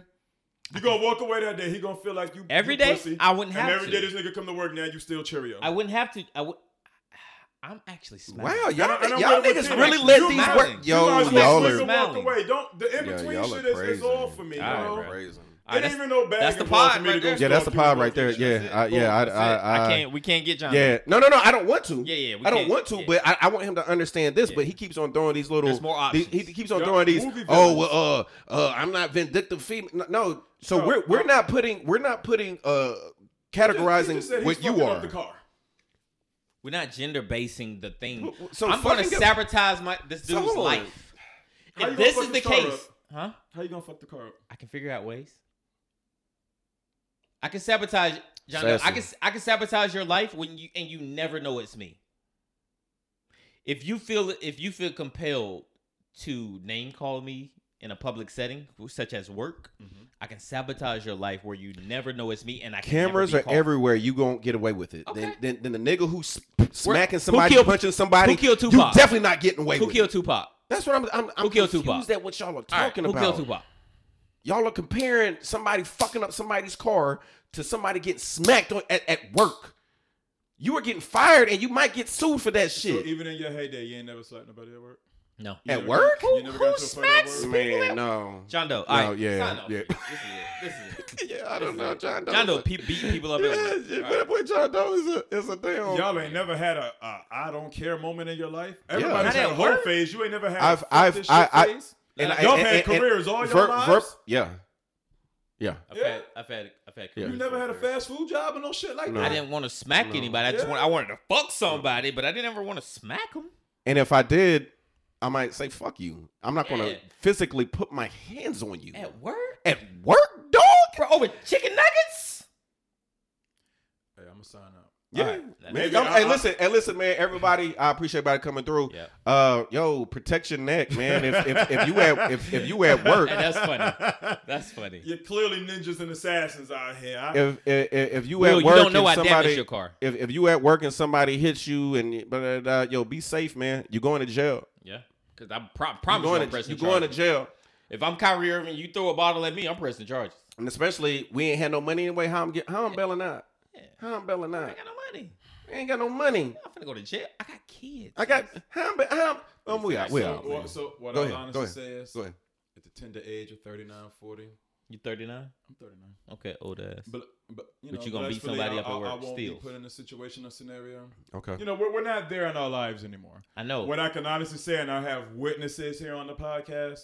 You gonna walk away that day? He gonna feel like you Every you day? pussy. I wouldn't And have to. every day this nigga come to work now, you still Cheerio. I wouldn't have to. I would. *sighs* I'm actually smiling. Wow, And I- y'all and I'm y'all with niggas you. really let You these might- work. you might Yo, as well y'all swing are and walk Smiling. away. Don't the in between y'all shit are is, is crazy. all for me, All right, bro. bro. All right, It that's- ain't even no bag that's the involved pod for me right to go there. Yeah, that's the stalk you pod and right go there. get your Yeah, shit. I, yeah, I, That's it. I, I can't. We can't get John. uh, Yeah, no, no, no. I don't want to. Yeah, yeah, we I don't can't- want to, yeah. but I, I want him to understand this. Yeah. But he keeps on throwing these little. There's more these- options. he keeps on Yeah, throwing these. movie Oh, villains. well, uh, uh, I'm not vindictive female. No, no. so No, we're we're I'm- not putting we're not putting uh He categorizing just said he's what you fucking up are. The car. We're not gender basing the thing. W- w- so I'm gonna fucking go- sabotage my this So dude's hold on. life. How you If gonna this is fucking the start case, huh? How you gonna fuck the car up? I can figure out ways. I can sabotage John. Doe. I Sassy. can I can sabotage your life when you and you never know it's me. If you feel if you feel compelled to name call me in a public setting, such as work, Mm-hmm. I can sabotage your life where you never know it's me, and I can never Cameras be are caught. everywhere. You gonna get away with it. Then, Okay. then, then the nigga who's sp- smacking who somebody, killed- punching somebody, who killed you Tupac? definitely not getting away Who with killed it. Tupac? That's what I'm. I'm, I'm Who killed confused Tupac? at what y'all are All right, talking Who about. killed Tupac? Y'all are comparing somebody fucking up somebody's car to somebody getting smacked on, at, at work. You are getting fired and you might get sued for that So shit. even in your heyday, you ain't never slapped nobody at work. No. You At never work? got- you never got to a fight at smacks work? Man, no. John Doe. No, All right. yeah, Sign off. yeah. This is it. This is it. yeah, I don't know. John Doe. John Doe pe- beat people up. Yeah, at work. yeah, All right. that boy John Doe is a, is a damn. Y'all ain't never had a, a I don't care moment in your life. Everybody's Not had at a whole work? phase. You ain't never had. I've- a fuck I've- this I- shit I- phase. And I- y'all and- had and- and careers all your verb- verb- lives. yeah. Yeah. I've Yeah. had, I've had, I've *laughs* had. You You careers never like had a that. fast food job and no shit like No. I that. didn't want to smack No. anybody. I just Yeah. want, I wanted to fuck somebody, but I didn't ever want to smack them. And if I did, I might say fuck you. I'm not gonna Yeah. physically put my hands on you At work? at work, dog. Bro, over chicken nuggets? Hey, I'm gonna sign up. Yeah, All right. man. Maybe Y'all- I- hey, I- listen, hey, listen, man. Everybody, I appreciate everybody coming through. Yeah. Uh, yo, protect your neck, man. If if, if you at if, if you at work, Hey, that's *laughs* funny. That's funny. You're clearly ninjas and assassins out here. I, if if, if you Will, at you work, don't know and I somebody, damaged your car. if if you at work and somebody hits you and blah, blah, blah, yo, be safe, man. You're going to jail. Yeah. Because I pro- You're promise you going I'm to, pressing you going to charges. jail. If I'm Kyrie Irving, you throw a bottle at me, I'm pressing charges. And especially we ain't had no money anyway. How I'm get how I'm bailing out? How I'm bailing I out? ain't got no money. I ain't got no money. I'm finna go to jail. I got kids. I got how I'm, ba- how I'm um, we out we so, out. what- man. so what Go I ahead, go honestly ahead, say is, Go ahead. at the tender age of 39, 40, I'm You 39? 39. Okay, old ass. But but you know, But you gonna beat blessfully, somebody I, up at I- I work won't still. be put in a situation or scenario. Okay. You know, we're, we're not there in our lives anymore. I know. What I can honestly say, and I have witnesses here on the podcast.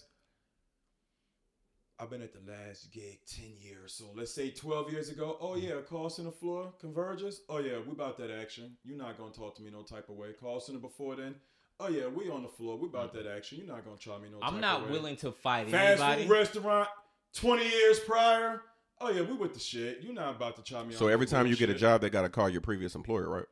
I've been at the last gig 10 years. So let's say 12 years ago. Oh, Mm. yeah, call center floor, converges. Oh, yeah, we about that action. You're not going to talk to me no type of way. Call center before then. Oh, yeah, we on the floor. We about Mm. that action. You're not going to try me no type I'm of not way. willing to fight Fast anybody. food restaurant 20 years prior. Oh, yeah, we with the shit. You're not about to try me So out every no time you get a bullshit. job, they gotta call your previous employer, right?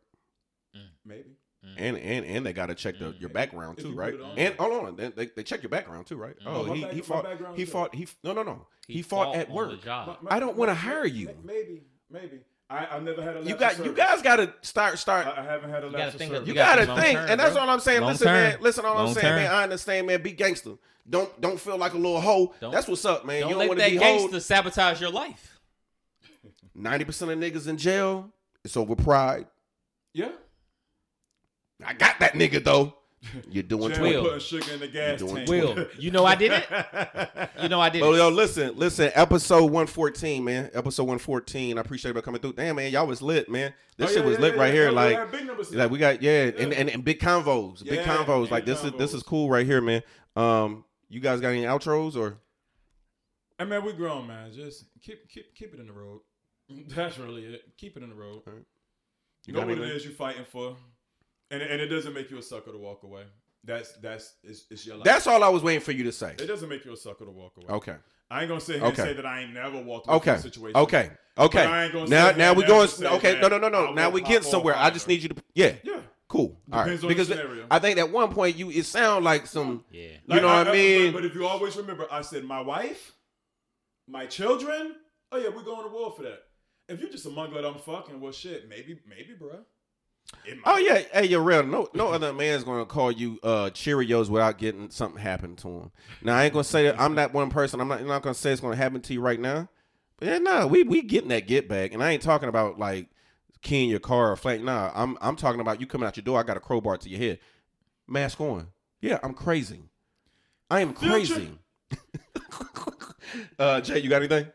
Maybe. And and and they gotta check the, your background If too, you right? put it on And hold on, they, they, they check your background too, right? Oh, My he, back- he my fought background he check. fought he no no no he, fought, at on work. the job. I don't wanna hire you. may- Maybe, maybe. I, I've never had a You lapse got of you service. guys gotta start start I, I haven't had a gotta lapse of think of- service. You You gotta gotta think long think, term, and that's bro. all I'm saying. Long listen, man. term. Listen, all I'm Long saying, man. term. I understand, man. Be gangster. Don't don't feel like a little hoe. Don't- that's what's up, man. Don't you don't let want that to be gangster hoed. sabotage your life. Ninety percent of niggas in jail. It's over pride. yeah. I got that nigga though. You're doing Jam twenty. Will. putting sugar in the gas doing tank. *laughs* Will, you know I did it? You know I did But it. yo, listen, listen. Episode one fourteen, man. Episode one fourteen. I appreciate you coming through. Damn, man, y'all was lit, man. This Oh, shit yeah, was yeah, lit yeah, right yeah. here. We like, had big numbers. like we got yeah, And, and and big convos, big Yeah, convos. big Like this is this convos. is cool right here, man. Um, you guys got any outros or? Hey man, we grown man. Just keep keep keep it in the road. *laughs* That's really it. Keep it in the road. Alright. You got know what it anything? is you're fighting for, and and it doesn't make you a sucker to walk away. That's that's it's, it's your life. That's all I was waiting for you to say. it doesn't make you a sucker to walk away. Okay. I ain't gonna sit here Okay. and say that I ain't never walked away Okay. from a situation. Okay. Okay. But I ain't gonna Now, sit here now and we're never going. say Okay. that No, no, no, I no. will Now we pop get off somewhere. I just either. need you to. Yeah. Yeah. Cool. All right. Depends on the Because it- scenario. I think at one point you it sound like some. Yeah. You know what I but- mean? But if you always remember, I said my wife, my children. Oh yeah, we're going to war for that. If you're just a mungler, I'm fucking. Well, shit, maybe, maybe, bruh. It might- Oh yeah. Hey, you're real. No, no other man's gonna call you uh Cheerios without getting something happen to him. Now I ain't gonna say that I'm not one person. I'm not. not gonna say it's gonna happen to you right now. But yeah, nah. We we getting that get back, and I ain't talking about like keying your car or flank. Nah, I'm I'm talking about you coming out your door. I got a crowbar to your head. Mask on. Yeah, I'm crazy. I am Future. crazy. *laughs* uh, Jay, you got anything?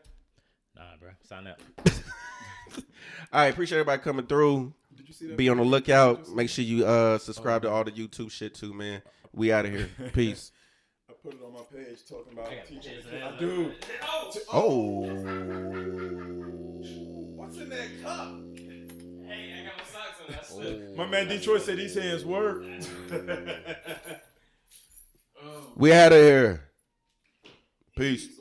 Nah, bro. Sign up. All right, appreciate everybody coming through. Did you see that? Be on the lookout. Make sure you uh subscribe to all the YouTube shit too, man. We out of here. Peace. I put it on my page talking about got teaching. pictures the of kids. that. I do. Oh. What's in that cup? Hey, I got my socks on. That's My man Detroit said these hands work. We out of here. Peace.